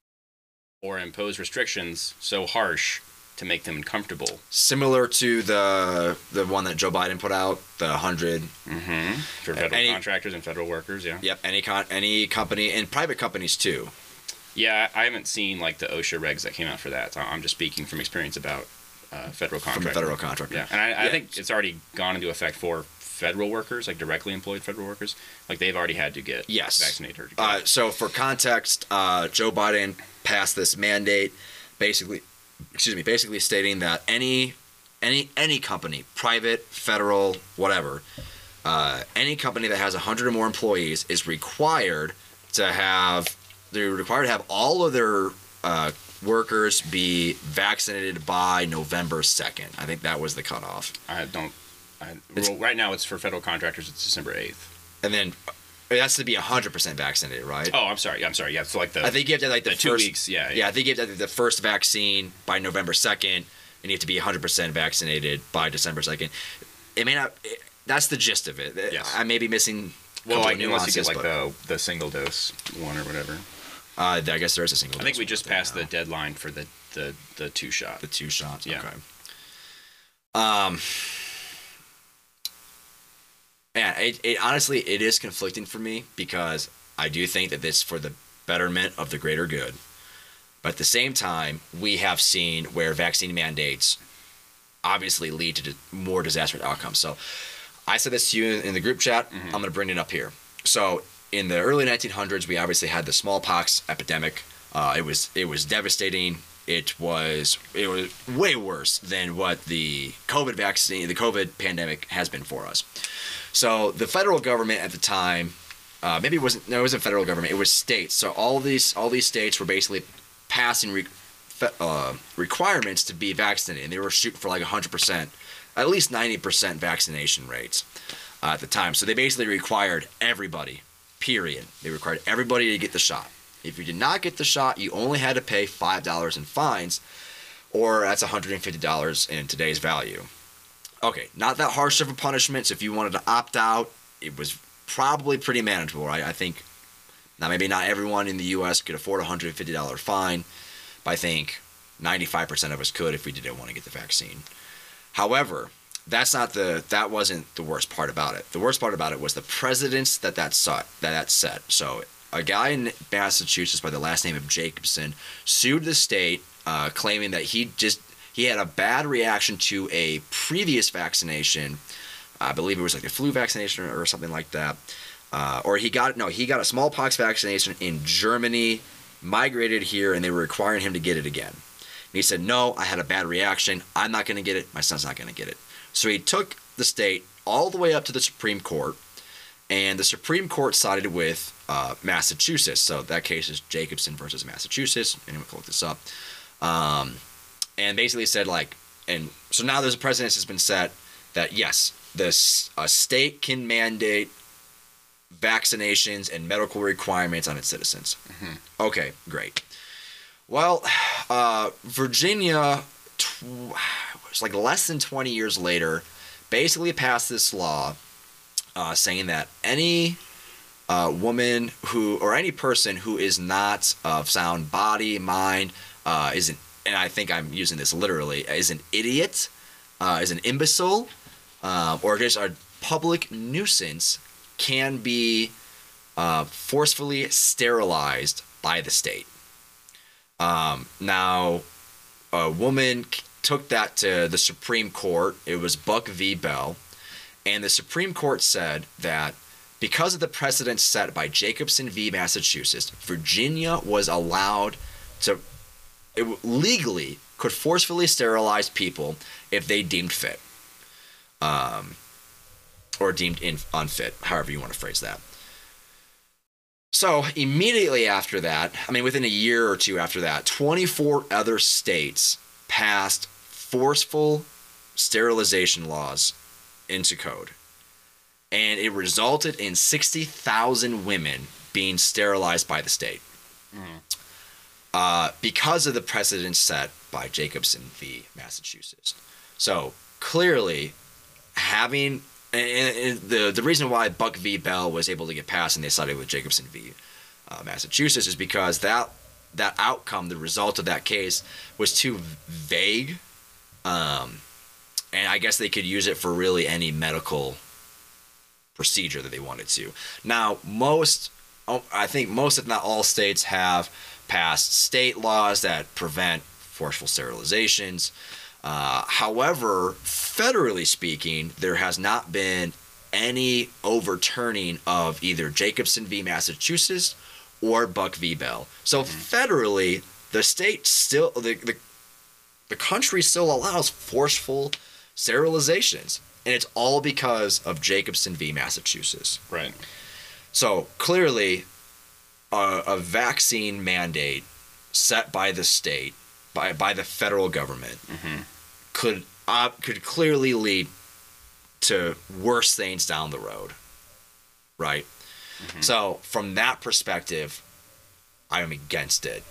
Speaker 1: Or impose restrictions so harsh to make them uncomfortable?
Speaker 2: Similar to the the one that Joe Biden put out, the hundred
Speaker 1: Mm-hmm. For federal
Speaker 2: Any-
Speaker 1: contractors and federal workers, yeah.
Speaker 2: Yep, any con- any company and private companies too.
Speaker 1: Yeah, I haven't seen like the OSHA regs that came out for that. So I'm just speaking from experience about uh, federal
Speaker 2: From
Speaker 1: contractors.
Speaker 2: federal contractor.
Speaker 1: Yeah, and I, I
Speaker 2: Yeah.
Speaker 1: think it's already gone into effect for federal workers, like directly employed federal workers. Like they've already had to get
Speaker 2: Yes.
Speaker 1: vaccinated. Or get
Speaker 2: Uh, so for context, uh, Joe Biden passed this mandate, basically, excuse me, basically stating that any any any company, private, federal, whatever, uh, any company that has hundred or more employees is required to have they're required to have all of their uh, workers be vaccinated by November second. I think that was the cutoff.
Speaker 1: I don't. I,
Speaker 2: It's-
Speaker 1: well, right now, it's for federal contractors. It's December eighth.
Speaker 2: and then it has to be 100% vaccinated, right?
Speaker 1: Oh, I'm sorry. I'm sorry. Yeah, it's like the.
Speaker 2: I think you have to have, like the,
Speaker 1: The two
Speaker 2: first,
Speaker 1: weeks, yeah,
Speaker 2: Yeah,
Speaker 1: yeah.
Speaker 2: I think you have to have the first vaccine by November 2nd, and you have to be 100% vaccinated by December 2nd. It may not. It, that's the gist of it.
Speaker 1: Yes.
Speaker 2: I may be missing. a
Speaker 1: well,
Speaker 2: couple
Speaker 1: like unless
Speaker 2: of
Speaker 1: you
Speaker 2: nuances,
Speaker 1: get like
Speaker 2: but,
Speaker 1: the the single dose one or whatever.
Speaker 2: uh, I guess there is a single.
Speaker 1: I think
Speaker 2: dose
Speaker 1: we
Speaker 2: one
Speaker 1: just
Speaker 2: out there
Speaker 1: passed the
Speaker 2: now.
Speaker 1: deadline for the the the two shot.
Speaker 2: the two shots.
Speaker 1: Yeah.
Speaker 2: Okay. Um. Yeah, it, it honestly it is conflicting for me because I do think that this for the betterment of the greater good, but at the same time we have seen where vaccine mandates obviously lead to di- more disastrous outcomes. So I said this to you in, in the group chat. I'm going to bring it up here. So in the early 1900s, we obviously had the smallpox epidemic. Uh, it was it was devastating. It was it was way worse than what the COVID vaccine, the COVID pandemic has been for us. So the federal government at the time, uh, maybe it wasn't no, it wasn't federal government. It was states. So all these all these states were basically passing re, fe- uh, requirements to be vaccinated, and they were shooting for like 100 percent, at least 90 percent vaccination rates uh, at the time. So they basically required everybody. Period. They required everybody to get the shot. If you did not get the shot, you only had to pay five dollars in fines, or that's 150 dollars in today's value okay, not that harsh of a punishment. So if you wanted to opt out, it was probably pretty manageable, right? I think now maybe not everyone in the U.S. could afford a hundred fifty dollar fine, but I think ninety five percent of us could if we didn't want to get the vaccine. However, that's not the that wasn't the worst part about it. The worst part about it was the precedents that that sought, that that set. So a guy in Massachusetts by the last name of Jacobson sued the state, uh, claiming that he just he had a bad reaction to a previous vaccination. I believe it was like a flu vaccination or, or something like that. Uh, or he got no, he got a smallpox vaccination in Germany, migrated here, and they were requiring him to get it again. And he said, No, I had a bad reaction. I'm not going to get it. My son's not going to get it. So he took the state all the way up to the Supreme Court and the Supreme Court sided with uh, Massachusetts. So that case is Jacobson versus Massachusetts. Anyone can look this up. Um, and basically said like, and so now there's a precedent has been set that yes, this a state can mandate vaccinations and medical requirements on its citizens. Okay, great. Well, uh, Virginia, tw- it was like less than 20 years later, basically passed this law uh, saying that any uh, woman who or any person who is not of sound body, mind, uh, is an and I think I'm using this literally is an idiot, uh, is an imbecile, uh, or just a public nuisance can be uh, forcefully sterilized by the state. Um, now, a woman c- took that to the Supreme Court. It was Buck v. Bell. And the Supreme Court said that because of the precedent set by Jacobson v. Massachusetts, Virginia was allowed to it w- legally could forcefully sterilize people if they deemed fit um, or deemed in, unfit, however you want to phrase that. So immediately after that, I mean, within a year or two after that, 24 other states passed forceful sterilization laws into code. And it resulted in 60,000 women being sterilized by the state uh, because of the precedent set by Jacobson v. Massachusetts. So clearly, having and, and the the reason why Buck v. Bell was able to get passed and they sided with Jacobson v. Uh, Massachusetts is because that that outcome, the result of that case, was too vague, um, and I guess they could use it for really any medical procedure that they wanted to. Now, most, oh, I think most, if not all, states have passed state laws that prevent forceful sterilizations. Uh, however, federally speaking, there has not been any overturning of either Jacobson v. Massachusetts or Buck v. Bell. So federally, the state still the, the the country still allows forceful sterilizations, and it's all because of Jacobson v. Massachusetts.
Speaker 1: Right.
Speaker 2: So clearly, a, a vaccine mandate set by the state, by by the federal government, could uh, could clearly lead to worse things down the road, right? So from that perspective, I am against it.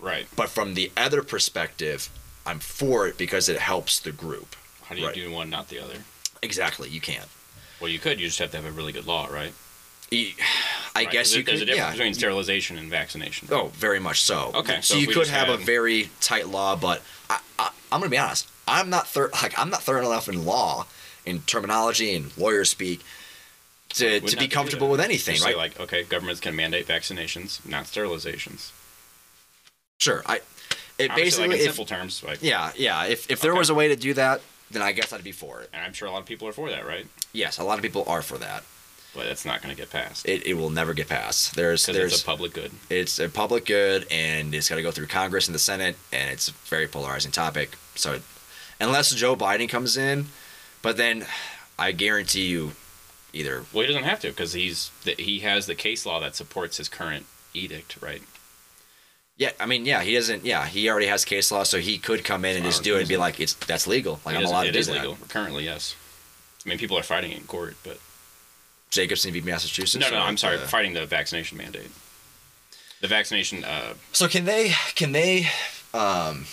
Speaker 1: Right.
Speaker 2: But from the other perspective, I'm for it because it helps the group.
Speaker 1: How do you
Speaker 2: Right.
Speaker 1: do one, not the other?
Speaker 2: Exactly, you can't.
Speaker 1: Well, you could. You just have to have a really good law, right?
Speaker 2: E- I
Speaker 1: Right, 'cause
Speaker 2: guess
Speaker 1: there-
Speaker 2: you
Speaker 1: there's
Speaker 2: could.
Speaker 1: a difference
Speaker 2: yeah.
Speaker 1: between sterilization and vaccination.
Speaker 2: Oh, very much so.
Speaker 1: Okay, so
Speaker 2: So, you
Speaker 1: if we
Speaker 2: could
Speaker 1: just
Speaker 2: have a
Speaker 1: had-
Speaker 2: very tight law, but I, I, I'm gonna be honest. I'm not thir- like I'm not thorough enough in law, in terminology and lawyer speak, to,
Speaker 1: Wouldn't
Speaker 2: to be
Speaker 1: have do
Speaker 2: comfortable
Speaker 1: that.
Speaker 2: with anything,
Speaker 1: Just
Speaker 2: right?
Speaker 1: Say like, okay, governments can mandate vaccinations, not sterilizations.
Speaker 2: sure. I it
Speaker 1: Obviously,
Speaker 2: basically
Speaker 1: like in
Speaker 2: if
Speaker 1: simple terms, like,
Speaker 2: yeah yeah if if there
Speaker 1: Okay.
Speaker 2: was a way to do that, then I guess I'd be for it.
Speaker 1: and I'm sure a lot of people are for that, right?
Speaker 2: Yes, a lot of people are for that.
Speaker 1: But that's not going to get passed
Speaker 2: It, it will never get passed. There's
Speaker 1: because
Speaker 2: there's
Speaker 1: it's a public good.
Speaker 2: it's a public good and it's got to go through Congress and the Senate, and it's a very polarizing topic. So, unless Joe Biden comes in, but then I guarantee you, either
Speaker 1: Well, he doesn't have to because he's the, he has the case law that supports his current edict, right?
Speaker 2: yeah, I mean, yeah, he doesn't, yeah, he already has case law, so he could come in and just
Speaker 1: Oh,
Speaker 2: do it and be like, it's that's legal, like
Speaker 1: It
Speaker 2: I'm
Speaker 1: is-
Speaker 2: allowed to
Speaker 1: it
Speaker 2: do
Speaker 1: is
Speaker 2: that.
Speaker 1: legal currently, yes. I mean, people are fighting it in court, but
Speaker 2: Jacobson v. Massachusetts. uh,
Speaker 1: no, no,
Speaker 2: or
Speaker 1: I'm sorry,
Speaker 2: the-
Speaker 1: fighting the vaccination mandate. The vaccination, uh,
Speaker 2: So can they can they um,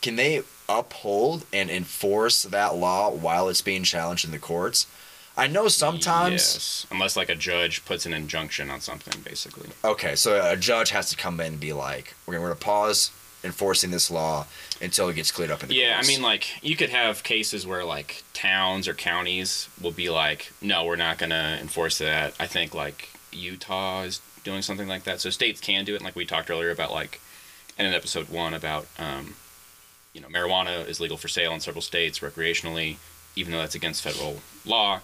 Speaker 2: can they uphold and enforce that law while it's being challenged in the courts? I know sometimes.
Speaker 1: yes, unless like a judge puts an injunction on something, basically.
Speaker 2: Okay, so a judge has to come in and be like, "We're gonna, we're gonna pause enforcing this law until it gets cleared up in the
Speaker 1: Yeah, I
Speaker 2: courts."
Speaker 1: mean, like you could have cases where like towns or counties will be like, no, we're not gonna enforce that. I think like Utah is doing something like that, so states can do it. And, like we talked earlier about like in an episode one about um, you know marijuana is legal for sale in several states recreationally, even though that's against federal law.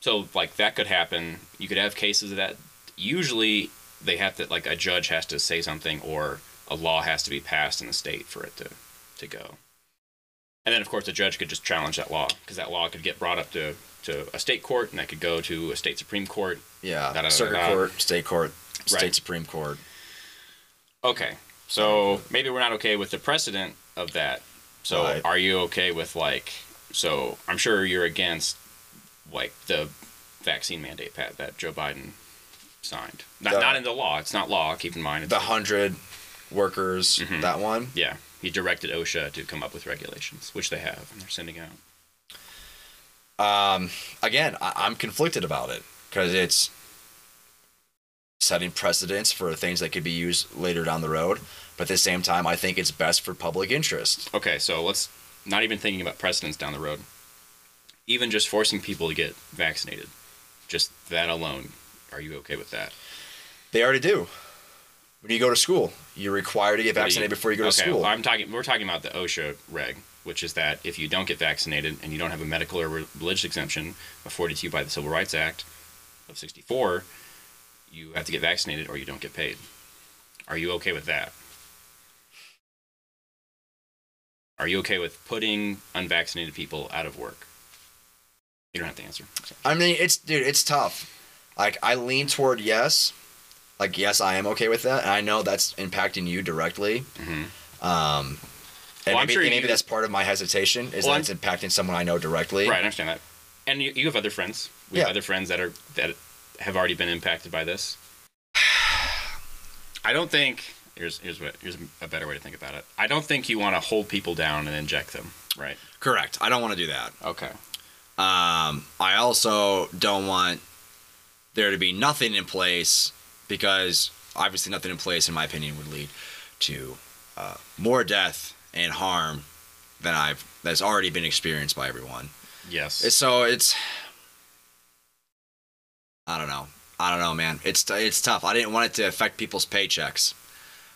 Speaker 1: So like that could happen. You could have cases of that. Usually they have to like a judge has to say something or a law has to be passed in the state for it to to go. And then, of course, the judge could just challenge that law because that law could get brought up to, to a state court and that could go to a state Supreme Court.
Speaker 2: Yeah,
Speaker 1: Da, da, da,
Speaker 2: circuit
Speaker 1: da.
Speaker 2: court, state court, state
Speaker 1: Right.
Speaker 2: supreme court.
Speaker 1: Okay. So maybe we're not okay with the precedent of that. So
Speaker 2: Right.
Speaker 1: are you okay with, like, so I'm sure you're against, like, the vaccine mandate, Pat, that Joe Biden signed. Not,
Speaker 2: The-
Speaker 1: not in the law. It's not law. Keep in mind. It's,
Speaker 2: The hundred workers,
Speaker 1: Mm-hmm.
Speaker 2: that one.
Speaker 1: yeah. He directed OSHA to come up with regulations, which they have, and they're sending out.
Speaker 2: Um, again, I, I'm conflicted about it because it's setting precedents for things that could be used later down the road. But at the same time, I think it's best for public interest.
Speaker 1: Okay, so let's not even thinking about precedents down the road. Even just forcing people to get vaccinated, just that alone, are you okay with that?
Speaker 2: They already do. When you go to school, you're required to get vaccinated before you go to
Speaker 1: okay,
Speaker 2: school.
Speaker 1: well, I'm talking. We're talking about the OSHA reg, which is that if you don't get vaccinated and you don't have a medical or re- religious exemption afforded to you by the Civil Rights Act of '64, you have to get vaccinated or you don't get paid. Are you okay with that? Are you okay with putting unvaccinated people out of work? You don't have to answer.
Speaker 2: I mean, it's dude, it's tough. Like I lean toward yes. Like yes, I am okay with that, and I know that's impacting you directly. Um, and
Speaker 1: Mm-hmm. Well, I'm
Speaker 2: maybe,
Speaker 1: sure
Speaker 2: and
Speaker 1: you-
Speaker 2: maybe that's part of my hesitation is
Speaker 1: Well,
Speaker 2: that it's impacting someone I know directly.
Speaker 1: Right, I understand that. And you, you have other friends. We have
Speaker 2: Yeah.
Speaker 1: other friends that are that have already been impacted by this. I don't think here's here's what here's a better way to think about it. I don't think you want to hold people down and inject them. Right.
Speaker 2: Correct. I don't want to do that.
Speaker 1: Okay.
Speaker 2: Um, I also don't want there to be nothing in place because obviously nothing in place, in my opinion, would lead to uh, more death and harm than I've that's already been experienced by everyone.
Speaker 1: Yes.
Speaker 2: It's- So it's I don't know. I don't know, man. It's t- it's tough. I didn't want it to affect people's paychecks.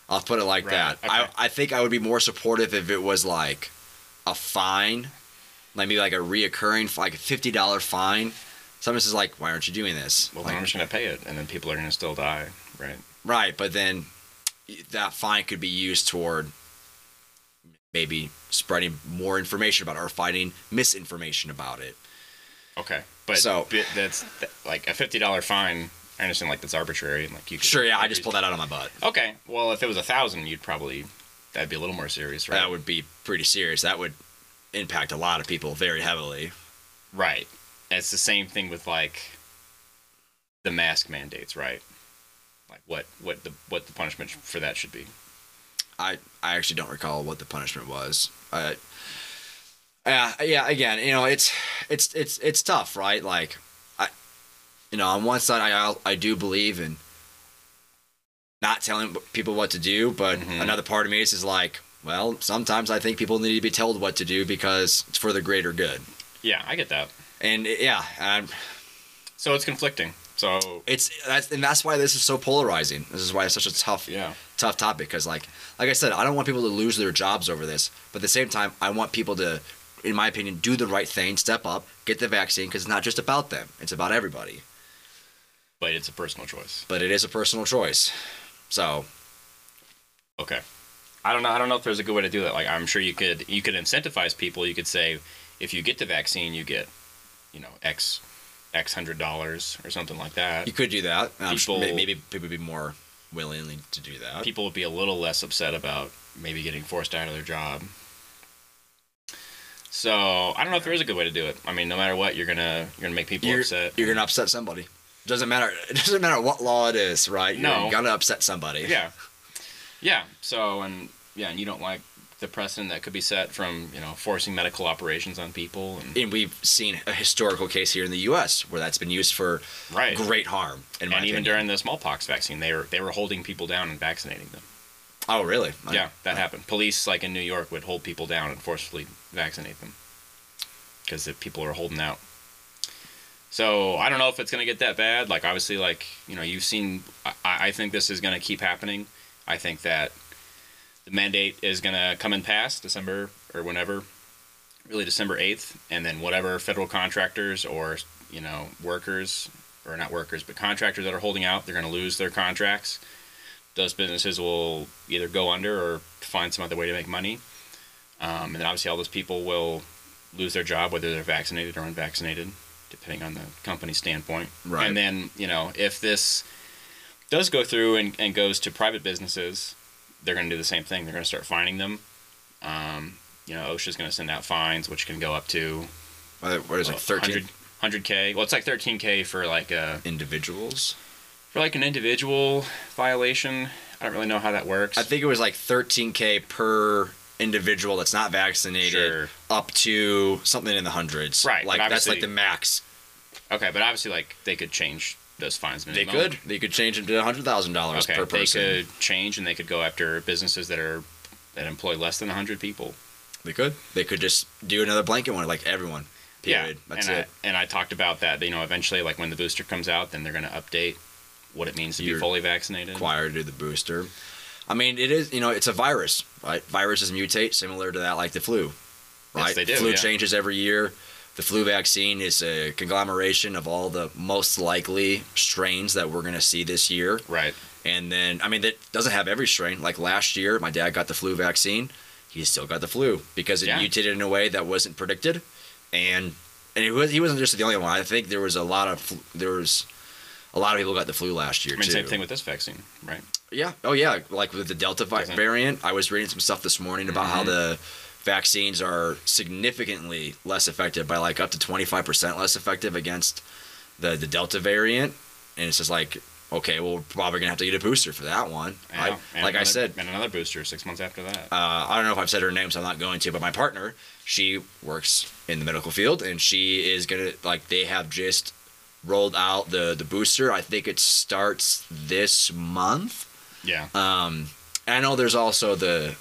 Speaker 2: I'll put it like
Speaker 1: Right,
Speaker 2: that. I
Speaker 1: okay.
Speaker 2: I think I would be more supportive if it was like a fine, like maybe like a reoccurring, f- like a fifty dollar fine. Sometimes it's like, why aren't you doing this?
Speaker 1: well,
Speaker 2: Like,
Speaker 1: then I'm just gonna pay it, and then people are gonna still die. Right.
Speaker 2: right, but then that fine could be used toward maybe spreading more information about it or fighting misinformation about it.
Speaker 1: Okay. But
Speaker 2: So-
Speaker 1: bi- that's th- like a fifty dollar fine. I understand like that's arbitrary and like you. Could,
Speaker 2: Sure, yeah, I just pulled that out of my butt.
Speaker 1: Okay. Well, if it was a thousand, you'd probably that'd be a little more serious, right?
Speaker 2: that would be pretty serious. That would impact a lot of people very heavily.
Speaker 1: Right. It's the same thing with like the mask mandates, right? Like what what the what the punishment for that should be.
Speaker 2: I I actually don't recall what the punishment was. Uh, yeah, yeah. Again, you know, it's it's it's it's tough, right? Like, I, you know, on one side, I I do believe in not telling people what to do, but
Speaker 1: Mhm.
Speaker 2: another part of me is, is like, well, sometimes I think people need to be told what to do because it's for the greater good.
Speaker 1: Yeah, I get that.
Speaker 2: And yeah, i
Speaker 1: So it's conflicting. So
Speaker 2: it's that's and that's why this is so polarizing. This is why it's such a tough
Speaker 1: yeah.
Speaker 2: tough topic because like like i said i don't want people to lose their jobs over this but at the same time i want people to in my opinion do the right thing step up get the vaccine because it's not just about them it's about everybody
Speaker 1: But it's a personal choice.
Speaker 2: but it is a personal choice so
Speaker 1: Okay. I don't know I don't know if there's a good way to do that. Like I'm sure you could you could incentivize people. You could say if you get the vaccine you get, you know, X X hundred dollars or something like that.
Speaker 2: you could do that and I'm sure
Speaker 1: People-
Speaker 2: may- maybe people would be more willingly to do that
Speaker 1: People would be a little less upset about maybe getting forced out of their job. So I don't know if there is a good way to do it. I mean, no matter what, you're gonna you're gonna make people
Speaker 2: you're,
Speaker 1: upset.
Speaker 2: you're gonna upset somebody doesn't matter it doesn't matter what law it is right you're
Speaker 1: No.
Speaker 2: gonna upset somebody
Speaker 1: Yeah, yeah. So and yeah, and you don't like the precedent that could be set from you know forcing medical operations on people and
Speaker 2: and we've seen a historical case here in the us where that's been used for
Speaker 1: right.
Speaker 2: great harm in my
Speaker 1: And even
Speaker 2: opinion.
Speaker 1: during the smallpox vaccine, they were they were holding people down and vaccinating them.
Speaker 2: oh really I-
Speaker 1: yeah, that happened. Police, like in New York, would hold people down and forcefully vaccinate them because the people are holding out. So I don't know if it's going to get that bad. Like obviously, like you know, you've seen. I, I think this is going to keep happening. I think that the mandate is going to come and pass December or whenever, really December eighth, and then whatever federal contractors or you know workers or not workers but contractors that are holding out, they're going to lose their contracts those businesses will either go under or find some other way to make money. Um, and then obviously all those people will lose their job whether they're vaccinated or unvaccinated, depending on the company's standpoint.
Speaker 2: Right.
Speaker 1: And then you know if this does go through and, and goes to private businesses, they're going to do the same thing. They're going to start finding them. Um, you know, OSHA's going to send out fines, which can go up to
Speaker 2: What what is it, 13
Speaker 1: 100 k. Well, it's like 13k for like a
Speaker 2: individuals?
Speaker 1: for like an individual violation. I don't really know how that works.
Speaker 2: I think it was like 13K per individual that's not vaccinated
Speaker 1: Sure.
Speaker 2: up to something in the hundreds.
Speaker 1: Right,
Speaker 2: Like
Speaker 1: but
Speaker 2: that's like
Speaker 1: obviously-
Speaker 2: the max.
Speaker 1: okay, but obviously, like they could change those fines.
Speaker 2: They
Speaker 1: minimum.
Speaker 2: could. They could change it to $100,000
Speaker 1: Okay,
Speaker 2: per
Speaker 1: they
Speaker 2: person.
Speaker 1: could change and they could go after businesses that are that employ less than 100 people.
Speaker 2: They could. They could just do another blanket one, like everyone. Period.
Speaker 1: Yeah,
Speaker 2: That's
Speaker 1: and
Speaker 2: it.
Speaker 1: I, and I talked about that. You know, eventually, like when the booster comes out, then they're going to update what it means to
Speaker 2: You're
Speaker 1: be fully vaccinated.
Speaker 2: Acquire, do the booster. I mean, it is, you know, it's a virus, right? Viruses mutate similar to that, like the flu, right?
Speaker 1: Yes, they do,
Speaker 2: Flu
Speaker 1: yeah.
Speaker 2: changes every year. The flu vaccine is a conglomeration of all the most likely strains that we're going to see this year.
Speaker 1: Right.
Speaker 2: And then, I mean, that doesn't have every strain. Like last year, my dad got the flu vaccine. He still got the flu because it
Speaker 1: Yeah.
Speaker 2: mutated in a way that wasn't predicted, and and it was he wasn't just the only one. I think there was a lot of flu, there was a lot of people got the flu last year
Speaker 1: I mean,
Speaker 2: too.
Speaker 1: same thing with this vaccine, right?
Speaker 2: Yeah. Oh yeah. Like with the Delta vi-
Speaker 1: Doesn't-
Speaker 2: variant, I was reading some stuff this morning about
Speaker 1: Mm-hmm.
Speaker 2: how the vaccines are significantly less effective by like up to twenty five percent less effective against the the Delta variant, and it's just like okay, well we're probably gonna have to get a booster for that one. I-
Speaker 1: Yeah, and
Speaker 2: like I
Speaker 1: another-
Speaker 2: said,
Speaker 1: and another booster six months after that.
Speaker 2: uh, I don't know if I've said her name, so I'm not going to. But my partner, she works in the medical field, and she is gonna like they have just rolled out the the booster. I think it starts this month.
Speaker 1: yeah.
Speaker 2: Um, and I know there's also the.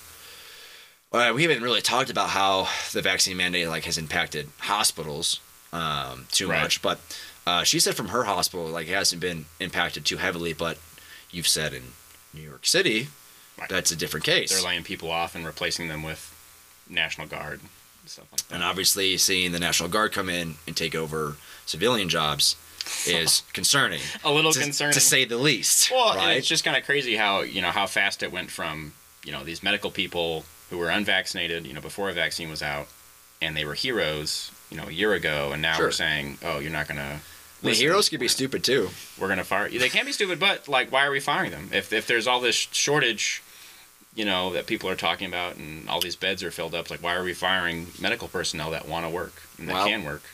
Speaker 2: Uh, we haven't really talked about how the vaccine mandate like has impacted hospitals um, too
Speaker 1: Right.
Speaker 2: much, but uh, she said from her hospital like it hasn't been impacted too heavily. But you've said in New York City,
Speaker 1: Right.
Speaker 2: that's a different case.
Speaker 1: they're laying people off and replacing them with National Guard and stuff like that.
Speaker 2: and obviously, seeing the National Guard come in and take over civilian jobs is concerning,
Speaker 1: a little
Speaker 2: to,
Speaker 1: concerning.
Speaker 2: to say the least.
Speaker 1: well, and
Speaker 2: right?
Speaker 1: it's just kind of crazy how you know how fast it went from you know these medical people who were unvaccinated, you know, before a vaccine was out, and they were heroes, you know, a year ago, and now
Speaker 2: Sure.
Speaker 1: we're saying, oh, you're not gonna.
Speaker 2: I mean,
Speaker 1: listen,
Speaker 2: heroes could be
Speaker 1: we're-
Speaker 2: stupid too.
Speaker 1: We're gonna fire. They can be stupid, but like, why are we firing them? If if there's all this shortage. You know that people are talking about, and all these beds are filled up. Like, why are we firing medical personnel that want to work and that
Speaker 2: Well,
Speaker 1: can work?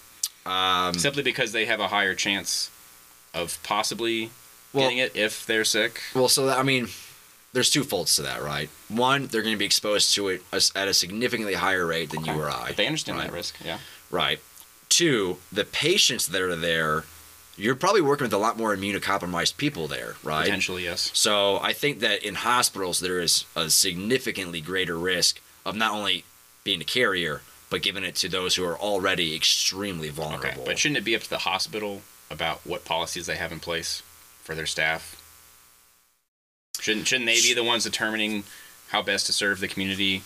Speaker 2: Um,
Speaker 1: simply because they have a higher chance of possibly
Speaker 2: Well-
Speaker 1: getting it if they're sick.
Speaker 2: Well, so that, I mean, there's two folds to that, right? One, they're going to be exposed to it as- at a significantly higher rate than you or I.
Speaker 1: But they understand
Speaker 2: right?
Speaker 1: that risk. Yeah.
Speaker 2: Right. Two, the patients that are there, you're probably working with a lot more immunocompromised people there, right?
Speaker 1: Potentially, yes.
Speaker 2: So I think that in hospitals there is a significantly greater risk of not only being a carrier but giving it to those who are already extremely
Speaker 1: Okay.
Speaker 2: vulnerable.
Speaker 1: But shouldn't it be up to the hospital about what policies they have in place for their staff? Shouldn't shouldn't they be the ones determining how best to serve the community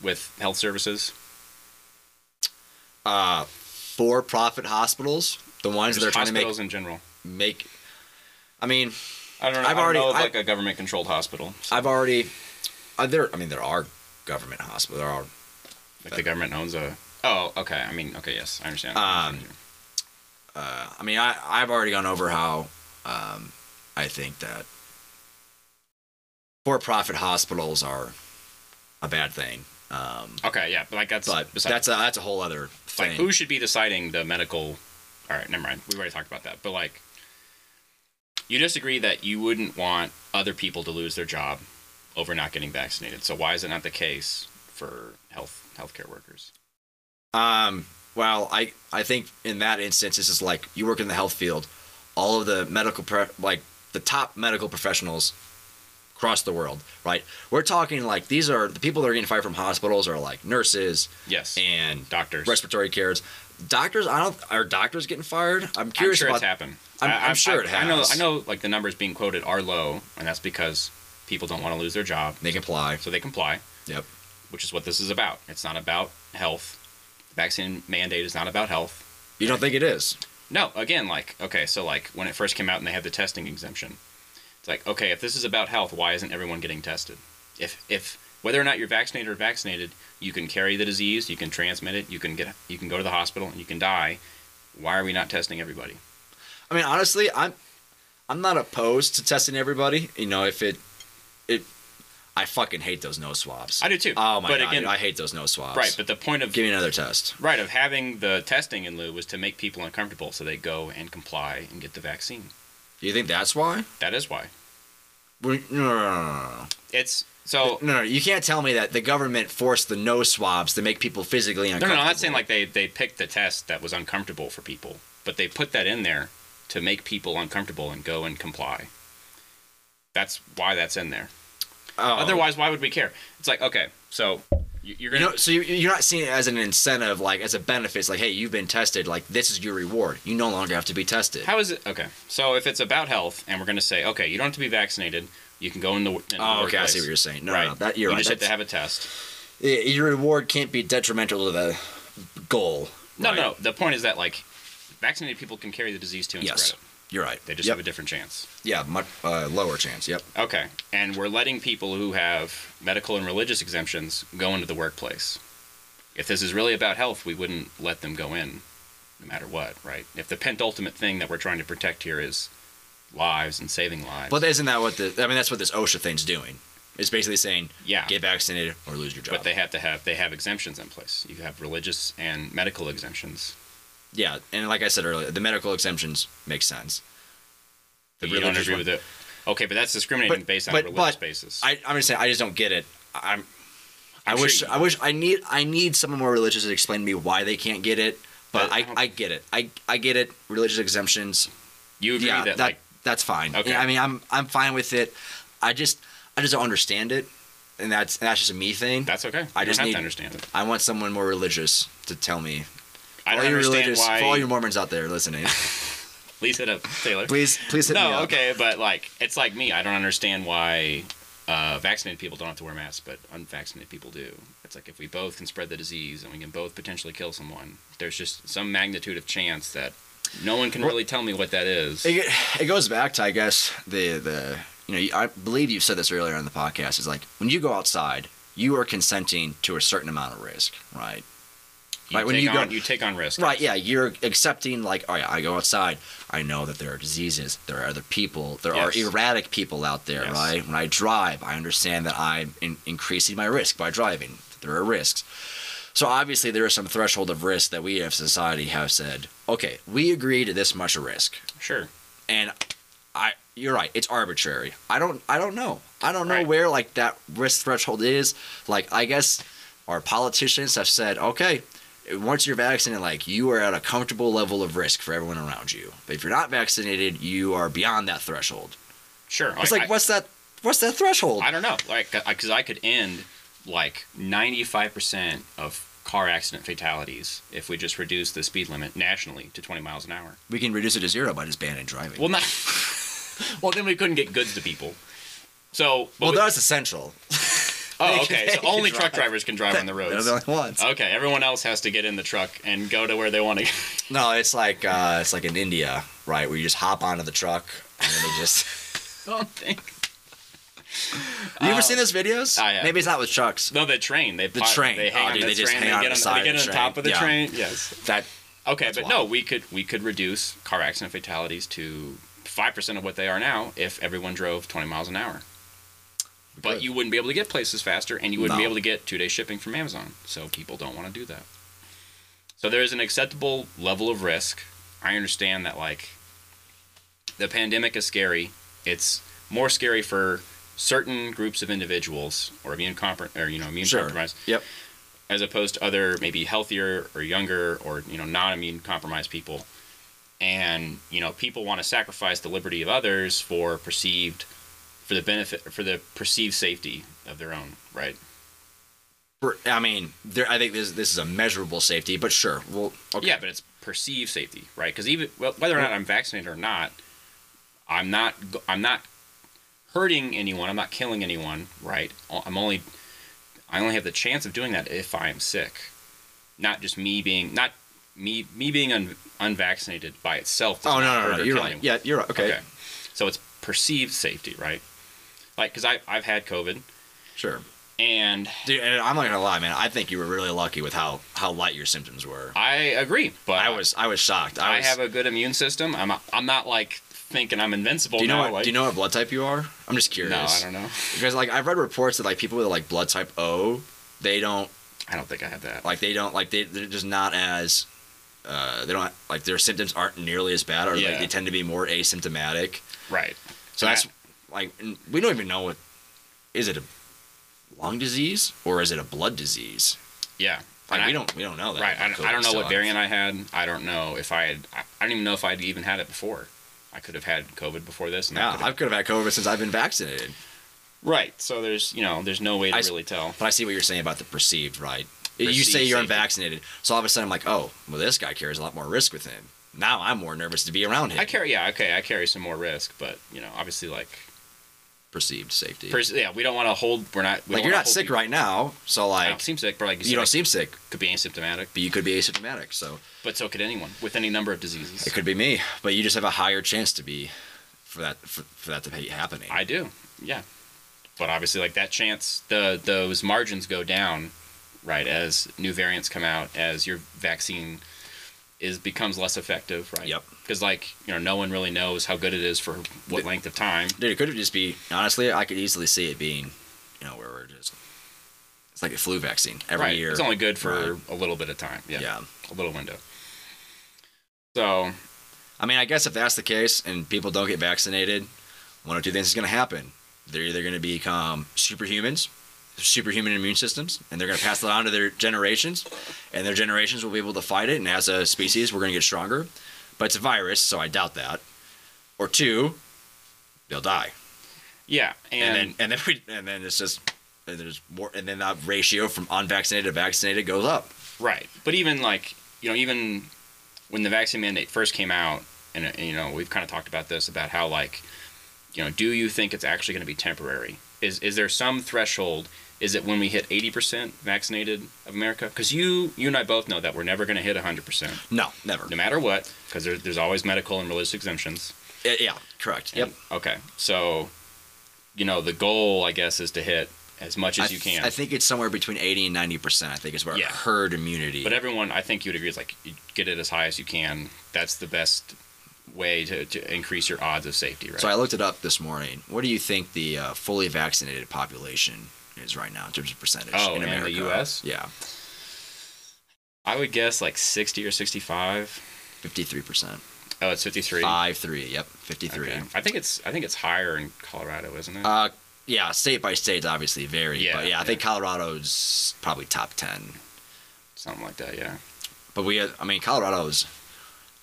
Speaker 1: with health services?
Speaker 2: uh, for-profit hospitals, the ones that are
Speaker 1: Just
Speaker 2: trying to make
Speaker 1: hospitals in general.
Speaker 2: make. I mean,
Speaker 1: I don't know.
Speaker 2: I've
Speaker 1: I've already
Speaker 2: already-
Speaker 1: know of
Speaker 2: I-
Speaker 1: like a government controlled hospital.
Speaker 2: I've already. Uh, there, I mean, there are government hospitals. There are.
Speaker 1: Like the government owns a. Oh, okay. I mean, okay. Yes, I understand.
Speaker 2: Um, Uh, I mean, I I've already gone over how um, I think that for-profit hospitals are a bad thing. Um,
Speaker 1: okay. Yeah. But like that's
Speaker 2: but
Speaker 1: beside-
Speaker 2: that's a that's a whole other
Speaker 1: like
Speaker 2: thing.
Speaker 1: who should be deciding the medical all right never mind we've already talked about that but like you disagree that you wouldn't want other people to lose their job over not getting vaccinated so why is it not the case for health healthcare workers
Speaker 2: Um, well, I I think in that instance, this is like you work in the health field. All of the medical pre- like the top medical professionals across the world, right? We're talking like these are the people that are getting fired from hospitals are like nurses
Speaker 1: yes
Speaker 2: and
Speaker 1: doctors
Speaker 2: respiratory cares. Doctors, I don't. Are doctors getting fired? I'm
Speaker 1: i'm
Speaker 2: curious
Speaker 1: sure it's
Speaker 2: about.
Speaker 1: happened
Speaker 2: I'm-
Speaker 1: I-
Speaker 2: I'm sure it
Speaker 1: I know
Speaker 2: has.
Speaker 1: i know like the numbers being quoted are low and that's because people don't want to lose their job
Speaker 2: They can apply.
Speaker 1: so they comply
Speaker 2: Yep.
Speaker 1: which is what this is about it's not about health the vaccine mandate is not about health
Speaker 2: You don't think it is?
Speaker 1: No, again, like okay, so like when it first came out and they had the testing exemption, it's like okay, if this is about health, why isn't everyone getting tested? If if whether or not you're vaccinated or vaccinated, you can carry the disease, you can transmit it, you can get, you can go to the hospital, and you can die. Why are we not testing everybody?
Speaker 2: I mean, honestly, I'm I'm not opposed to testing everybody. You know, if it it I fucking hate those nose swabs.
Speaker 1: I do too.
Speaker 2: Oh my
Speaker 1: But
Speaker 2: god,
Speaker 1: again-
Speaker 2: dude, I hate those nose swabs.
Speaker 1: Right, but the point of
Speaker 2: give me another test.
Speaker 1: right of having the testing in lieu was to make people uncomfortable, so they go and comply and get the vaccine.
Speaker 2: Do you think that's why?
Speaker 1: That is why
Speaker 2: We- No, no, no, no, no, no.
Speaker 1: it's so.
Speaker 2: no, no. You can't tell me that the government forced the nose swabs to make people physically
Speaker 1: No, no,
Speaker 2: uncomfortable.
Speaker 1: no, I'm not saying like they they picked the test that was uncomfortable for people, but they put that in there to make people uncomfortable and go and comply. That's why that's in there.
Speaker 2: Oh.
Speaker 1: Otherwise, why would we care? It's like okay, so you- you're
Speaker 2: You
Speaker 1: gonna
Speaker 2: know, so you- you're not seeing it as an incentive, like as a benefit. It's like, hey, you've been tested. Like this is your reward. You no longer have to be tested.
Speaker 1: how is it okay? So if it's about health and we're gonna say okay, you don't have to be vaccinated, you can go in the. wo- In the
Speaker 2: oh, okay, I see
Speaker 1: workplace.
Speaker 2: what you're saying. No,
Speaker 1: right.
Speaker 2: no, that you're
Speaker 1: you
Speaker 2: right.
Speaker 1: just have to
Speaker 2: That's-
Speaker 1: have a test.
Speaker 2: Yeah, your reward can't be detrimental to the goal.
Speaker 1: No,
Speaker 2: right?
Speaker 1: no. The point is that like vaccinated people can carry the disease too and
Speaker 2: Yes,
Speaker 1: spread it.
Speaker 2: you're right.
Speaker 1: They just
Speaker 2: Yep.
Speaker 1: have a different chance.
Speaker 2: yeah, much uh, lower chance. Yep.
Speaker 1: Okay, and we're letting people who have medical and religious exemptions go into the workplace. If this is really about health, we wouldn't let them go in, no matter what, right? If the penultimate thing that we're trying to protect here is lives and saving lives,
Speaker 2: But isn't that what the? I mean, that's what this OSHA thing's doing. It's basically saying,
Speaker 1: yeah,
Speaker 2: get vaccinated or lose your job.
Speaker 1: but they have to have they have exemptions in place. You have religious and medical exemptions.
Speaker 2: yeah, and like I said earlier, the medical exemptions make sense.
Speaker 1: But you don't
Speaker 2: religious
Speaker 1: agree
Speaker 2: one-
Speaker 1: with it. Okay, but that's discriminating
Speaker 2: But-
Speaker 1: based on
Speaker 2: but-
Speaker 1: a religious
Speaker 2: but
Speaker 1: basis.
Speaker 2: I, I'm just saying, I just don't get it. I- I'm. i
Speaker 1: I'm sure
Speaker 2: wish.
Speaker 1: you-
Speaker 2: I wish. I need. I need someone more religious to explain to me why they can't get it. But
Speaker 1: I- I
Speaker 2: I,
Speaker 1: don't-
Speaker 2: I, get it. I, I get it. Religious exemptions.
Speaker 1: you agree
Speaker 2: yeah,
Speaker 1: that,
Speaker 2: that,
Speaker 1: like
Speaker 2: that's fine.
Speaker 1: Okay.
Speaker 2: Yeah, I mean, I'm I'm fine with it. I just I just don't understand it, and that's and that's just a me thing.
Speaker 1: that's okay.
Speaker 2: I
Speaker 1: I just don't
Speaker 2: just
Speaker 1: have
Speaker 2: need-
Speaker 1: to understand it.
Speaker 2: I want someone more religious to tell me.
Speaker 1: I
Speaker 2: For
Speaker 1: don't
Speaker 2: all you
Speaker 1: understand
Speaker 2: religious,
Speaker 1: why.
Speaker 2: for all you Mormons out there listening,
Speaker 1: Please hit up Taylor.
Speaker 2: please please hit me
Speaker 1: no,
Speaker 2: up.
Speaker 1: okay, but like it's like me. I don't understand why uh, vaccinated people don't have to wear masks, but unvaccinated people do. It's like if we both can spread the disease and we can both potentially kill someone, there's just some magnitude of chance that no one can really tell me what that is.
Speaker 2: It, it goes back to I guess the the you know you- I believe you said this earlier on the podcast is like when you go outside you are consenting to a certain amount of risk right
Speaker 1: You
Speaker 2: right,
Speaker 1: take
Speaker 2: when you go-
Speaker 1: on you take on risk.
Speaker 2: right yeah you're accepting like all right I go outside I know that there are diseases there are other people there
Speaker 1: Yes.
Speaker 2: are erratic people out there
Speaker 1: Yes.
Speaker 2: right when I drive I understand that I'm in, increasing my risk by driving there are risks so obviously there is some threshold of risk that we as society have said okay we agree to this much risk
Speaker 1: Sure.
Speaker 2: and I you're right it's arbitrary I don't I don't know I don't know
Speaker 1: Right.
Speaker 2: where like that risk threshold is like I guess our politicians have said okay once you're vaccinated like you are at a comfortable level of risk for everyone around you but if you're not vaccinated you are beyond that threshold
Speaker 1: Sure.
Speaker 2: it's like
Speaker 1: I-
Speaker 2: what's that what's that threshold
Speaker 1: I don't know, like, because I could end like 95% of car accident fatalities if we just reduce the speed limit nationally to 20 miles an hour.
Speaker 2: we can reduce it to zero by just banning driving
Speaker 1: Well, not. well, then we couldn't get goods to people. So, but
Speaker 2: well
Speaker 1: we-
Speaker 2: that's essential
Speaker 1: oh, okay. So
Speaker 2: they
Speaker 1: only
Speaker 2: can
Speaker 1: truck
Speaker 2: drive.
Speaker 1: drivers can drive on the
Speaker 2: They're
Speaker 1: roads. Uh,
Speaker 2: the only ones.
Speaker 1: Okay, everyone else has to get in the truck and go to where they want to.
Speaker 2: no it's like uh, it's like in India right where you just hop onto the truck and then they just
Speaker 1: Don't think.
Speaker 2: Have you ever
Speaker 1: Oh.
Speaker 2: seen those videos?
Speaker 1: I have.
Speaker 2: Maybe it's not with trucks.
Speaker 1: No, the train. They the
Speaker 2: train.
Speaker 1: They
Speaker 2: Oh,
Speaker 1: hang on
Speaker 2: dude,
Speaker 1: the
Speaker 2: they just
Speaker 1: train.
Speaker 2: hang
Speaker 1: they
Speaker 2: on
Speaker 1: get
Speaker 2: the
Speaker 1: on,
Speaker 2: side of
Speaker 1: they get
Speaker 2: the
Speaker 1: on
Speaker 2: train.
Speaker 1: top of the
Speaker 2: Yeah.
Speaker 1: train. Yes.
Speaker 2: That
Speaker 1: Okay,
Speaker 2: That's
Speaker 1: but no, we could we could reduce car accident fatalities to five percent of what they are now if everyone drove twenty miles an hour. But
Speaker 2: could.
Speaker 1: you wouldn't be able to get places faster, and you wouldn't be
Speaker 2: No.
Speaker 1: able to get two day shipping from Amazon. So people don't want to do that. So there is an acceptable level of risk. I understand that like the pandemic is scary. It's more scary for certain groups of individuals or immune comprom- or you know immune
Speaker 2: Sure.
Speaker 1: compromised
Speaker 2: Yep.
Speaker 1: as opposed to other maybe healthier or younger or you know non-immune compromised people and you know people want to sacrifice the liberty of others for perceived for the benefit for the perceived safety of their own right
Speaker 2: For- I mean, there, I think this this is a measurable safety, but sure. Well, okay.
Speaker 1: yeah but it's perceived safety right because even well, whether or not i'm vaccinated or not i'm not go- i'm not hurting anyone i'm not killing anyone right i'm only i only have the chance of doing that if i am sick not just me being not me me being un, unvaccinated by itself does not
Speaker 2: oh no, no,
Speaker 1: hurt
Speaker 2: no,
Speaker 1: or
Speaker 2: you're
Speaker 1: kill
Speaker 2: right.
Speaker 1: anyone.
Speaker 2: Yeah, you're right. Okay,
Speaker 1: okay so it's perceived safety right like because i've had covid
Speaker 2: sure.
Speaker 1: And
Speaker 2: Dude, and I'm not gonna lie, man. I think you were really lucky with how how light your symptoms were.
Speaker 1: I agree, but
Speaker 2: I was I was shocked. I,
Speaker 1: Uh, I
Speaker 2: was,
Speaker 1: have a good immune system. I'm I'm not like thinking I'm invincible
Speaker 2: Do you know
Speaker 1: now.
Speaker 2: what?
Speaker 1: like,
Speaker 2: do you know what blood type you are? I'm just curious.
Speaker 1: No, I don't know.
Speaker 2: Because like I've read reports that like people with like blood type O, they don't
Speaker 1: I don't think I have that.
Speaker 2: like they don't like they they're just not as uh they don't like their symptoms aren't nearly as bad or
Speaker 1: Yeah.
Speaker 2: like they tend to be more asymptomatic.
Speaker 1: Right.
Speaker 2: So
Speaker 1: And
Speaker 2: that's like n- we don't even know what is it a lung disease or is it a blood disease?
Speaker 1: Yeah.
Speaker 2: Like
Speaker 1: And
Speaker 2: we
Speaker 1: I-
Speaker 2: don't we don't know that.
Speaker 1: Right. I,
Speaker 2: about
Speaker 1: I don't
Speaker 2: COVID
Speaker 1: know
Speaker 2: still.
Speaker 1: what variant I had. I don't know if I had. I, I don't even know if I'd even had it before. I could have had COVID before this. And I
Speaker 2: Yeah,
Speaker 1: could have-
Speaker 2: I could have had COVID since I've been vaccinated.
Speaker 1: right. So there's you know there's no way to
Speaker 2: I s-
Speaker 1: really tell.
Speaker 2: But I see what you're saying about the perceived, right? you
Speaker 1: Perceived
Speaker 2: say you're
Speaker 1: safety.
Speaker 2: unvaccinated, so all of a sudden I'm like, oh, well, this guy carries a lot more risk with him. Now I'm more nervous to be around him.
Speaker 1: I carry yeah okay I carry some more risk, but you know obviously like
Speaker 2: perceived safety.
Speaker 1: pers- yeah we don't want to hold we're not we
Speaker 2: like
Speaker 1: don't
Speaker 2: you're
Speaker 1: wanna
Speaker 2: not
Speaker 1: hold
Speaker 2: sick
Speaker 1: people-
Speaker 2: right now, so
Speaker 1: I
Speaker 2: like
Speaker 1: don't seem sick, but like you,
Speaker 2: you
Speaker 1: said,
Speaker 2: don't
Speaker 1: I
Speaker 2: seem sick,
Speaker 1: could be asymptomatic,
Speaker 2: but you could be asymptomatic. So
Speaker 1: but so could anyone with any number of diseases.
Speaker 2: it could be me, but you just have a higher chance to be for that for, for that to be happening.
Speaker 1: I do, yeah. But obviously, like that chance, the those margins go down, right? As new variants come out, as your vaccine is becomes less effective, right?
Speaker 2: Yep.
Speaker 1: Because like you know, no one really knows how good it is for what length of time.
Speaker 2: Dude, it could just be honestly, I could easily see it being, you know, where we're just it's like a flu vaccine every
Speaker 1: right.
Speaker 2: year.
Speaker 1: It's only good for
Speaker 2: Right.
Speaker 1: a little bit of time. Yeah,
Speaker 2: yeah.
Speaker 1: A little window. So
Speaker 2: I mean, I guess if that's the case and people don't get vaccinated, one of two things is going to happen. They're either going to become superhumans, superhuman immune systems, and they're going to pass that on to their generations, and their generations will be able to fight it. And as a species, we're going to get stronger. But it's a virus, so I doubt that. Or two, they'll die,
Speaker 1: yeah, and,
Speaker 2: and, then and then we and then it's just and there's more, and then that ratio from unvaccinated to vaccinated goes up.
Speaker 1: Right. But even like, you know, even when the vaccine mandate first came out, and, uh, you know, we've kind of talked about this about how like, you know, do you think it's actually going to be temporary? Is is there some threshold? Is it when we hit 80% vaccinated of America? Because you you and I both know that we're never going to hit 100%,
Speaker 2: No, never.
Speaker 1: no matter what, because there, there's always medical and religious exemptions.
Speaker 2: Yeah, yeah, correct. Yep.
Speaker 1: And- Okay. So, you know, the goal I guess is to hit as much as
Speaker 2: I
Speaker 1: you
Speaker 2: th-
Speaker 1: can.
Speaker 2: I think it's somewhere between 80 and 90%, I think, is where
Speaker 1: Yeah.
Speaker 2: herd immunity.
Speaker 1: But everyone, I think you would agree, is like you get it as high as you can. That's the best way to, to increase your odds of safety, right?
Speaker 2: So I looked it up this morning. What do you think the uh, fully vaccinated population is right now in terms of percentage
Speaker 1: Oh,
Speaker 2: in
Speaker 1: in the
Speaker 2: America?
Speaker 1: US?
Speaker 2: Yeah,
Speaker 1: I would guess like 60 or 65.
Speaker 2: 53%.
Speaker 1: Oh, it's 53.
Speaker 2: 5 3, yep, 53.
Speaker 1: Okay. I think it's I think it's higher in Colorado, isn't it?
Speaker 2: Uh, yeah, state by state obviously vary.
Speaker 1: Yeah,
Speaker 2: but yeah, I
Speaker 1: yeah.
Speaker 2: think Colorado's probably top 10.
Speaker 1: Something like that, yeah.
Speaker 2: But we, I mean, Colorado's,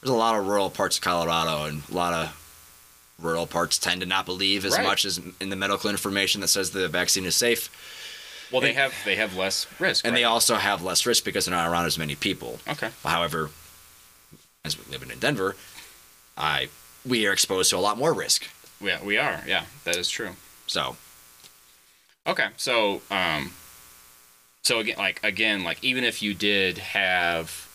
Speaker 2: there's a lot of rural parts of Colorado and a lot of rural parts tend to not believe as
Speaker 1: Right.
Speaker 2: much as in the medical information that says the vaccine is safe.
Speaker 1: Well, they have they have less risk,
Speaker 2: And they
Speaker 1: right?
Speaker 2: also have less risk because they're not around as many people.
Speaker 1: okay.
Speaker 2: However, as we live in Denver, I we are exposed to a lot more risk.
Speaker 1: Yeah, we are. Yeah, that is true.
Speaker 2: So
Speaker 1: Okay, so um, so again, like again, like even if you did have,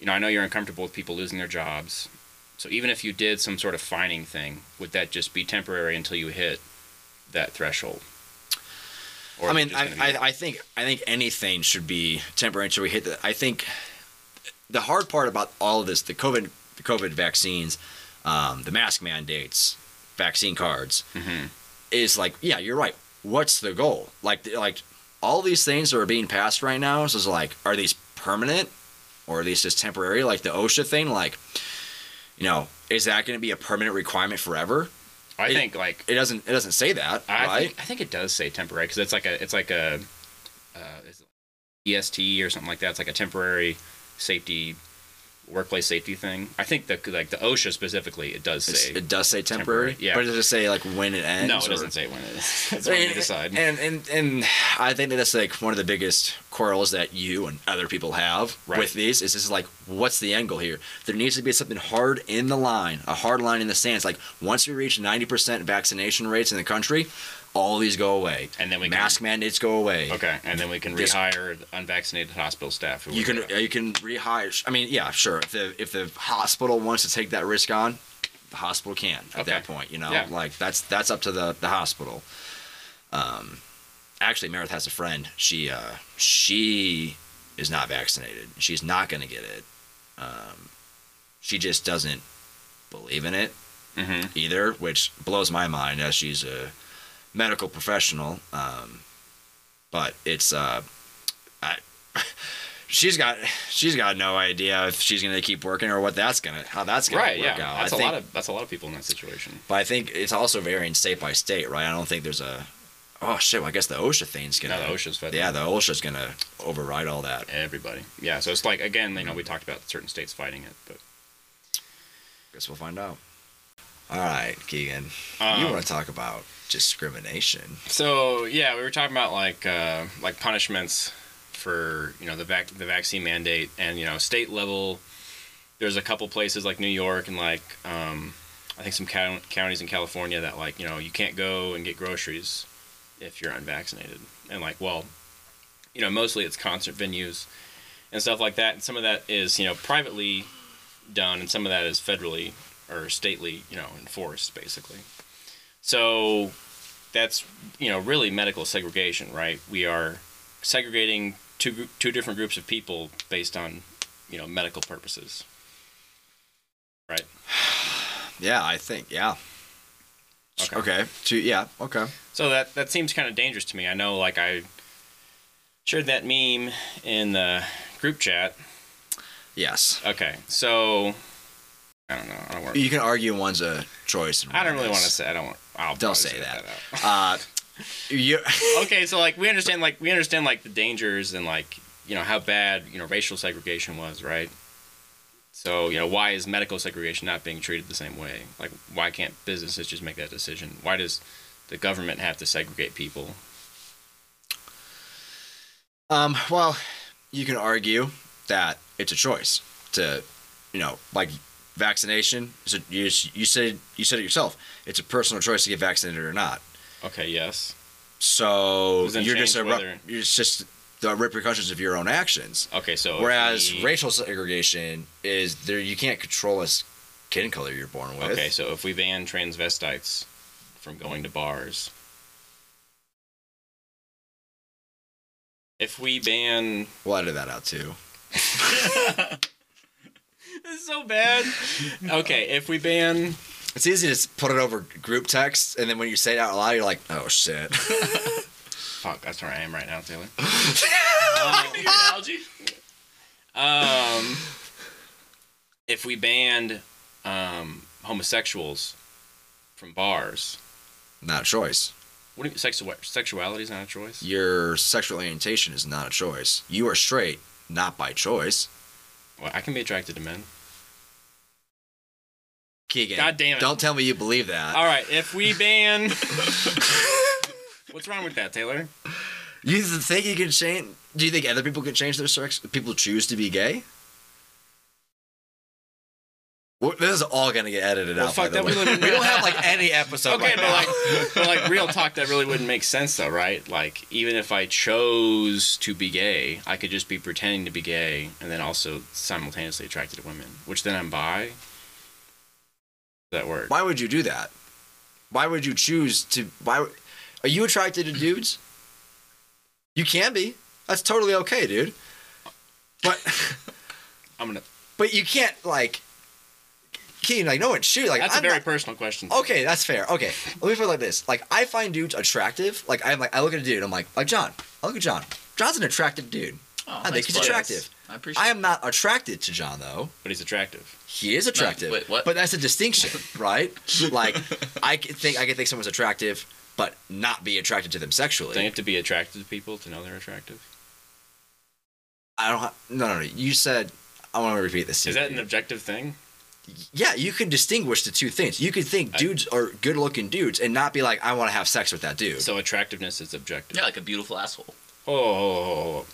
Speaker 1: you know, I know you're uncomfortable with people losing their jobs, so even if you did some sort of fining thing, would that just be temporary until you hit that threshold? Or
Speaker 2: I
Speaker 1: is it
Speaker 2: mean,
Speaker 1: just
Speaker 2: I,
Speaker 1: gonna be-
Speaker 2: I I think I think anything should be temporary until we hit the. I think the hard part about all of this, the COVID the COVID vaccines, um, the mask mandates, vaccine cards,
Speaker 1: Mm-hmm.
Speaker 2: is like yeah, you're right. What's the goal? Like like all these things that are being passed right now is like are these permanent or are these just temporary? Like the OSHA thing, like you know, is that going to be a permanent requirement forever?
Speaker 1: I
Speaker 2: it-
Speaker 1: think like
Speaker 2: It doesn't it doesn't say that,
Speaker 1: I
Speaker 2: right?
Speaker 1: think, I think it does say temporary because it's like a it's like a uh, is it EST or something like that. It's like a temporary safety workplace safety thing. I think the like the OSHA specifically it does
Speaker 2: It's-
Speaker 1: say
Speaker 2: it does say temporary,
Speaker 1: temporary, yeah.
Speaker 2: But does it say like when it ends?
Speaker 1: No, it
Speaker 2: or-
Speaker 1: doesn't say when it is. That's when they decide.
Speaker 2: And, and and I think that that's like one of the biggest quarrels that you and other people have
Speaker 1: Right.
Speaker 2: with these is just like what's the angle here? There needs to be something hard in the line, a hard line in the sands. Like once we reach ninety percent vaccination rates in the country, all these go away.
Speaker 1: And then we can-
Speaker 2: mask mandates go away.
Speaker 1: okay, and then we can
Speaker 2: This-
Speaker 1: rehire the unvaccinated hospital staff. Who
Speaker 2: You
Speaker 1: were-
Speaker 2: can uh, you can rehire. I mean, yeah, sure. If the if the hospital wants to take that risk on, the hospital can at
Speaker 1: Okay.
Speaker 2: that point. You know,
Speaker 1: Yeah.
Speaker 2: like that's that's up to the the hospital. Um, actually Meredith has a friend. She uh, she is not vaccinated. She's not going to get it. Um, she just doesn't believe in it
Speaker 1: Mm-hmm.
Speaker 2: either, which blows my mind as she's a medical professional. Um, but it's uh, I, she's got she's got no idea if she's gonna keep working or what that's gonna how that's gonna
Speaker 1: Right.
Speaker 2: work
Speaker 1: Yeah.
Speaker 2: out.
Speaker 1: That's
Speaker 2: I
Speaker 1: a
Speaker 2: think,
Speaker 1: lot of that's a lot of people in that situation.
Speaker 2: but I think it's also varying state by state, right? I don't think there's a oh shit. Well, I guess the OSHA thing's gonna
Speaker 1: Now the OSHA's fed.
Speaker 2: yeah the OSHA's gonna override all that.
Speaker 1: Everybody. Yeah. So it's like again, you know, we talked about certain states fighting it, but
Speaker 2: Guess we'll find out. All right, Keegan, you
Speaker 1: Um,
Speaker 2: want to talk about discrimination?
Speaker 1: So yeah, we were talking about like uh, like punishments for you know the vac- the vaccine mandate and you know state level. There's a couple places like New York and like um, I think some coun counties in California that like you know you can't go and get groceries if you're unvaccinated and like well, you know mostly it's concert venues and stuff like that and some of that is you know privately done and some of that is federally or stately you know enforced basically. So that's you know really medical segregation, right? We are segregating two gr- two different groups of people based on you know medical purposes. Right.
Speaker 2: Yeah, I think yeah.
Speaker 1: Okay.
Speaker 2: Okay. Two, yeah. Okay.
Speaker 1: So that that seems kind of dangerous to me. I know, like I shared that meme in the group chat.
Speaker 2: Yes.
Speaker 1: Okay, so I don't know. I don't, want
Speaker 2: You can argue one's a choice. And
Speaker 1: I don't really
Speaker 2: one
Speaker 1: want to
Speaker 2: is-
Speaker 1: say. I don't. Want, I'll probably
Speaker 2: Don't say
Speaker 1: edit out.
Speaker 2: that. Uh, you.
Speaker 1: okay, so like we understand like we understand like the dangers and like you know how bad you know racial segregation was, right? So you know why is medical segregation not being treated the same way? Like why can't businesses just make that decision? Why does the government have to segregate people?
Speaker 2: Um. Well, you can argue that it's a choice to, you know, like vaccination. So you you said you said it yourself. It's a personal choice to get vaccinated or not.
Speaker 1: Okay, yes.
Speaker 2: So
Speaker 1: Doesn't
Speaker 2: you're just a
Speaker 1: change
Speaker 2: re-
Speaker 1: whether-
Speaker 2: you're just the repercussions of your own actions.
Speaker 1: Okay, so if
Speaker 2: Whereas
Speaker 1: we-
Speaker 2: racial segregation is there you can't control a skin color you're born with.
Speaker 1: okay, so if we ban transvestites from going to bars, if we ban
Speaker 2: We'll edit that out too.
Speaker 1: this is so bad. Okay, if we ban
Speaker 2: It's easy to s- put it over group text, and then when you say it out loud, you're like, "Oh shit."
Speaker 1: Fuck, that's where I am right now, Taylor.
Speaker 3: Your analogy?
Speaker 1: Um, if we banned um, homosexuals from bars,
Speaker 2: not a choice.
Speaker 1: what do you, sexu- sexuality is not a choice?
Speaker 2: Your sexual orientation is not a choice. You are straight, not by choice.
Speaker 1: Well, I can be attracted to men.
Speaker 2: Keegan,
Speaker 1: God damn it.
Speaker 2: Don't tell me you believe that.
Speaker 1: All right, if we ban. What's wrong with that, Taylor?
Speaker 2: You th- think you can change? Do you think other people can change their sex? People choose to be gay. We're- This is all gonna get edited
Speaker 1: Well,
Speaker 2: out.
Speaker 1: fuck
Speaker 2: by the
Speaker 1: that, we
Speaker 2: way.
Speaker 1: live in-
Speaker 2: we don't have like any episode.
Speaker 1: Okay,
Speaker 2: right
Speaker 1: but
Speaker 2: now.
Speaker 1: like, but like real talk, that really wouldn't make sense though, right? Like, even if I chose to be gay, I could just be pretending to be gay and then also simultaneously attracted to women, which then I'm bi. That work?
Speaker 2: why would you do that? Why would you choose to? Why would- are you attracted to dudes? You can be. That's totally okay, dude. But
Speaker 1: I'm gonna.
Speaker 2: but you can't like. Keen, like no one shoot like
Speaker 1: That's
Speaker 2: I'm
Speaker 1: a very
Speaker 2: not-
Speaker 1: personal question.
Speaker 2: Okay, that's fair. Okay, let me put it like this: like I find dudes attractive. Like I'm like I look at a dude, I'm like like John. I look at John. John's an attractive dude.
Speaker 3: Oh,
Speaker 2: I think
Speaker 3: thanks,
Speaker 2: he's
Speaker 3: bud.
Speaker 2: attractive.
Speaker 3: I appreciate
Speaker 2: I am not attracted to John though.
Speaker 1: but he's attractive.
Speaker 2: He is attractive.
Speaker 3: wait, what?
Speaker 2: But that's a distinction, right? like I could think I could think someone's attractive, but not be attracted to them sexually.
Speaker 1: Don't you have to be attracted to people to know they're attractive?
Speaker 2: I don't. Ha- no, no, no. You said. I want to repeat this. to
Speaker 1: Is that
Speaker 2: you.
Speaker 1: an objective thing?
Speaker 2: yeah, you can distinguish the two things. You could think
Speaker 1: I-
Speaker 2: dudes are good looking dudes and not be like, I want to have sex with that dude.
Speaker 1: So attractiveness is objective.
Speaker 3: Yeah, like a beautiful asshole.
Speaker 1: Oh, oh, oh, oh.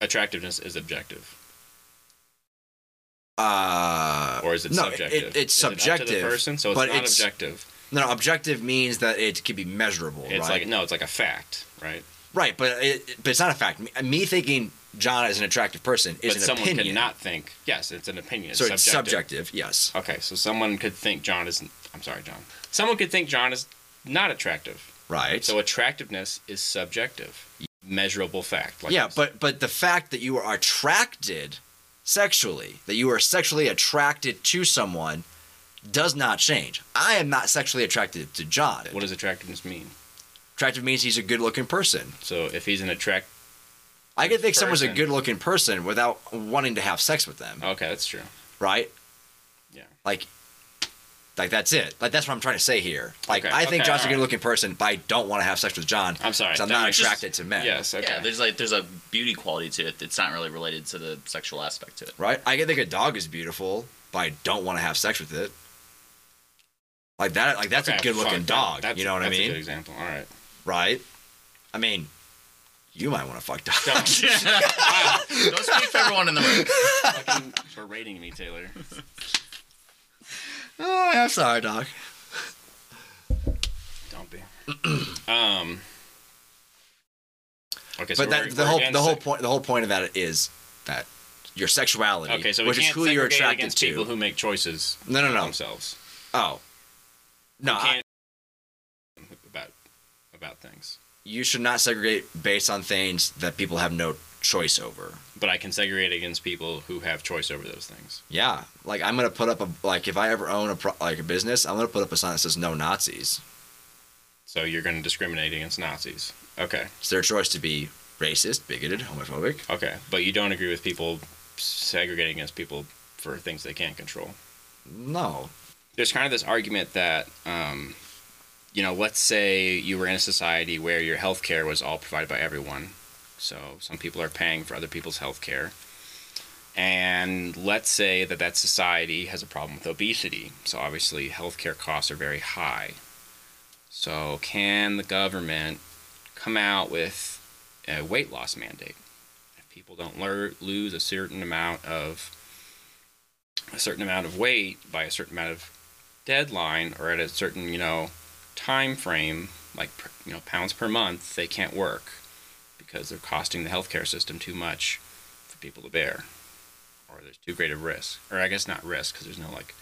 Speaker 1: attractiveness is objective,
Speaker 2: uh,
Speaker 1: or is it
Speaker 2: no, it-
Speaker 1: subjective?
Speaker 2: it- it's
Speaker 1: Is it up to the
Speaker 2: subjective,
Speaker 1: person, so it's
Speaker 2: but
Speaker 1: not
Speaker 2: it's-
Speaker 1: objective.
Speaker 2: no, no, objective means that it can be measurable,
Speaker 1: It's
Speaker 2: right?
Speaker 1: like no, it's like a fact, right?
Speaker 2: right, but it, but it's not a fact. Me, me thinking John is an attractive person is
Speaker 1: but
Speaker 2: an
Speaker 1: someone
Speaker 2: opinion.
Speaker 1: could not think. Yes, it's an opinion. It's
Speaker 2: so
Speaker 1: subjective.
Speaker 2: it's subjective. Yes.
Speaker 1: Okay, so someone could think John is. I'm sorry, John. Someone could think John is not attractive.
Speaker 2: right?
Speaker 1: So attractiveness is subjective, measurable fact. Like
Speaker 2: yeah,
Speaker 1: this.
Speaker 2: but but the fact that you are attracted sexually, that you are sexually attracted to someone, does not change. I am not sexually attracted to John.
Speaker 1: what does attractiveness mean?
Speaker 2: Attractive means he's a good-looking person.
Speaker 1: So if he's an attract,
Speaker 2: I could think someone's a
Speaker 1: Person.
Speaker 2: good-looking person without wanting to have sex with them,
Speaker 1: okay, that's true.
Speaker 2: right?
Speaker 1: Yeah.
Speaker 2: Like, like that's it. Like that's what I'm trying to say here. Like
Speaker 1: Okay,
Speaker 2: I think
Speaker 1: okay,
Speaker 2: John's a
Speaker 1: alright.
Speaker 2: good-looking person, but I don't want to have sex with John.
Speaker 1: I'm sorry.
Speaker 2: 'cause I'm
Speaker 1: that
Speaker 2: not
Speaker 1: makes-
Speaker 2: attracted to men.
Speaker 1: Yes. Okay.
Speaker 3: Yeah, there's like there's a beauty quality to it that's not really related to the sexual aspect to it.
Speaker 2: right? I can think a dog is beautiful, but I don't want to have sex with it. Like that, like that's
Speaker 1: Okay,
Speaker 2: a good
Speaker 1: fuck,
Speaker 2: looking
Speaker 1: that-
Speaker 2: dog.
Speaker 1: that's-
Speaker 2: you know what I
Speaker 1: that's A
Speaker 2: mean,
Speaker 1: good example. All right.
Speaker 2: right? I mean, you might want to fuck
Speaker 1: Don't.
Speaker 2: dogs.
Speaker 3: Wow. Don't speak for everyone in the room.
Speaker 1: fucking berating me, Taylor.
Speaker 2: oh, I'm sorry, dog.
Speaker 1: Don't be. um. Okay, so we're-
Speaker 2: but that the
Speaker 1: we're
Speaker 2: whole
Speaker 1: against
Speaker 2: the whole
Speaker 1: it.
Speaker 2: point the whole point of that is that your sexuality,
Speaker 1: Okay, so we
Speaker 2: which is
Speaker 1: can't
Speaker 2: who you're
Speaker 1: segregate
Speaker 2: attracted
Speaker 1: against
Speaker 2: to.
Speaker 1: people who make choices
Speaker 2: no, no, no.
Speaker 1: themselves.
Speaker 2: Oh, no.
Speaker 1: You
Speaker 2: I-
Speaker 1: can't about about things.
Speaker 2: you should not segregate based on things that people have no choice over.
Speaker 1: But I can segregate against people who have choice over those things.
Speaker 2: Yeah, like I'm gonna put up a like if I ever own a pro, like a business, I'm gonna put up a sign that says no Nazis.
Speaker 1: So you're going to discriminate against Nazis. Okay,
Speaker 2: It's their choice to be racist, bigoted, homophobic.
Speaker 1: okay, but you don't agree with people segregating against people for things they can't control.
Speaker 2: No,
Speaker 1: there's kind of this argument that, um, you know, let's say you were in a society where your health care was all provided by everyone. So some people are paying for other people's health care. And let's say that that society has a problem with obesity. So obviously, healthcare costs are very high. So, can the government come out with a weight loss mandate? If people don't lear- lose a certain amount of a certain amount of weight by a certain amount of deadline or at a certain you know time frame like per, you know pounds per month they can't work because they're costing the healthcare system too much for people to bear or there's too great of risk or i guess not risk because there's no like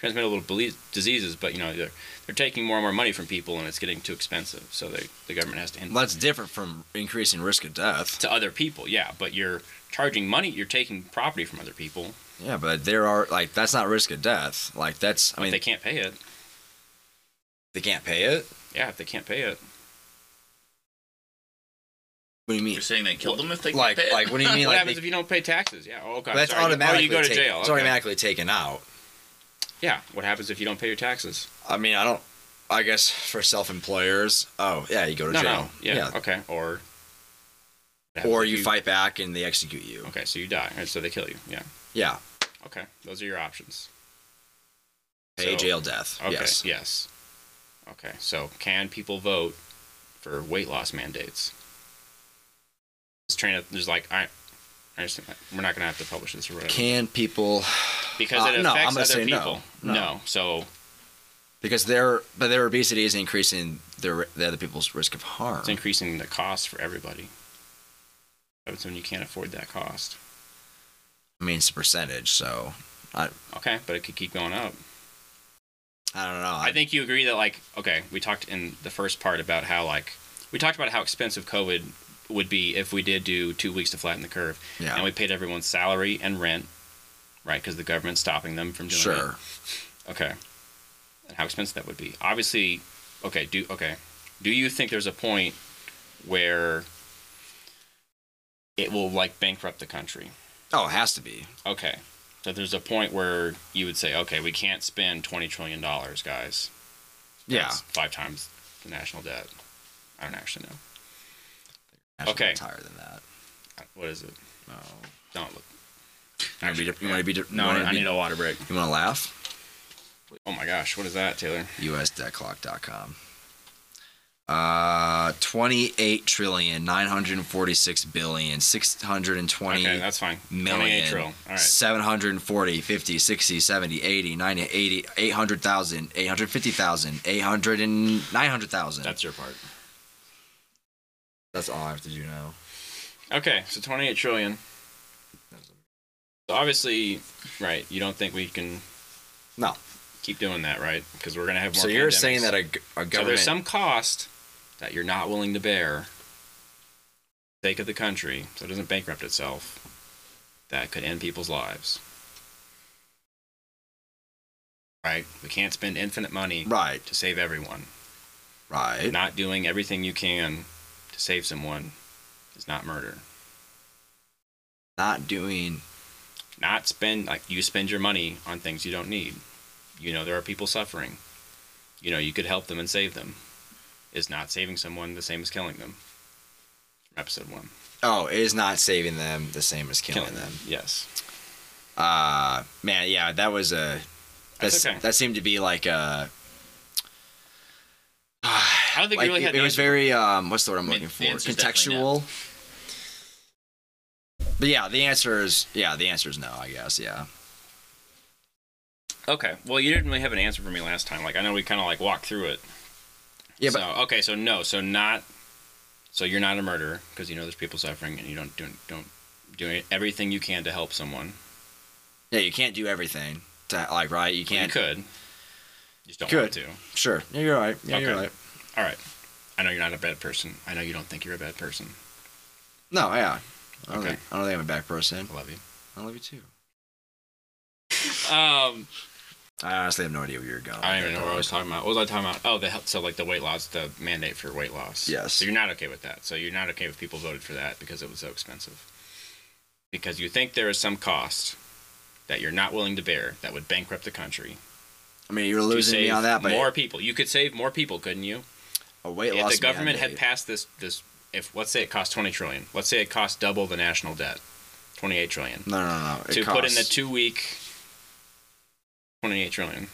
Speaker 1: transmittable bele- diseases but you know they're, they're taking more and more money from people and it's getting too expensive so they, the government has to hand
Speaker 2: that's different from increasing risk of death.
Speaker 1: to other people yeah but you're charging money you're taking property from other people
Speaker 2: Yeah, but there are like that's not risk of death. Like that's I
Speaker 1: if
Speaker 2: mean
Speaker 1: they
Speaker 2: they,
Speaker 1: can't pay it
Speaker 2: can't pay it.
Speaker 1: yeah if they can't pay it
Speaker 2: What do you mean?
Speaker 3: You're saying they killed them if they
Speaker 2: Like
Speaker 3: pay it?
Speaker 2: like what do you mean?
Speaker 1: what
Speaker 2: Like
Speaker 1: happens
Speaker 2: they-
Speaker 1: if you don't pay taxes? Yeah. Oh, okay.
Speaker 2: that's
Speaker 1: Sorry.
Speaker 2: automatically
Speaker 1: Oh, you go to
Speaker 2: take-
Speaker 1: jail.
Speaker 2: It's
Speaker 1: Okay.
Speaker 2: automatically taken out.
Speaker 1: Yeah. What happens if you don't pay your taxes?
Speaker 2: I mean I don't. I guess for self-employers. Oh yeah, you go to
Speaker 1: No,
Speaker 2: jail.
Speaker 1: no. Yeah. Okay. Or. what happens
Speaker 2: Or
Speaker 1: if
Speaker 2: you fight back and they execute you.
Speaker 1: Okay, so you die, and so they kill you. Yeah.
Speaker 2: Yeah.
Speaker 1: Okay. Those are your options.
Speaker 2: Pay
Speaker 1: So-
Speaker 2: jail death.
Speaker 1: Okay.
Speaker 2: Yes.
Speaker 1: yes. Okay. So can people vote for weight loss mandates? This train of there's like I. I understand. that. We're not gonna have to publish this or whatever.
Speaker 2: Can people
Speaker 1: because
Speaker 2: uh,
Speaker 1: it affects
Speaker 2: no, I'm gonna
Speaker 1: other
Speaker 2: say no.
Speaker 1: people.
Speaker 2: No.
Speaker 1: So
Speaker 2: because their but their obesity is increasing their the other people's risk of harm.
Speaker 1: it's increasing the cost for everybody. That's when you can't afford that cost.
Speaker 2: I mean, it's a percentage, so
Speaker 1: Okay, but it could keep going up.
Speaker 2: I don't know. I,
Speaker 1: I think you agree that like okay, we talked in the first part about how like we talked about how expensive COVID would be if we did do two weeks to flatten the curve,
Speaker 2: yeah,
Speaker 1: and we paid everyone's salary and rent, right? Because the government's stopping them from doing
Speaker 2: sure.
Speaker 1: it. Okay, and how expensive that would be. Obviously, okay. Do okay. Do you think there's a point where it will like bankrupt the country?
Speaker 2: Oh, it has to be.
Speaker 1: Okay. So there's a point where you would say, okay, we can't spend twenty trillion dollars, guys.
Speaker 2: Yeah.
Speaker 1: That's five times the national debt. I don't actually know.
Speaker 2: Actually,
Speaker 1: Okay.
Speaker 2: it's Higher than that.
Speaker 1: What is it?
Speaker 2: No.
Speaker 1: Don't look.
Speaker 2: You want to be? You want to be?
Speaker 1: No, I need a water break.
Speaker 2: You want to laugh?
Speaker 1: Oh my gosh, what is that, Taylor?
Speaker 2: USDebtClock.com. Uh, twenty-eight trillion nine hundred forty-six billion six hundred and twenty.
Speaker 1: Okay, that's fine. 28
Speaker 2: million,
Speaker 1: trill. All right.
Speaker 2: 740, 50, 60, 70, 80, 90, 80, 800,000, 850,000, 800 and 900,000.
Speaker 1: That's your part.
Speaker 2: That's all I have to do now.
Speaker 1: Okay, so 28 trillion. So obviously, right, you don't think we can
Speaker 2: No.
Speaker 1: keep doing that, right? Because we're going to have more
Speaker 2: So you're
Speaker 1: pandemics.
Speaker 2: saying that a, g- a
Speaker 1: So
Speaker 2: government
Speaker 1: there's some cost that you're not willing to bear for the sake of the country so it doesn't bankrupt itself that could end people's lives. Right? We can't spend infinite money
Speaker 2: Right.
Speaker 1: to save everyone.
Speaker 2: Right.
Speaker 1: Not doing everything you can to save someone is not murder.
Speaker 2: Not doing.
Speaker 1: Not spend like you spend your money on things you don't need. You know there are people suffering. You know you could help them and save them. Is not saving someone the same as killing them? Episode one.
Speaker 2: Oh, it is not saving them the same as killing, them.
Speaker 1: Yes.
Speaker 2: Uh, man, yeah, that was a.
Speaker 1: That's
Speaker 2: That's,
Speaker 1: okay.
Speaker 2: That seemed to be like a.
Speaker 1: I don't think
Speaker 2: like,
Speaker 1: we really
Speaker 2: it,
Speaker 1: had.
Speaker 2: it
Speaker 1: an
Speaker 2: was
Speaker 1: answer.
Speaker 2: very um what's the word i'm
Speaker 3: I mean,
Speaker 2: looking
Speaker 3: the
Speaker 2: for
Speaker 3: answer's definitely
Speaker 2: contextual but yeah the answer is yeah the answer is no i guess yeah
Speaker 1: Okay. Well, you didn't really have an answer for me last time. Like I know we kind of like walked through it.
Speaker 2: yeah
Speaker 1: so, okay, so no, so not, so you're not a murderer because you know there's people suffering and you don't do don't do everything you can to help someone.
Speaker 2: but yeah you can't do everything to, like right you
Speaker 1: Well,
Speaker 2: can't
Speaker 1: you could, you just don't
Speaker 2: Could.
Speaker 1: want to.
Speaker 2: sure yeah, you're right yeah you're
Speaker 1: Okay.
Speaker 2: right
Speaker 1: All right, I know you're not a bad person. I know you don't think you're a bad person.
Speaker 2: no yeah I don't,
Speaker 1: Okay.
Speaker 2: think, I don't think I'm a bad person.
Speaker 1: I love you.
Speaker 2: I love you too.
Speaker 1: Um,
Speaker 2: I honestly have no idea where you're going.
Speaker 1: I don't
Speaker 2: with
Speaker 1: even
Speaker 2: that,
Speaker 1: know what I
Speaker 2: dog.
Speaker 1: was talking about. What was I talking about? Oh, the health. So like the weight loss, the mandate for weight loss.
Speaker 2: Yes.
Speaker 1: So you're not okay with that. So you're not okay with people voted for that because it was so expensive. Because you think there is some cost that you're not willing to bear that would bankrupt the country.
Speaker 2: I mean, you're
Speaker 1: to
Speaker 2: losing me
Speaker 1: save
Speaker 2: on that, but
Speaker 1: more people. You could save more people, couldn't you?
Speaker 2: a weight
Speaker 1: if
Speaker 2: loss
Speaker 1: the government had
Speaker 2: mandate.
Speaker 1: passed this, this, if let's say it cost twenty trillion, let's say it cost double the national debt, twenty-eight trillion,
Speaker 2: no, no, no, no. It
Speaker 1: to put in the
Speaker 2: costs-
Speaker 1: two-week, twenty-eight trillion.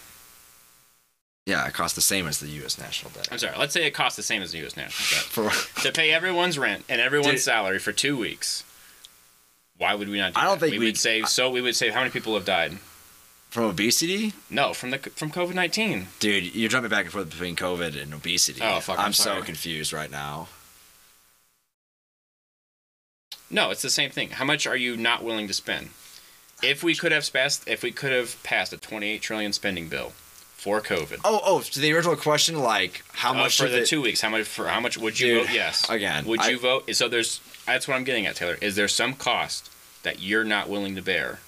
Speaker 2: yeah, it costs the same as the U.S. national debt.
Speaker 1: I'm sorry. Let's say it costs the same as the U.S. national debt
Speaker 2: For,
Speaker 1: to pay everyone's rent and everyone's
Speaker 2: Dude.
Speaker 1: salary for two weeks. Why would we not? Do
Speaker 2: I don't
Speaker 1: that?
Speaker 2: think
Speaker 1: we
Speaker 2: we'd-
Speaker 1: would save. so we would save. How many people have died?
Speaker 2: from obesity,
Speaker 1: No, from the from COVID nineteen.
Speaker 2: dude, you're jumping back and forth between COVID and obesity.
Speaker 1: Oh, fuck, I'm
Speaker 2: I'm so
Speaker 1: sorry.
Speaker 2: confused right now.
Speaker 1: No, it's the same thing. How much are you not willing to spend? If we could have passed, if we could have passed a 28 trillion spending bill for COVID,
Speaker 2: Oh, oh, to the original question, like how
Speaker 1: Uh,
Speaker 2: much
Speaker 1: for
Speaker 2: of
Speaker 1: the
Speaker 2: it-
Speaker 1: two weeks? How much for how much would you
Speaker 2: Dude,
Speaker 1: vote? Yes.
Speaker 2: again,
Speaker 1: Would
Speaker 2: I-
Speaker 1: you vote? So there's that's what I'm getting at, Taylor. Is there some cost that you're not willing to bear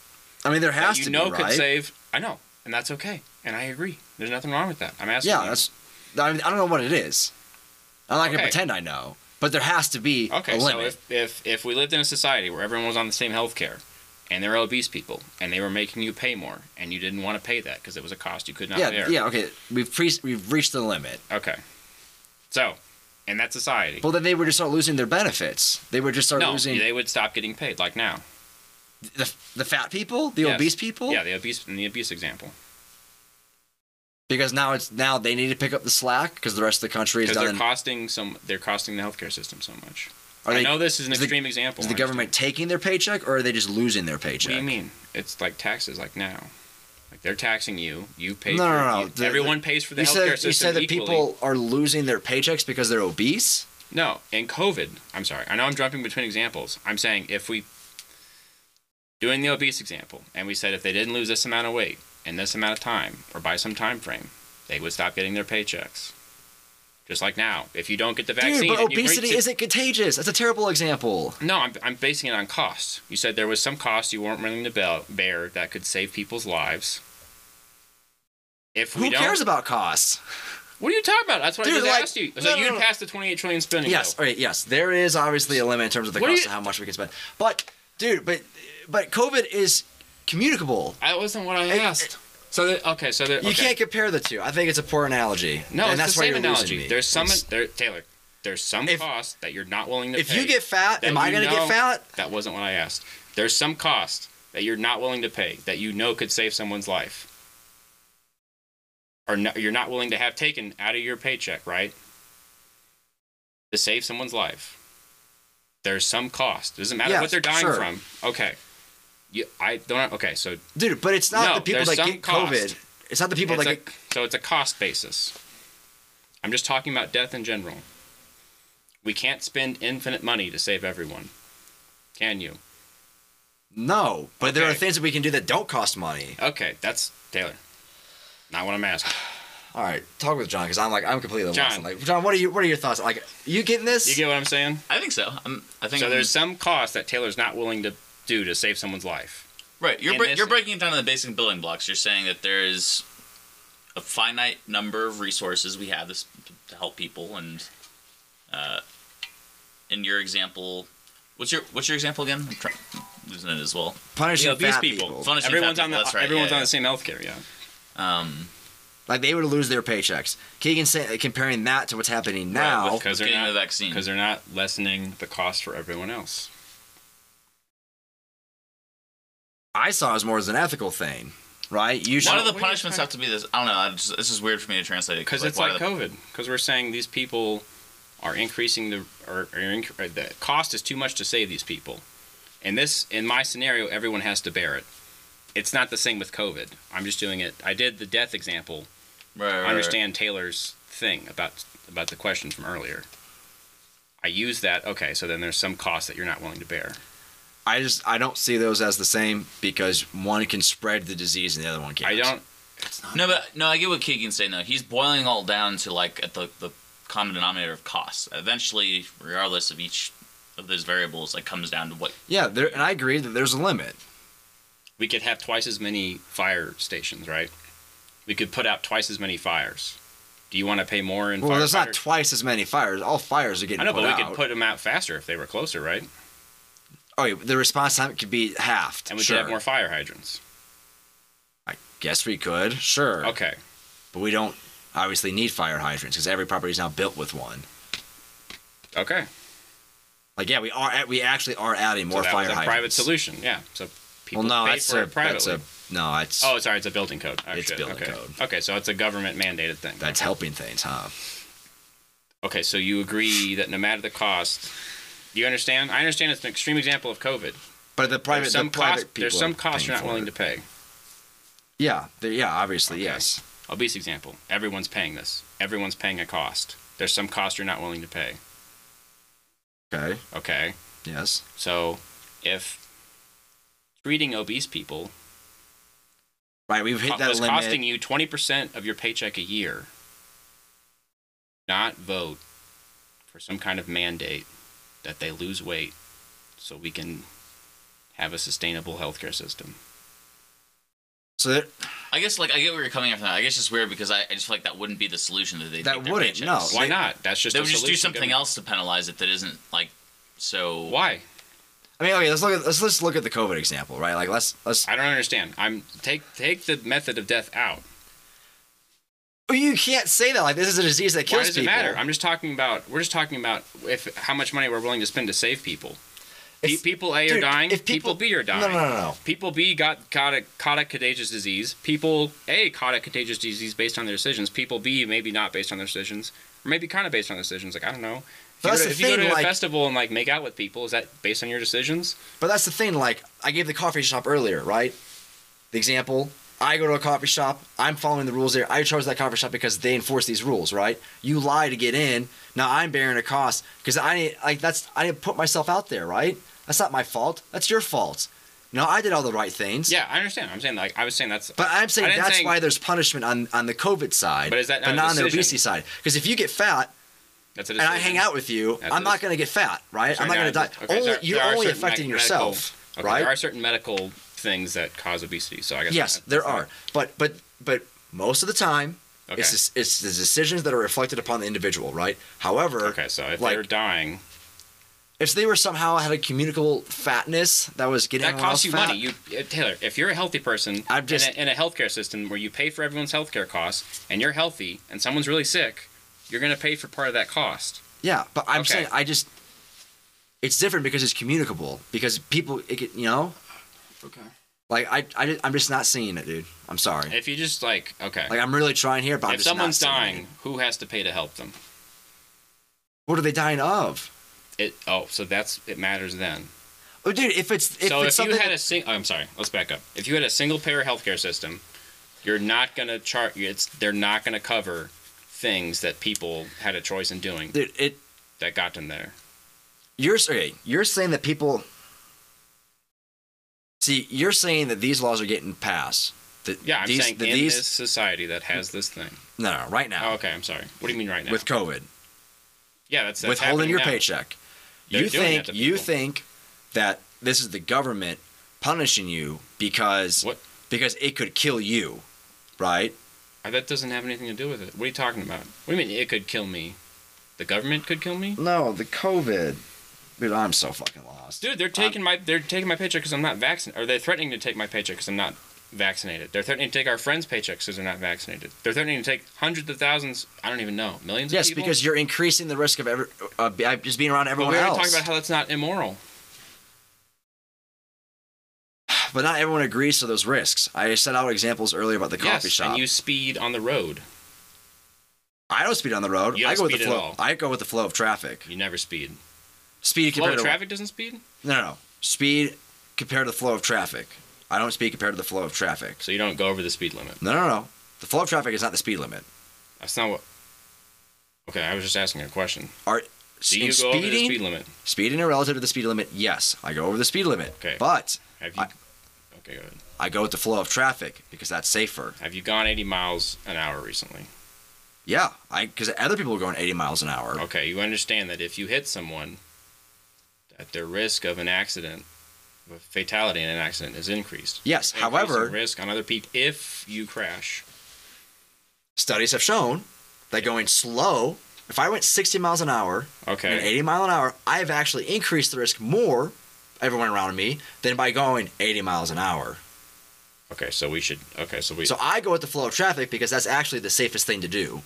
Speaker 2: I mean, there
Speaker 1: that
Speaker 2: has
Speaker 1: you
Speaker 2: to
Speaker 1: know
Speaker 2: be,
Speaker 1: could
Speaker 2: right?
Speaker 1: save? I know, and that's okay, and I agree. There's nothing wrong with that. I'm asking.
Speaker 2: yeah,
Speaker 1: you.
Speaker 2: that's. I mean, I don't know what it is. I'm not gonna
Speaker 1: Okay.
Speaker 2: pretend I know, but there has to be
Speaker 1: Okay,
Speaker 2: a
Speaker 1: so
Speaker 2: limit.
Speaker 1: if, if if we lived in a society where everyone was on the same health care and there were obese people and they were making you pay more and you didn't want to pay that because it was a cost you could not
Speaker 2: yeah,
Speaker 1: bear.
Speaker 2: yeah, okay. We've pre- we've reached the limit.
Speaker 1: Okay. So, in that society,
Speaker 2: Well, then they would just start losing their benefits. They would just start
Speaker 1: no,
Speaker 2: losing
Speaker 1: they would stop getting paid like now.
Speaker 2: the, the fat people, the
Speaker 1: Yes.
Speaker 2: obese people.
Speaker 1: Yeah, the obese in the obese example.
Speaker 2: Because now it's now they need to pick up the slack because the rest of the country is
Speaker 1: Because
Speaker 2: done.
Speaker 1: they're
Speaker 2: in-
Speaker 1: costing some they're costing the healthcare system so much.
Speaker 2: Are
Speaker 1: I
Speaker 2: they-
Speaker 1: know this is an
Speaker 2: is the-
Speaker 1: extreme example.
Speaker 2: Is the
Speaker 1: I
Speaker 2: government taking their paycheck or are they just losing their
Speaker 1: understand.
Speaker 2: paycheck?
Speaker 1: What do you mean? It's like taxes like now. Like they're taxing you, you pay for
Speaker 2: No, no, no,
Speaker 1: you-
Speaker 2: the- the-
Speaker 1: everyone pays for the
Speaker 2: You
Speaker 1: healthcare
Speaker 2: said,
Speaker 1: system
Speaker 2: you said that
Speaker 1: equally.
Speaker 2: people are losing their paychecks because they're obese?
Speaker 1: No, in COVID, I'm sorry. I know I'm jumping between examples. I'm saying if we doing the obese example, and we said if they didn't lose this amount of weight in this amount of time or by some time frame, they would stop getting their paychecks. Just like now, if you don't get the vaccine,
Speaker 2: Dude, but
Speaker 1: and you bring-
Speaker 2: obesity isn't contagious. That's a terrible example.
Speaker 1: No, I'm, I'm basing it on costs. You said there was some cost you weren't willing to be- bear that could save people's lives. If we
Speaker 2: Who
Speaker 1: don't,
Speaker 2: cares about costs?
Speaker 1: what are you talking about? That's what I
Speaker 2: Dude,
Speaker 1: just
Speaker 2: like-
Speaker 1: asked you. So
Speaker 2: no, no,
Speaker 1: you
Speaker 2: no.
Speaker 1: passed the 28 trillion spending
Speaker 2: Yes,
Speaker 1: bill.
Speaker 2: all right, yes. There is obviously a limit in terms of the
Speaker 1: What do
Speaker 2: cost
Speaker 1: you-
Speaker 2: of how much we can spend. But, dude, but but COVID is communicable.
Speaker 1: That wasn't what I
Speaker 2: It-
Speaker 1: asked. so that, okay, so that,
Speaker 2: You
Speaker 1: okay.
Speaker 2: can't compare the two. I think it's a poor analogy.
Speaker 1: No,
Speaker 2: and
Speaker 1: it's
Speaker 2: that's
Speaker 1: the
Speaker 2: why
Speaker 1: same
Speaker 2: you're losing
Speaker 1: analogy.
Speaker 2: me.
Speaker 1: There's some
Speaker 2: It's-
Speaker 1: there, Taylor. There's some
Speaker 2: If-
Speaker 1: cost that you're not willing to
Speaker 2: If
Speaker 1: pay.
Speaker 2: you get fat,
Speaker 1: that
Speaker 2: am I
Speaker 1: you
Speaker 2: going to
Speaker 1: know-
Speaker 2: get fat?
Speaker 1: That wasn't what I asked. There's some cost that you're not willing to pay that you know could save someone's life. Or no, you're not willing to have taken out of your paycheck, right? To save someone's life. There's some cost. doesn't matter
Speaker 2: Yes,
Speaker 1: what they're dying
Speaker 2: sure.
Speaker 1: from. Okay. You, I don't. Okay, so
Speaker 2: Dude, but it's not
Speaker 1: No,
Speaker 2: the people
Speaker 1: there's
Speaker 2: that
Speaker 1: some
Speaker 2: get
Speaker 1: cost.
Speaker 2: COVID. It's not the people
Speaker 1: It's
Speaker 2: that
Speaker 1: a-
Speaker 2: get.
Speaker 1: so it's a cost basis. I'm just talking about death in general. We can't spend infinite money to save everyone. Can you?
Speaker 2: No, but there are
Speaker 1: Okay.
Speaker 2: things that we can do that don't cost money.
Speaker 1: Okay, that's Taylor. Not what I'm asking.
Speaker 2: all right, talk with John because I'm like I'm completely lost.
Speaker 1: John.
Speaker 2: I'm like John, what are you? What are your thoughts? Like, you getting this?
Speaker 1: You get what I'm saying?
Speaker 3: I think so. i I think
Speaker 1: So there's some cost that Taylor's not willing to do to save someone's life.
Speaker 3: right. You're
Speaker 1: and
Speaker 3: bre-
Speaker 1: this-
Speaker 3: you're breaking it down to the basic building blocks. You're saying that there is a finite number of resources we have this, to help people, and uh, in your example, what's your what's your example again? I'm trying, losing it as well.
Speaker 2: punishing
Speaker 1: You know, these
Speaker 2: fat
Speaker 1: people.
Speaker 3: Punishing
Speaker 1: everyone's
Speaker 3: fat
Speaker 1: on the
Speaker 3: people, that's right,
Speaker 1: everyone's
Speaker 3: yeah,
Speaker 1: on
Speaker 3: yeah.
Speaker 1: the same healthcare. Yeah.
Speaker 3: Um,
Speaker 2: Like they would lose their paychecks. Keegan say, comparing that to what's happening now.
Speaker 3: with
Speaker 1: Because they're
Speaker 3: getting
Speaker 1: not-
Speaker 3: the vaccine.
Speaker 1: because they're not lessening the cost for everyone else.
Speaker 2: I saw it as more as an ethical thing, right? You
Speaker 3: Why
Speaker 2: should.
Speaker 3: do the
Speaker 1: What are you
Speaker 3: punishments
Speaker 1: trying-
Speaker 3: have to be this? I don't know. I just, this is weird for me to translate it.
Speaker 1: Because it's
Speaker 3: why
Speaker 1: like
Speaker 3: do
Speaker 1: COVID. Because we're saying these people are increasing the or, or inc- or the cost is too much to save these people. And this, in my scenario, everyone has to bear it. It's not the same with COVID. I'm just doing it. I did the death example.
Speaker 3: the- right, right,
Speaker 1: I
Speaker 3: right.
Speaker 1: understand Taylor's thing about about the question from earlier. I use that. Okay, so then there's some cost that you're not willing to bear.
Speaker 2: I just I don't see those as the same because one can spread the disease and the other one can't.
Speaker 1: I don't.
Speaker 3: No, but no, I get what Keegan's saying though. He's boiling all down to like at the the common denominator of costs. Eventually, regardless of each of those variables, like comes down to what.
Speaker 2: Yeah, there, and I agree that there's a limit.
Speaker 1: We could have twice as many fire stations, right? We could put out twice as many fires. Do you want to pay more in?
Speaker 2: Well, there's not
Speaker 1: firefighters?
Speaker 2: twice as many fires. All fires are getting.
Speaker 1: I know,
Speaker 2: put
Speaker 1: but we
Speaker 2: out.
Speaker 1: could put them out faster if they were closer, right?
Speaker 2: Oh, yeah, the response time could be halved.
Speaker 1: And we
Speaker 2: sure.
Speaker 1: could have more fire hydrants.
Speaker 2: I guess we could. Sure.
Speaker 1: Okay.
Speaker 2: But we don't obviously need fire hydrants because every property is now built with one.
Speaker 1: Okay.
Speaker 2: Like yeah, we are at, we actually are adding
Speaker 1: So
Speaker 2: more
Speaker 1: that
Speaker 2: fire
Speaker 1: was a
Speaker 2: hydrants.
Speaker 1: private solution. Yeah. So
Speaker 2: Well,
Speaker 1: people
Speaker 2: no,
Speaker 1: pay
Speaker 2: that's
Speaker 1: for
Speaker 2: a
Speaker 1: it privately.
Speaker 2: that's a no, that's
Speaker 1: Oh, sorry, it's a building code. Oh,
Speaker 2: It's
Speaker 1: shit,
Speaker 2: building
Speaker 1: okay.
Speaker 2: code.
Speaker 1: Okay, so it's a government mandated thing.
Speaker 2: that's
Speaker 1: okay.
Speaker 2: helping things, huh?
Speaker 1: Okay, so you agree that no matter the cost, you understand? I understand it's an extreme example of COVID.
Speaker 2: But the private
Speaker 1: There's some
Speaker 2: the private
Speaker 1: cost,
Speaker 2: people
Speaker 1: there's
Speaker 2: are
Speaker 1: some cost you're not
Speaker 2: paying for
Speaker 1: willing
Speaker 2: it.
Speaker 1: to pay.
Speaker 2: Yeah, the- yeah, obviously,
Speaker 1: Okay.
Speaker 2: yes.
Speaker 1: Obese example. Everyone's paying this. Everyone's paying a cost. There's some cost you're not willing to pay.
Speaker 2: Okay.
Speaker 1: Okay.
Speaker 2: Yes.
Speaker 1: So if treating obese people
Speaker 2: Right, we've hit
Speaker 1: co-
Speaker 2: that
Speaker 1: was
Speaker 2: limit.
Speaker 1: costing you 20% of your paycheck a year, not vote for some kind of mandate that they lose weight so we can have a sustainable healthcare system.
Speaker 2: so that,
Speaker 3: I guess like I get where you're coming from. That. I guess it's weird because I, I just feel like that wouldn't be the solution that they
Speaker 2: That wouldn't, no.
Speaker 1: Why not? That's just
Speaker 3: They
Speaker 1: a
Speaker 3: would just do
Speaker 1: solution
Speaker 3: something
Speaker 1: to-
Speaker 3: else to penalize it that isn't like so.
Speaker 1: Why?
Speaker 2: I mean, okay, let's look at let's let's look at the COVID example, right? Like let's let's
Speaker 1: I don't understand. I'm take take the method of death out.
Speaker 2: Well, Oh, you can't say that like this is a disease that
Speaker 1: Why
Speaker 2: kills
Speaker 1: does it
Speaker 2: people.
Speaker 1: matter? I'm just talking about we're just talking about if how much money we're willing to spend to save people. Pe-
Speaker 2: If-
Speaker 1: people A are
Speaker 2: dude,
Speaker 1: dying.
Speaker 2: if
Speaker 1: people,
Speaker 2: people-
Speaker 1: B are dying.
Speaker 2: No, no, no, no.
Speaker 1: People B got caught a, caught a contagious disease. People A caught a contagious disease based on their decisions. People B maybe not based on their decisions, or maybe kind of based on their decisions. Like I don't know. If you, go
Speaker 2: But that's
Speaker 1: to,
Speaker 2: the
Speaker 1: if you go
Speaker 2: thing,
Speaker 1: to a
Speaker 2: like-
Speaker 1: festival and like make out with people, is that based on your decisions?
Speaker 2: But that's the thing. Like I gave the coffee shop earlier, right? The example. I go to a coffee shop. I'm following the rules there. I chose that coffee shop because they enforce these rules, right? You lie to get in. Now I'm bearing a cost because I didn't like that's I didn't put myself out there, right? That's not my fault. That's your fault. You know, I did all the right things.
Speaker 1: Yeah, I understand. I'm saying like I was saying that's.
Speaker 2: But I'm
Speaker 1: I
Speaker 2: saying
Speaker 1: didn't
Speaker 2: that's
Speaker 1: think-
Speaker 2: why there's punishment on, on the COVID side,
Speaker 1: But is that not a
Speaker 2: on the
Speaker 1: decision?
Speaker 2: obesity side. Because if you get fat,
Speaker 1: That's a
Speaker 2: and
Speaker 1: decision.
Speaker 2: I hang out with you,
Speaker 1: That's
Speaker 2: I'm
Speaker 1: a-
Speaker 2: not going to get fat, right?
Speaker 1: Sorry,
Speaker 2: I'm not
Speaker 1: no,
Speaker 2: going to die.
Speaker 1: okay,
Speaker 2: only,
Speaker 1: there-
Speaker 2: you're
Speaker 1: there are certain
Speaker 2: only
Speaker 1: me-
Speaker 2: affecting
Speaker 1: medical-
Speaker 2: yourself,
Speaker 1: okay,
Speaker 2: right?
Speaker 1: There are certain medical things that cause obesity, so I guess.
Speaker 2: yes,
Speaker 1: that's-
Speaker 2: there are. But but but most of the time,
Speaker 1: Okay.
Speaker 2: it's the- it's the decisions that are reflected upon the individual, right? However,
Speaker 1: Okay, so if
Speaker 2: like
Speaker 1: they're dying,
Speaker 2: if they were somehow had a communicable fatness that was getting
Speaker 1: that
Speaker 2: everyone
Speaker 1: costs you
Speaker 2: else fat,
Speaker 1: money. You, uh, Taylor, if you're a healthy person
Speaker 2: I'm
Speaker 1: in,
Speaker 2: just-
Speaker 1: a, in a healthcare system where you pay for everyone's healthcare costs, and you're healthy, and someone's really sick, you're going to pay for part of that cost.
Speaker 2: Yeah, but I'm
Speaker 1: Okay.
Speaker 2: saying I just it's different because it's communicable because people it could, you know
Speaker 1: Okay.
Speaker 2: like I, I I'm just not seeing it, dude. I'm sorry.
Speaker 1: If you just like, okay,
Speaker 2: like I'm really trying here, but I'm
Speaker 1: if
Speaker 2: just not
Speaker 1: someone's
Speaker 2: seeing it.
Speaker 1: dying, who has to pay to help them?
Speaker 2: what are they dying of?
Speaker 1: It oh, so that's it matters then.
Speaker 2: Oh, dude, if it's if
Speaker 1: so
Speaker 2: it's
Speaker 1: if you
Speaker 2: something
Speaker 1: had a sing, oh, I'm sorry, let's back up. If you had a single payer healthcare system, you're not gonna chart. It's they're not gonna cover things that people had a choice in doing
Speaker 2: dude, it
Speaker 1: that got them there.
Speaker 2: you're okay, you're saying that people see you're saying that these laws are getting passed The,
Speaker 1: Yeah, I'm
Speaker 2: these,
Speaker 1: saying
Speaker 2: the-
Speaker 1: in
Speaker 2: these-
Speaker 1: this society that has this thing.
Speaker 2: No, no, right now
Speaker 1: Oh, okay, I'm sorry. What do you mean right now?
Speaker 2: with COVID,
Speaker 1: yeah, that's, that's
Speaker 2: withholding
Speaker 1: happening
Speaker 2: your
Speaker 1: now.
Speaker 2: paycheck.
Speaker 1: They're
Speaker 2: you
Speaker 1: doing that
Speaker 2: think
Speaker 1: to
Speaker 2: you
Speaker 1: people.
Speaker 2: think that this is the government punishing you because
Speaker 1: What?
Speaker 2: because it could kill you, right?
Speaker 1: Uh, That doesn't have anything to do with it. What are you talking about? What do you mean it could kill me? The government could kill me?
Speaker 2: No, the COVID. Dude, I'm so fucking lost.
Speaker 1: Dude, they're taking my they're taking my paycheck because I'm not vaccinated. Or they're threatening to take my paycheck because I'm not vaccinated. They're threatening to take our friends' paychecks because they're not vaccinated. They're threatening to take hundreds of thousands. I don't even know millions.
Speaker 2: Yes,
Speaker 1: of people?
Speaker 2: because you're increasing the risk of every, uh, be- uh, just being around
Speaker 1: But
Speaker 2: everyone
Speaker 1: we already
Speaker 2: else.
Speaker 1: talked about how that's not immoral.
Speaker 2: but not everyone agrees to those risks. I set out examples earlier about the
Speaker 1: yes,
Speaker 2: coffee shop.
Speaker 1: and you speed on the road.
Speaker 2: I don't speed on the road.
Speaker 1: You
Speaker 2: I
Speaker 1: don't
Speaker 2: go with the
Speaker 1: speed at
Speaker 2: flow.
Speaker 1: all.
Speaker 2: I go with the flow of traffic.
Speaker 1: You never speed.
Speaker 2: Speed
Speaker 1: Flow
Speaker 2: compared
Speaker 1: of
Speaker 2: to
Speaker 1: traffic doesn't speed,
Speaker 2: no, no, speed compared to the flow of traffic. I don't speed compared to the flow of traffic.
Speaker 1: so you don't go over the speed limit.
Speaker 2: No, no, no. The flow of traffic is not the speed limit.
Speaker 1: That's not what. Okay, I was just asking a question.
Speaker 2: Are
Speaker 1: Do
Speaker 2: in
Speaker 1: you go
Speaker 2: speeding,
Speaker 1: over the speed limit?
Speaker 2: speeding and relative to the speed limit? Yes, I go over the speed limit.
Speaker 1: Okay.
Speaker 2: But
Speaker 1: Have you?
Speaker 2: I-
Speaker 1: okay, go ahead.
Speaker 2: I go with the flow of traffic because that's safer.
Speaker 1: Have you gone 80 miles an hour recently?
Speaker 2: Yeah, I because other people are going 80 miles an hour.
Speaker 1: Okay, you understand that if you hit someone, that their risk of an accident, of a fatality in an accident, is increased.
Speaker 2: Yes.
Speaker 1: Increasing
Speaker 2: However,
Speaker 1: risk on other people if you crash.
Speaker 2: studies have shown that going slow, if I went 60 miles an hour and
Speaker 1: Okay.
Speaker 2: 80 mile an hour, I've actually increased the risk more, everyone around me, than by going 80 miles an hour.
Speaker 1: Okay, so we should. Okay, so we.
Speaker 2: So I go with the flow of traffic because that's actually the safest thing to do.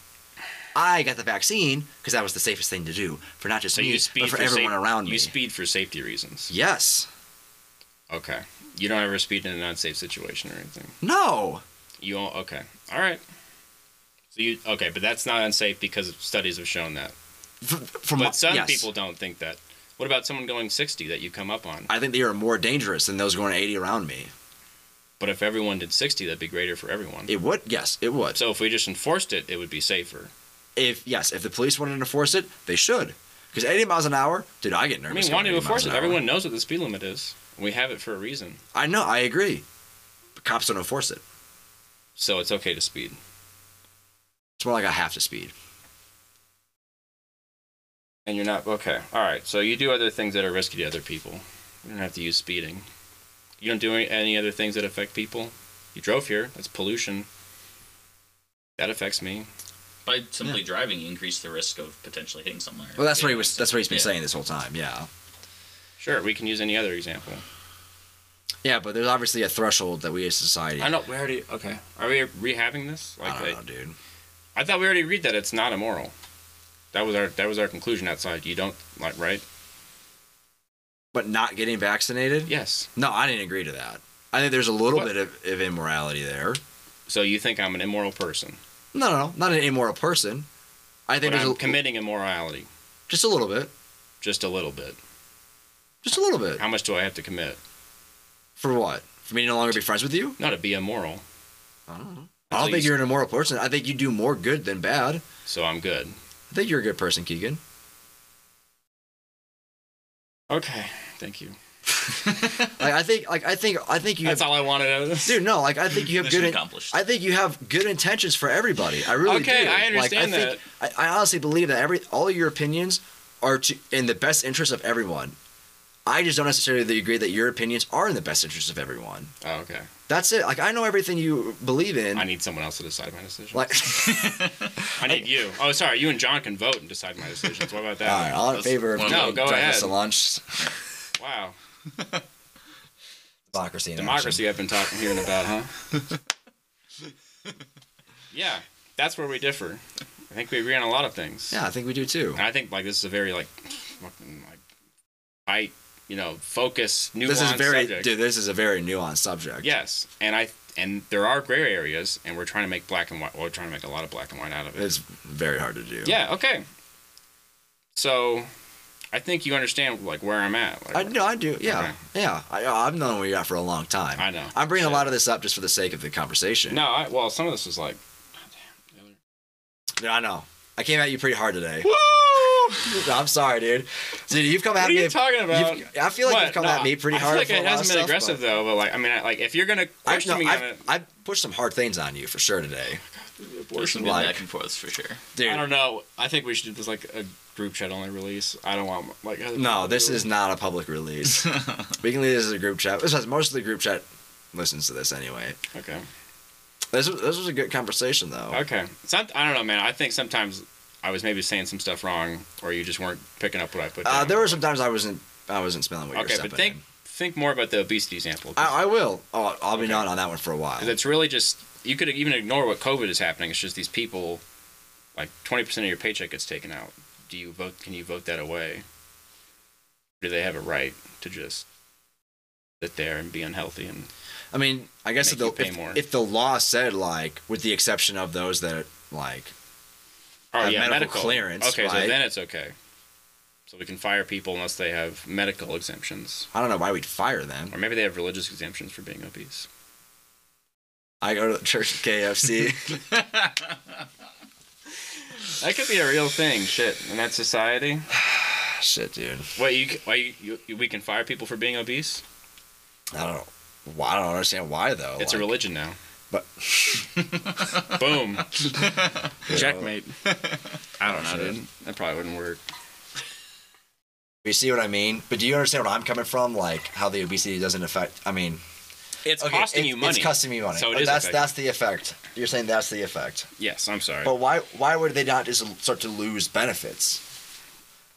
Speaker 2: I got the vaccine because that was the safest thing to do for not just
Speaker 1: so
Speaker 2: me,
Speaker 1: you speed
Speaker 2: but for, everyone
Speaker 1: saf-
Speaker 2: around
Speaker 1: you
Speaker 2: me.
Speaker 1: speed for safety reasons.
Speaker 2: yes.
Speaker 1: Okay. You don't ever speed in an unsafe situation or anything.
Speaker 2: No.
Speaker 1: You all okay? All right. So you okay? But that's not unsafe because studies have shown that.
Speaker 2: F- From
Speaker 1: But some
Speaker 2: yes.
Speaker 1: people don't think that. What about someone going 60 that you come up on?
Speaker 2: I think they are more dangerous than those going 80 around me.
Speaker 1: But if everyone did 60, that'd be greater for everyone.
Speaker 2: It would. Yes, it would.
Speaker 1: So if we just enforced it, it would be safer.
Speaker 2: if yes, if the police wanted to enforce it, they should. Because 80 miles an hour, dude, I get
Speaker 1: I mean,
Speaker 2: nervous. going
Speaker 1: wanting to
Speaker 2: 80 miles
Speaker 1: enforce
Speaker 2: an
Speaker 1: it.
Speaker 2: hour.
Speaker 1: Everyone knows what the speed limit is. We have it for a reason.
Speaker 2: I know, I agree. But cops don't enforce it.
Speaker 1: So it's okay to speed.
Speaker 2: It's more like I have to speed.
Speaker 1: And you're not okay. All right. So you do other things that are risky to other people. You don't have to use speeding. You don't do any, any other things that affect people. You drove here. That's pollution. That affects me.
Speaker 3: By simply driving, you increase the risk of potentially hitting somewhere.
Speaker 2: Well, that's what he was. That's what he's been
Speaker 3: Yeah.
Speaker 2: saying this whole time. Yeah.
Speaker 1: Sure, we can use any other example.
Speaker 2: Yeah, but there's obviously a threshold that we as society.
Speaker 1: I know. We already okay. Are we rehabbing this? Like,
Speaker 2: I don't know, dude.
Speaker 1: I thought we already agreed that it's not immoral. That was our that was our conclusion outside. You don't like right?
Speaker 2: But not getting vaccinated?
Speaker 1: Yes.
Speaker 2: No, I didn't agree to that. I think there's a little
Speaker 1: What?
Speaker 2: bit of, of immorality there.
Speaker 1: So you think I'm an immoral person?
Speaker 2: No, no, no, not an immoral person. I think
Speaker 1: But I'm
Speaker 2: there's a,
Speaker 1: committing immorality
Speaker 2: just a little bit,
Speaker 1: just a little bit.
Speaker 2: just a little bit.
Speaker 1: How much do I have to commit?
Speaker 2: For what? For me to no longer be friends with you?
Speaker 1: Not to be immoral.
Speaker 2: I don't
Speaker 1: Until
Speaker 2: know. I don't think
Speaker 1: Uh-huh. you-
Speaker 2: you're an immoral person. I think you do more good than bad.
Speaker 1: So I'm good.
Speaker 2: I think you're a good person, Keegan.
Speaker 1: Okay. Thank you.
Speaker 2: Like I think, like I think, I think you
Speaker 1: That's
Speaker 2: have,
Speaker 1: all I wanted out of this.
Speaker 2: dude. No, like I think you have
Speaker 3: Mission
Speaker 2: good. In,
Speaker 3: accomplished.
Speaker 2: I think you have good intentions for everybody. I really do.
Speaker 1: Okay, I understand
Speaker 2: like, I think, I, I honestly believe that every all of your opinions are to, in the best interest of everyone. I just don't necessarily agree that your opinions are in the best interest of everyone.
Speaker 1: Oh, okay.
Speaker 2: That's it. Like I know everything you believe in.
Speaker 1: I need someone else to decide my decisions.
Speaker 2: like
Speaker 1: I need you. Oh, sorry. You and John can vote and decide my decisions. What about that?
Speaker 2: all right, all in
Speaker 3: That's
Speaker 2: favor of
Speaker 3: one of
Speaker 1: No,
Speaker 2: driving
Speaker 1: go
Speaker 2: us
Speaker 1: ahead.
Speaker 2: to lunch.
Speaker 1: Wow.
Speaker 2: Democracy. in action.
Speaker 1: democracy I've been talking hearing about, huh? Uh-huh. yeah, that's where we differ. I think we agree on a lot of things.
Speaker 2: Yeah, I think we do too.
Speaker 1: And I think like this is a very like fucking like I you know focus nuanced
Speaker 2: This is very,
Speaker 1: subject.
Speaker 2: dude. This is a very nuanced subject.
Speaker 1: Yes, and I and there are gray areas, and we're trying to make black and white. Well, we're trying to make a lot of black and white out of it.
Speaker 2: It's very hard to do.
Speaker 1: yeah. Okay. So, I think you understand like where I'm at. Like,
Speaker 2: I no, I do. Yeah, yeah. I, uh, I've known what you got for a long time.
Speaker 1: I know.
Speaker 2: I'm bringing a
Speaker 1: Shit.
Speaker 2: lot of this up just for the sake of the conversation.
Speaker 1: No, I, well, some of this is like.
Speaker 2: Dude, I know. I came at you pretty hard today.
Speaker 1: Woo!
Speaker 2: I'm sorry, dude. Dude, you've come at
Speaker 1: What are
Speaker 2: me.
Speaker 1: you talking about?
Speaker 2: you've- I feel like
Speaker 1: What?
Speaker 2: you've come
Speaker 1: No,
Speaker 2: at me pretty
Speaker 1: I
Speaker 2: hard.
Speaker 1: feel like
Speaker 2: for a
Speaker 1: it
Speaker 2: lot of
Speaker 1: hasn't been
Speaker 2: stuff,
Speaker 1: aggressive
Speaker 2: but-
Speaker 1: though, but like I mean, I, like if you're gonna
Speaker 2: I've,
Speaker 1: question
Speaker 2: no,
Speaker 1: me on
Speaker 2: I've,
Speaker 1: it,
Speaker 2: I've pushed some hard things on you for sure today,
Speaker 3: There's some
Speaker 1: abortion,
Speaker 3: good
Speaker 2: like-
Speaker 3: back and forths for sure.
Speaker 2: dude.
Speaker 1: I don't know. I think we should do this like a group chat only release. I don't want like other people
Speaker 2: No,
Speaker 1: to
Speaker 2: this
Speaker 1: do it.
Speaker 2: is not a public release. we can leave this as a group chat. Besides, most of the group chat listens to this anyway.
Speaker 1: okay.
Speaker 2: This was, this was a good conversation though.
Speaker 1: Okay. Some, I don't know, man. I think sometimes I was maybe saying some stuff wrong, or you just weren't picking up what I put.
Speaker 2: Uh,
Speaker 1: down.
Speaker 2: there were some times I wasn't I wasn't smelling what you were
Speaker 1: Okay,
Speaker 2: stepping
Speaker 1: but think
Speaker 2: in.
Speaker 1: think more about the obesity sample. 'cause-
Speaker 2: I, I will. Oh, I'll be
Speaker 1: Okay.
Speaker 2: not on that one for a while.
Speaker 1: Because it's really just you could even ignore what COVID is happening. It's just these people, like twenty percent of your paycheck gets taken out. Do you vote? Can you vote that away? Do they have a right to just sit there and be unhealthy? And
Speaker 2: I mean, I guess
Speaker 1: Make
Speaker 2: if the,
Speaker 1: you pay
Speaker 2: if,
Speaker 1: more.
Speaker 2: if the law said like, with the exception of those that like,
Speaker 1: oh
Speaker 2: Have
Speaker 1: yeah,
Speaker 2: medical
Speaker 1: medical,
Speaker 2: clearance,
Speaker 1: Okay, so
Speaker 2: right?
Speaker 1: then it's okay. So we can fire people unless they have medical exemptions,
Speaker 2: I don't know why we'd fire them.
Speaker 1: or maybe they have religious exemptions for being obese.
Speaker 2: I go to the church at KFC.
Speaker 1: That could be a real thing, shit, in that society.
Speaker 2: Shit, dude.
Speaker 1: What you? c- Why you, you? We can fire people for being obese.
Speaker 2: I don't. Why I don't understand why though.
Speaker 1: It's a
Speaker 2: Like,
Speaker 1: religion now.
Speaker 2: But
Speaker 1: Boom.
Speaker 2: you know,
Speaker 1: Checkmate. I don't know,
Speaker 2: Shit.
Speaker 1: dude. That probably wouldn't work.
Speaker 2: You see what I mean? But do you understand where I'm coming from? Like how the obesity doesn't affect. I mean,
Speaker 1: It's
Speaker 2: okay,
Speaker 1: costing
Speaker 2: it-
Speaker 1: you money.
Speaker 2: It's costing me money.
Speaker 1: So it
Speaker 2: But
Speaker 1: is
Speaker 2: that's
Speaker 1: affecting-
Speaker 2: that's the effect. You're saying that's the effect.
Speaker 1: yes, I'm sorry.
Speaker 2: But why why would they not just start to lose benefits?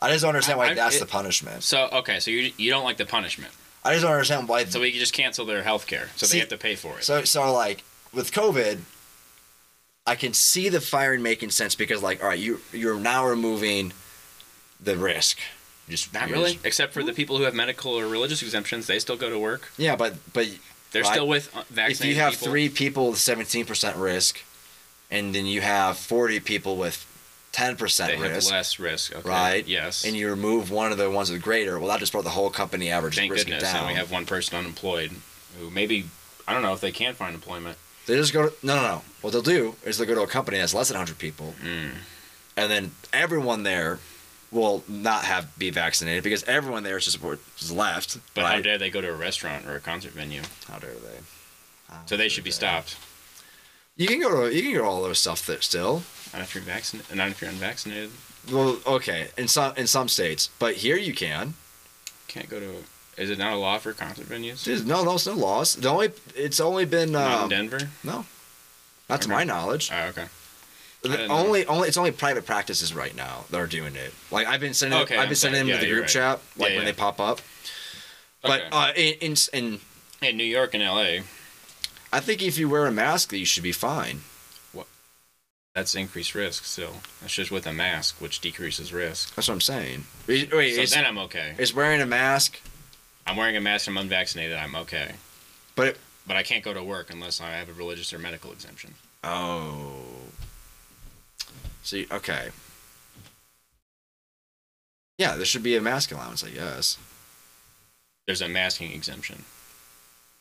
Speaker 2: I just don't understand why
Speaker 1: I- I-
Speaker 2: that's
Speaker 1: it-
Speaker 2: the punishment.
Speaker 1: so okay, so you you don't like the punishment.
Speaker 2: I just don't understand why.
Speaker 1: So we can just cancel their health care. So
Speaker 2: See-
Speaker 1: they have to pay for it.
Speaker 2: So so like with COVID, I can see the firing making sense because like all right, you you're now removing the risk. You Just
Speaker 1: not
Speaker 2: you
Speaker 1: really.
Speaker 2: just-
Speaker 1: Except for the people who have medical or religious exemptions, they still go to work.
Speaker 2: yeah, but but
Speaker 1: They're
Speaker 2: Right.
Speaker 1: still with uh,
Speaker 2: if
Speaker 1: vaccinated
Speaker 2: you have
Speaker 1: people.
Speaker 2: three people with seventeen percent risk, and then you have forty people with ten
Speaker 1: they
Speaker 2: percent
Speaker 1: have
Speaker 2: risk,
Speaker 1: less risk. Okay.
Speaker 2: right?
Speaker 1: Yes.
Speaker 2: And you remove one of the ones with greater. Well, that just brought the whole company average
Speaker 1: Thank
Speaker 2: risk
Speaker 1: goodness.
Speaker 2: down.
Speaker 1: And we have one person unemployed who maybe I don't know if they can find employment.
Speaker 2: They just go to, no, no, no. What they'll do is they'll go to a company that's less than 100 people,
Speaker 1: Mm.
Speaker 2: and then everyone there will not have be vaccinated because everyone there is just, just left.
Speaker 1: But how
Speaker 2: right?
Speaker 1: dare they go to a restaurant or a concert venue?
Speaker 2: How dare they? How
Speaker 1: So they
Speaker 2: dare
Speaker 1: should be stopped.
Speaker 2: You can go to you can go to all those stuff that still.
Speaker 1: Not if you're vaccinated. Not if you're unvaccinated.
Speaker 2: Well, okay, in some in some states, but here you can.
Speaker 1: Can't go to. Is it not a law for concert venues?
Speaker 2: There's no, no, no laws. The only it's only been
Speaker 1: Not in
Speaker 2: um,
Speaker 1: Denver.
Speaker 2: no, not to
Speaker 1: Okay.
Speaker 2: my knowledge.
Speaker 1: Oh, okay. I
Speaker 2: The
Speaker 1: didn't know.
Speaker 2: only, only it's only private practices right now that are doing it. Like I've been sending,
Speaker 1: Okay,
Speaker 2: I've
Speaker 1: I'm
Speaker 2: been sending
Speaker 1: sorry.
Speaker 2: them
Speaker 1: Yeah,
Speaker 2: to the
Speaker 1: you're
Speaker 2: group
Speaker 1: right.
Speaker 2: chat like
Speaker 1: Yeah,
Speaker 2: when
Speaker 1: yeah.
Speaker 2: they pop up. But
Speaker 1: Okay.
Speaker 2: uh, in, in in
Speaker 1: in New York and L.A.,
Speaker 2: I think if you wear a mask, you should be fine.
Speaker 1: that's increased risk. Still, that's just with a mask, which decreases risk.
Speaker 2: That's what I'm saying. Wait, wait,
Speaker 1: So
Speaker 2: is,
Speaker 1: then I'm okay.
Speaker 2: is wearing a mask?
Speaker 1: I'm wearing a mask. I'm unvaccinated. I'm okay.
Speaker 2: But it,
Speaker 1: But I can't go to work unless I have a religious or medical exemption.
Speaker 2: oh, see, okay, yeah, there should be a mask allowance, I guess.
Speaker 1: There's a masking exemption.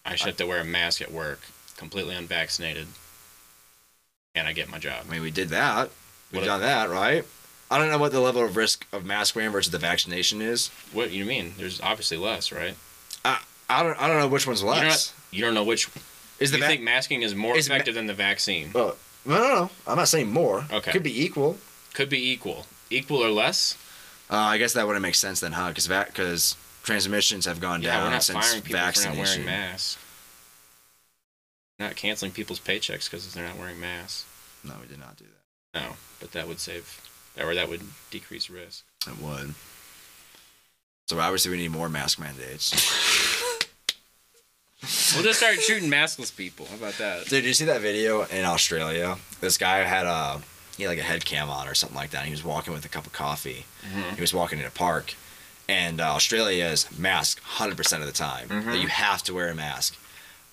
Speaker 1: I should have to wear a mask at work, completely unvaccinated, and I get my job.
Speaker 2: I mean, we did that. We've
Speaker 1: What-
Speaker 2: done that, right? I don't know what the level of risk of mask wearing versus the vaccination is.
Speaker 1: What do you mean? There's obviously less, right?
Speaker 2: I don't I don't know which one's
Speaker 1: You don't, know,
Speaker 2: less.
Speaker 1: you don't know which.
Speaker 2: Is the
Speaker 1: you
Speaker 2: va-
Speaker 1: think masking is more
Speaker 2: is ma-
Speaker 1: effective than the vaccine?
Speaker 2: Oh, no, no, no. I'm not saying more.
Speaker 1: Okay.
Speaker 2: Could be equal.
Speaker 1: Could be equal. Equal or less?
Speaker 2: Uh, I guess that wouldn't make sense then, huh? Because because transmissions have gone
Speaker 1: Yeah,
Speaker 2: down
Speaker 1: we're not
Speaker 2: since
Speaker 1: firing people for not wearing
Speaker 2: vaccination.
Speaker 1: masks. Not canceling people's paychecks because they're not wearing masks.
Speaker 2: no, we did not do that.
Speaker 1: No, but that would save, or that would decrease risk.
Speaker 2: It would. So obviously we need more mask mandates.
Speaker 1: We'll just start shooting maskless people. How about that?
Speaker 2: Dude, did you see that video in Australia? This guy had a he had like a head cam on or something like that. And he was walking with a cup of coffee. He was walking in a park, and uh, Australia is mask 100% of the time. You have to wear a mask.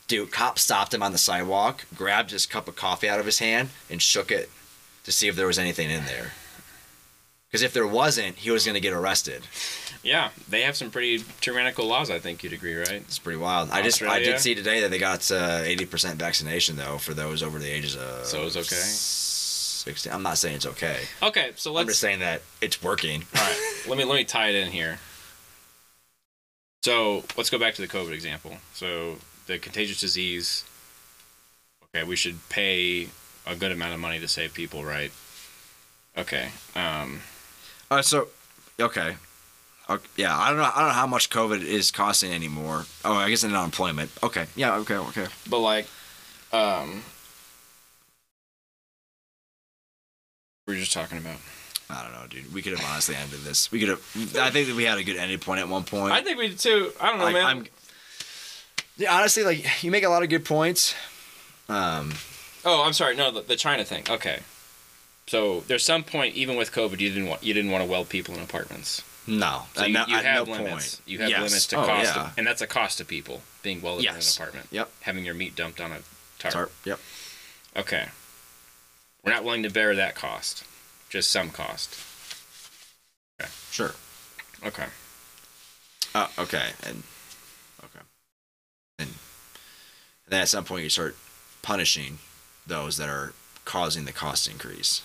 Speaker 2: Dude, cop stopped him on the sidewalk, grabbed his cup of coffee out of his hand, and shook it to see if there was anything in there. Because if there wasn't, he was going to get arrested.
Speaker 1: Yeah, they have some pretty tyrannical laws. I think you'd agree, right?
Speaker 2: It's pretty wild. I just I
Speaker 1: Australia?
Speaker 2: did see today that they got uh, 80% vaccination though for those over the ages of
Speaker 1: So it was okay?
Speaker 2: s- fixed it. I'm not saying it's okay.
Speaker 1: Okay, so
Speaker 2: I'm just
Speaker 1: let's.
Speaker 2: saying that it's working.
Speaker 1: All right, let me let me tie it in here. So let's go back to the COVID example. So the contagious disease. Okay, we should pay a good amount of money to save people, right? Okay. Um,
Speaker 2: Uh, so, okay. okay. Yeah, I don't know. I don't know how much COVID is costing anymore. Oh, I guess in unemployment. Okay. Yeah. Okay. Okay.
Speaker 1: but like, um, we were just talking about.
Speaker 2: I don't know, dude. We could have honestly ended this. We could have. I think that we had a good ending point at one point.
Speaker 1: I think we did too. I don't know,
Speaker 2: Like,
Speaker 1: man.
Speaker 2: I'm- yeah, honestly, like you make a lot of good points. Um,
Speaker 1: Oh, I'm sorry. No, the, the China thing. Okay. So there's some point, even with COVID, you didn't want you didn't want to weld people in apartments.
Speaker 2: no,
Speaker 1: So
Speaker 2: at
Speaker 1: you,
Speaker 2: no-
Speaker 1: you
Speaker 2: at
Speaker 1: have
Speaker 2: no
Speaker 1: limits.
Speaker 2: point.
Speaker 1: You have
Speaker 2: Yes.
Speaker 1: limits to
Speaker 2: Oh,
Speaker 1: cost,
Speaker 2: yeah.
Speaker 1: and that's a cost to people being welded
Speaker 2: Yes.
Speaker 1: in an apartment.
Speaker 2: Yep.
Speaker 1: Having your meat dumped on a tarp.
Speaker 2: Tarp. Yep.
Speaker 1: Okay. We're not willing to bear that cost, just some cost.
Speaker 2: Sure.
Speaker 1: Okay.
Speaker 2: Uh, okay. And okay. And then at some point you start punishing those that are causing the cost increase.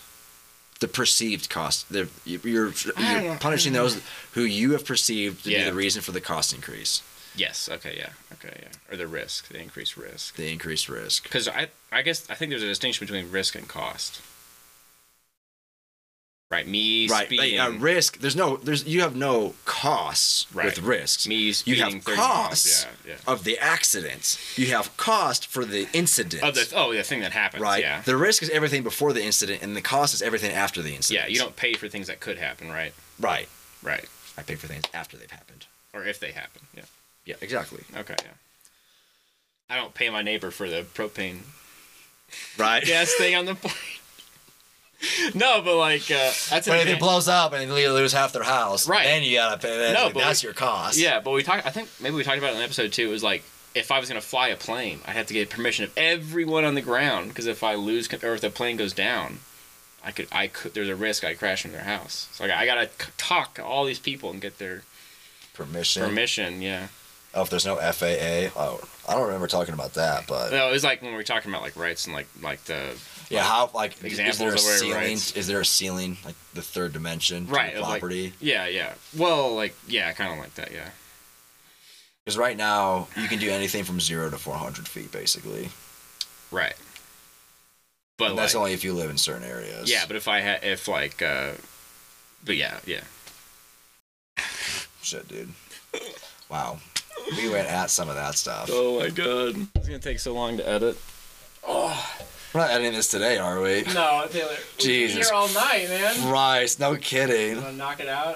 Speaker 2: The perceived cost. The, you- you're you're punishing those who you have perceived to be
Speaker 1: Yeah.
Speaker 2: the reason for the cost increase,
Speaker 1: Yes. Okay. Yeah. Okay. Yeah. Or the risk, the increased risk.
Speaker 2: the increased risk.
Speaker 1: Because I, I guess I think there's a distinction between risk and cost. Right. Me
Speaker 2: right.
Speaker 1: speeding.
Speaker 2: Like, uh, risk. There's no. There's you have no costs
Speaker 1: Right.
Speaker 2: with risks.
Speaker 1: me
Speaker 2: you
Speaker 1: speeding.
Speaker 2: have
Speaker 1: 30 miles.
Speaker 2: costs
Speaker 1: Yeah. Yeah.
Speaker 2: of the accidents. You have cost for the incident.
Speaker 1: Of the oh, the thing that happens.
Speaker 2: right.
Speaker 1: Yeah.
Speaker 2: The risk is everything before the incident, and the cost is everything after the incident.
Speaker 1: yeah. You don't pay for things that could happen, right?
Speaker 2: Right.
Speaker 1: Right.
Speaker 2: I pay for things after they've happened.
Speaker 1: Or if they happen. Yeah.
Speaker 2: Yeah, exactly.
Speaker 1: Okay. Yeah. I don't pay my neighbor for the propane
Speaker 2: Right.
Speaker 1: gas thing on the plane. no, but like uh, that's an
Speaker 2: But if it
Speaker 1: example.
Speaker 2: blows up and they lose half their house,
Speaker 1: Right.
Speaker 2: then you gotta pay. That.
Speaker 1: No,
Speaker 2: like,
Speaker 1: but
Speaker 2: that's
Speaker 1: we-
Speaker 2: your cost.
Speaker 1: Yeah, but we talked. I think maybe we talked about it in episode two. It was like if I was gonna fly a plane, I'd have to get permission of everyone on the ground because if I lose con- or if the plane goes down, I could I could there's a risk I crash into their house. So like, I gotta c- talk to all these people and get their
Speaker 2: Permission.
Speaker 1: permission. Yeah.
Speaker 2: Oh, if there's no FAA, oh, I don't remember talking about that, but
Speaker 1: No, it was like when we were talking about like rights and like like the
Speaker 2: yeah, how like is there
Speaker 1: Examples
Speaker 2: a
Speaker 1: of where it
Speaker 2: ceiling?
Speaker 1: writes.
Speaker 2: Is there a ceiling like the third dimension to the
Speaker 1: right of, like-
Speaker 2: property?
Speaker 1: yeah, yeah. Well, like yeah, kind of like that. Yeah.
Speaker 2: Because right now you can do anything from zero to four hundred feet, basically.
Speaker 1: Right. But
Speaker 2: And that's
Speaker 1: like,
Speaker 2: only if you live in certain areas.
Speaker 1: yeah, but if I had if like uh, but yeah, yeah.
Speaker 2: shit, dude. Wow, we went at some of that stuff.
Speaker 1: Oh my god. It's gonna take so long to edit.
Speaker 2: We're not editing this today, are we?
Speaker 1: No, Taylor.
Speaker 2: Jesus.
Speaker 1: all night, man.
Speaker 2: Christ, no kidding.
Speaker 1: knock it out.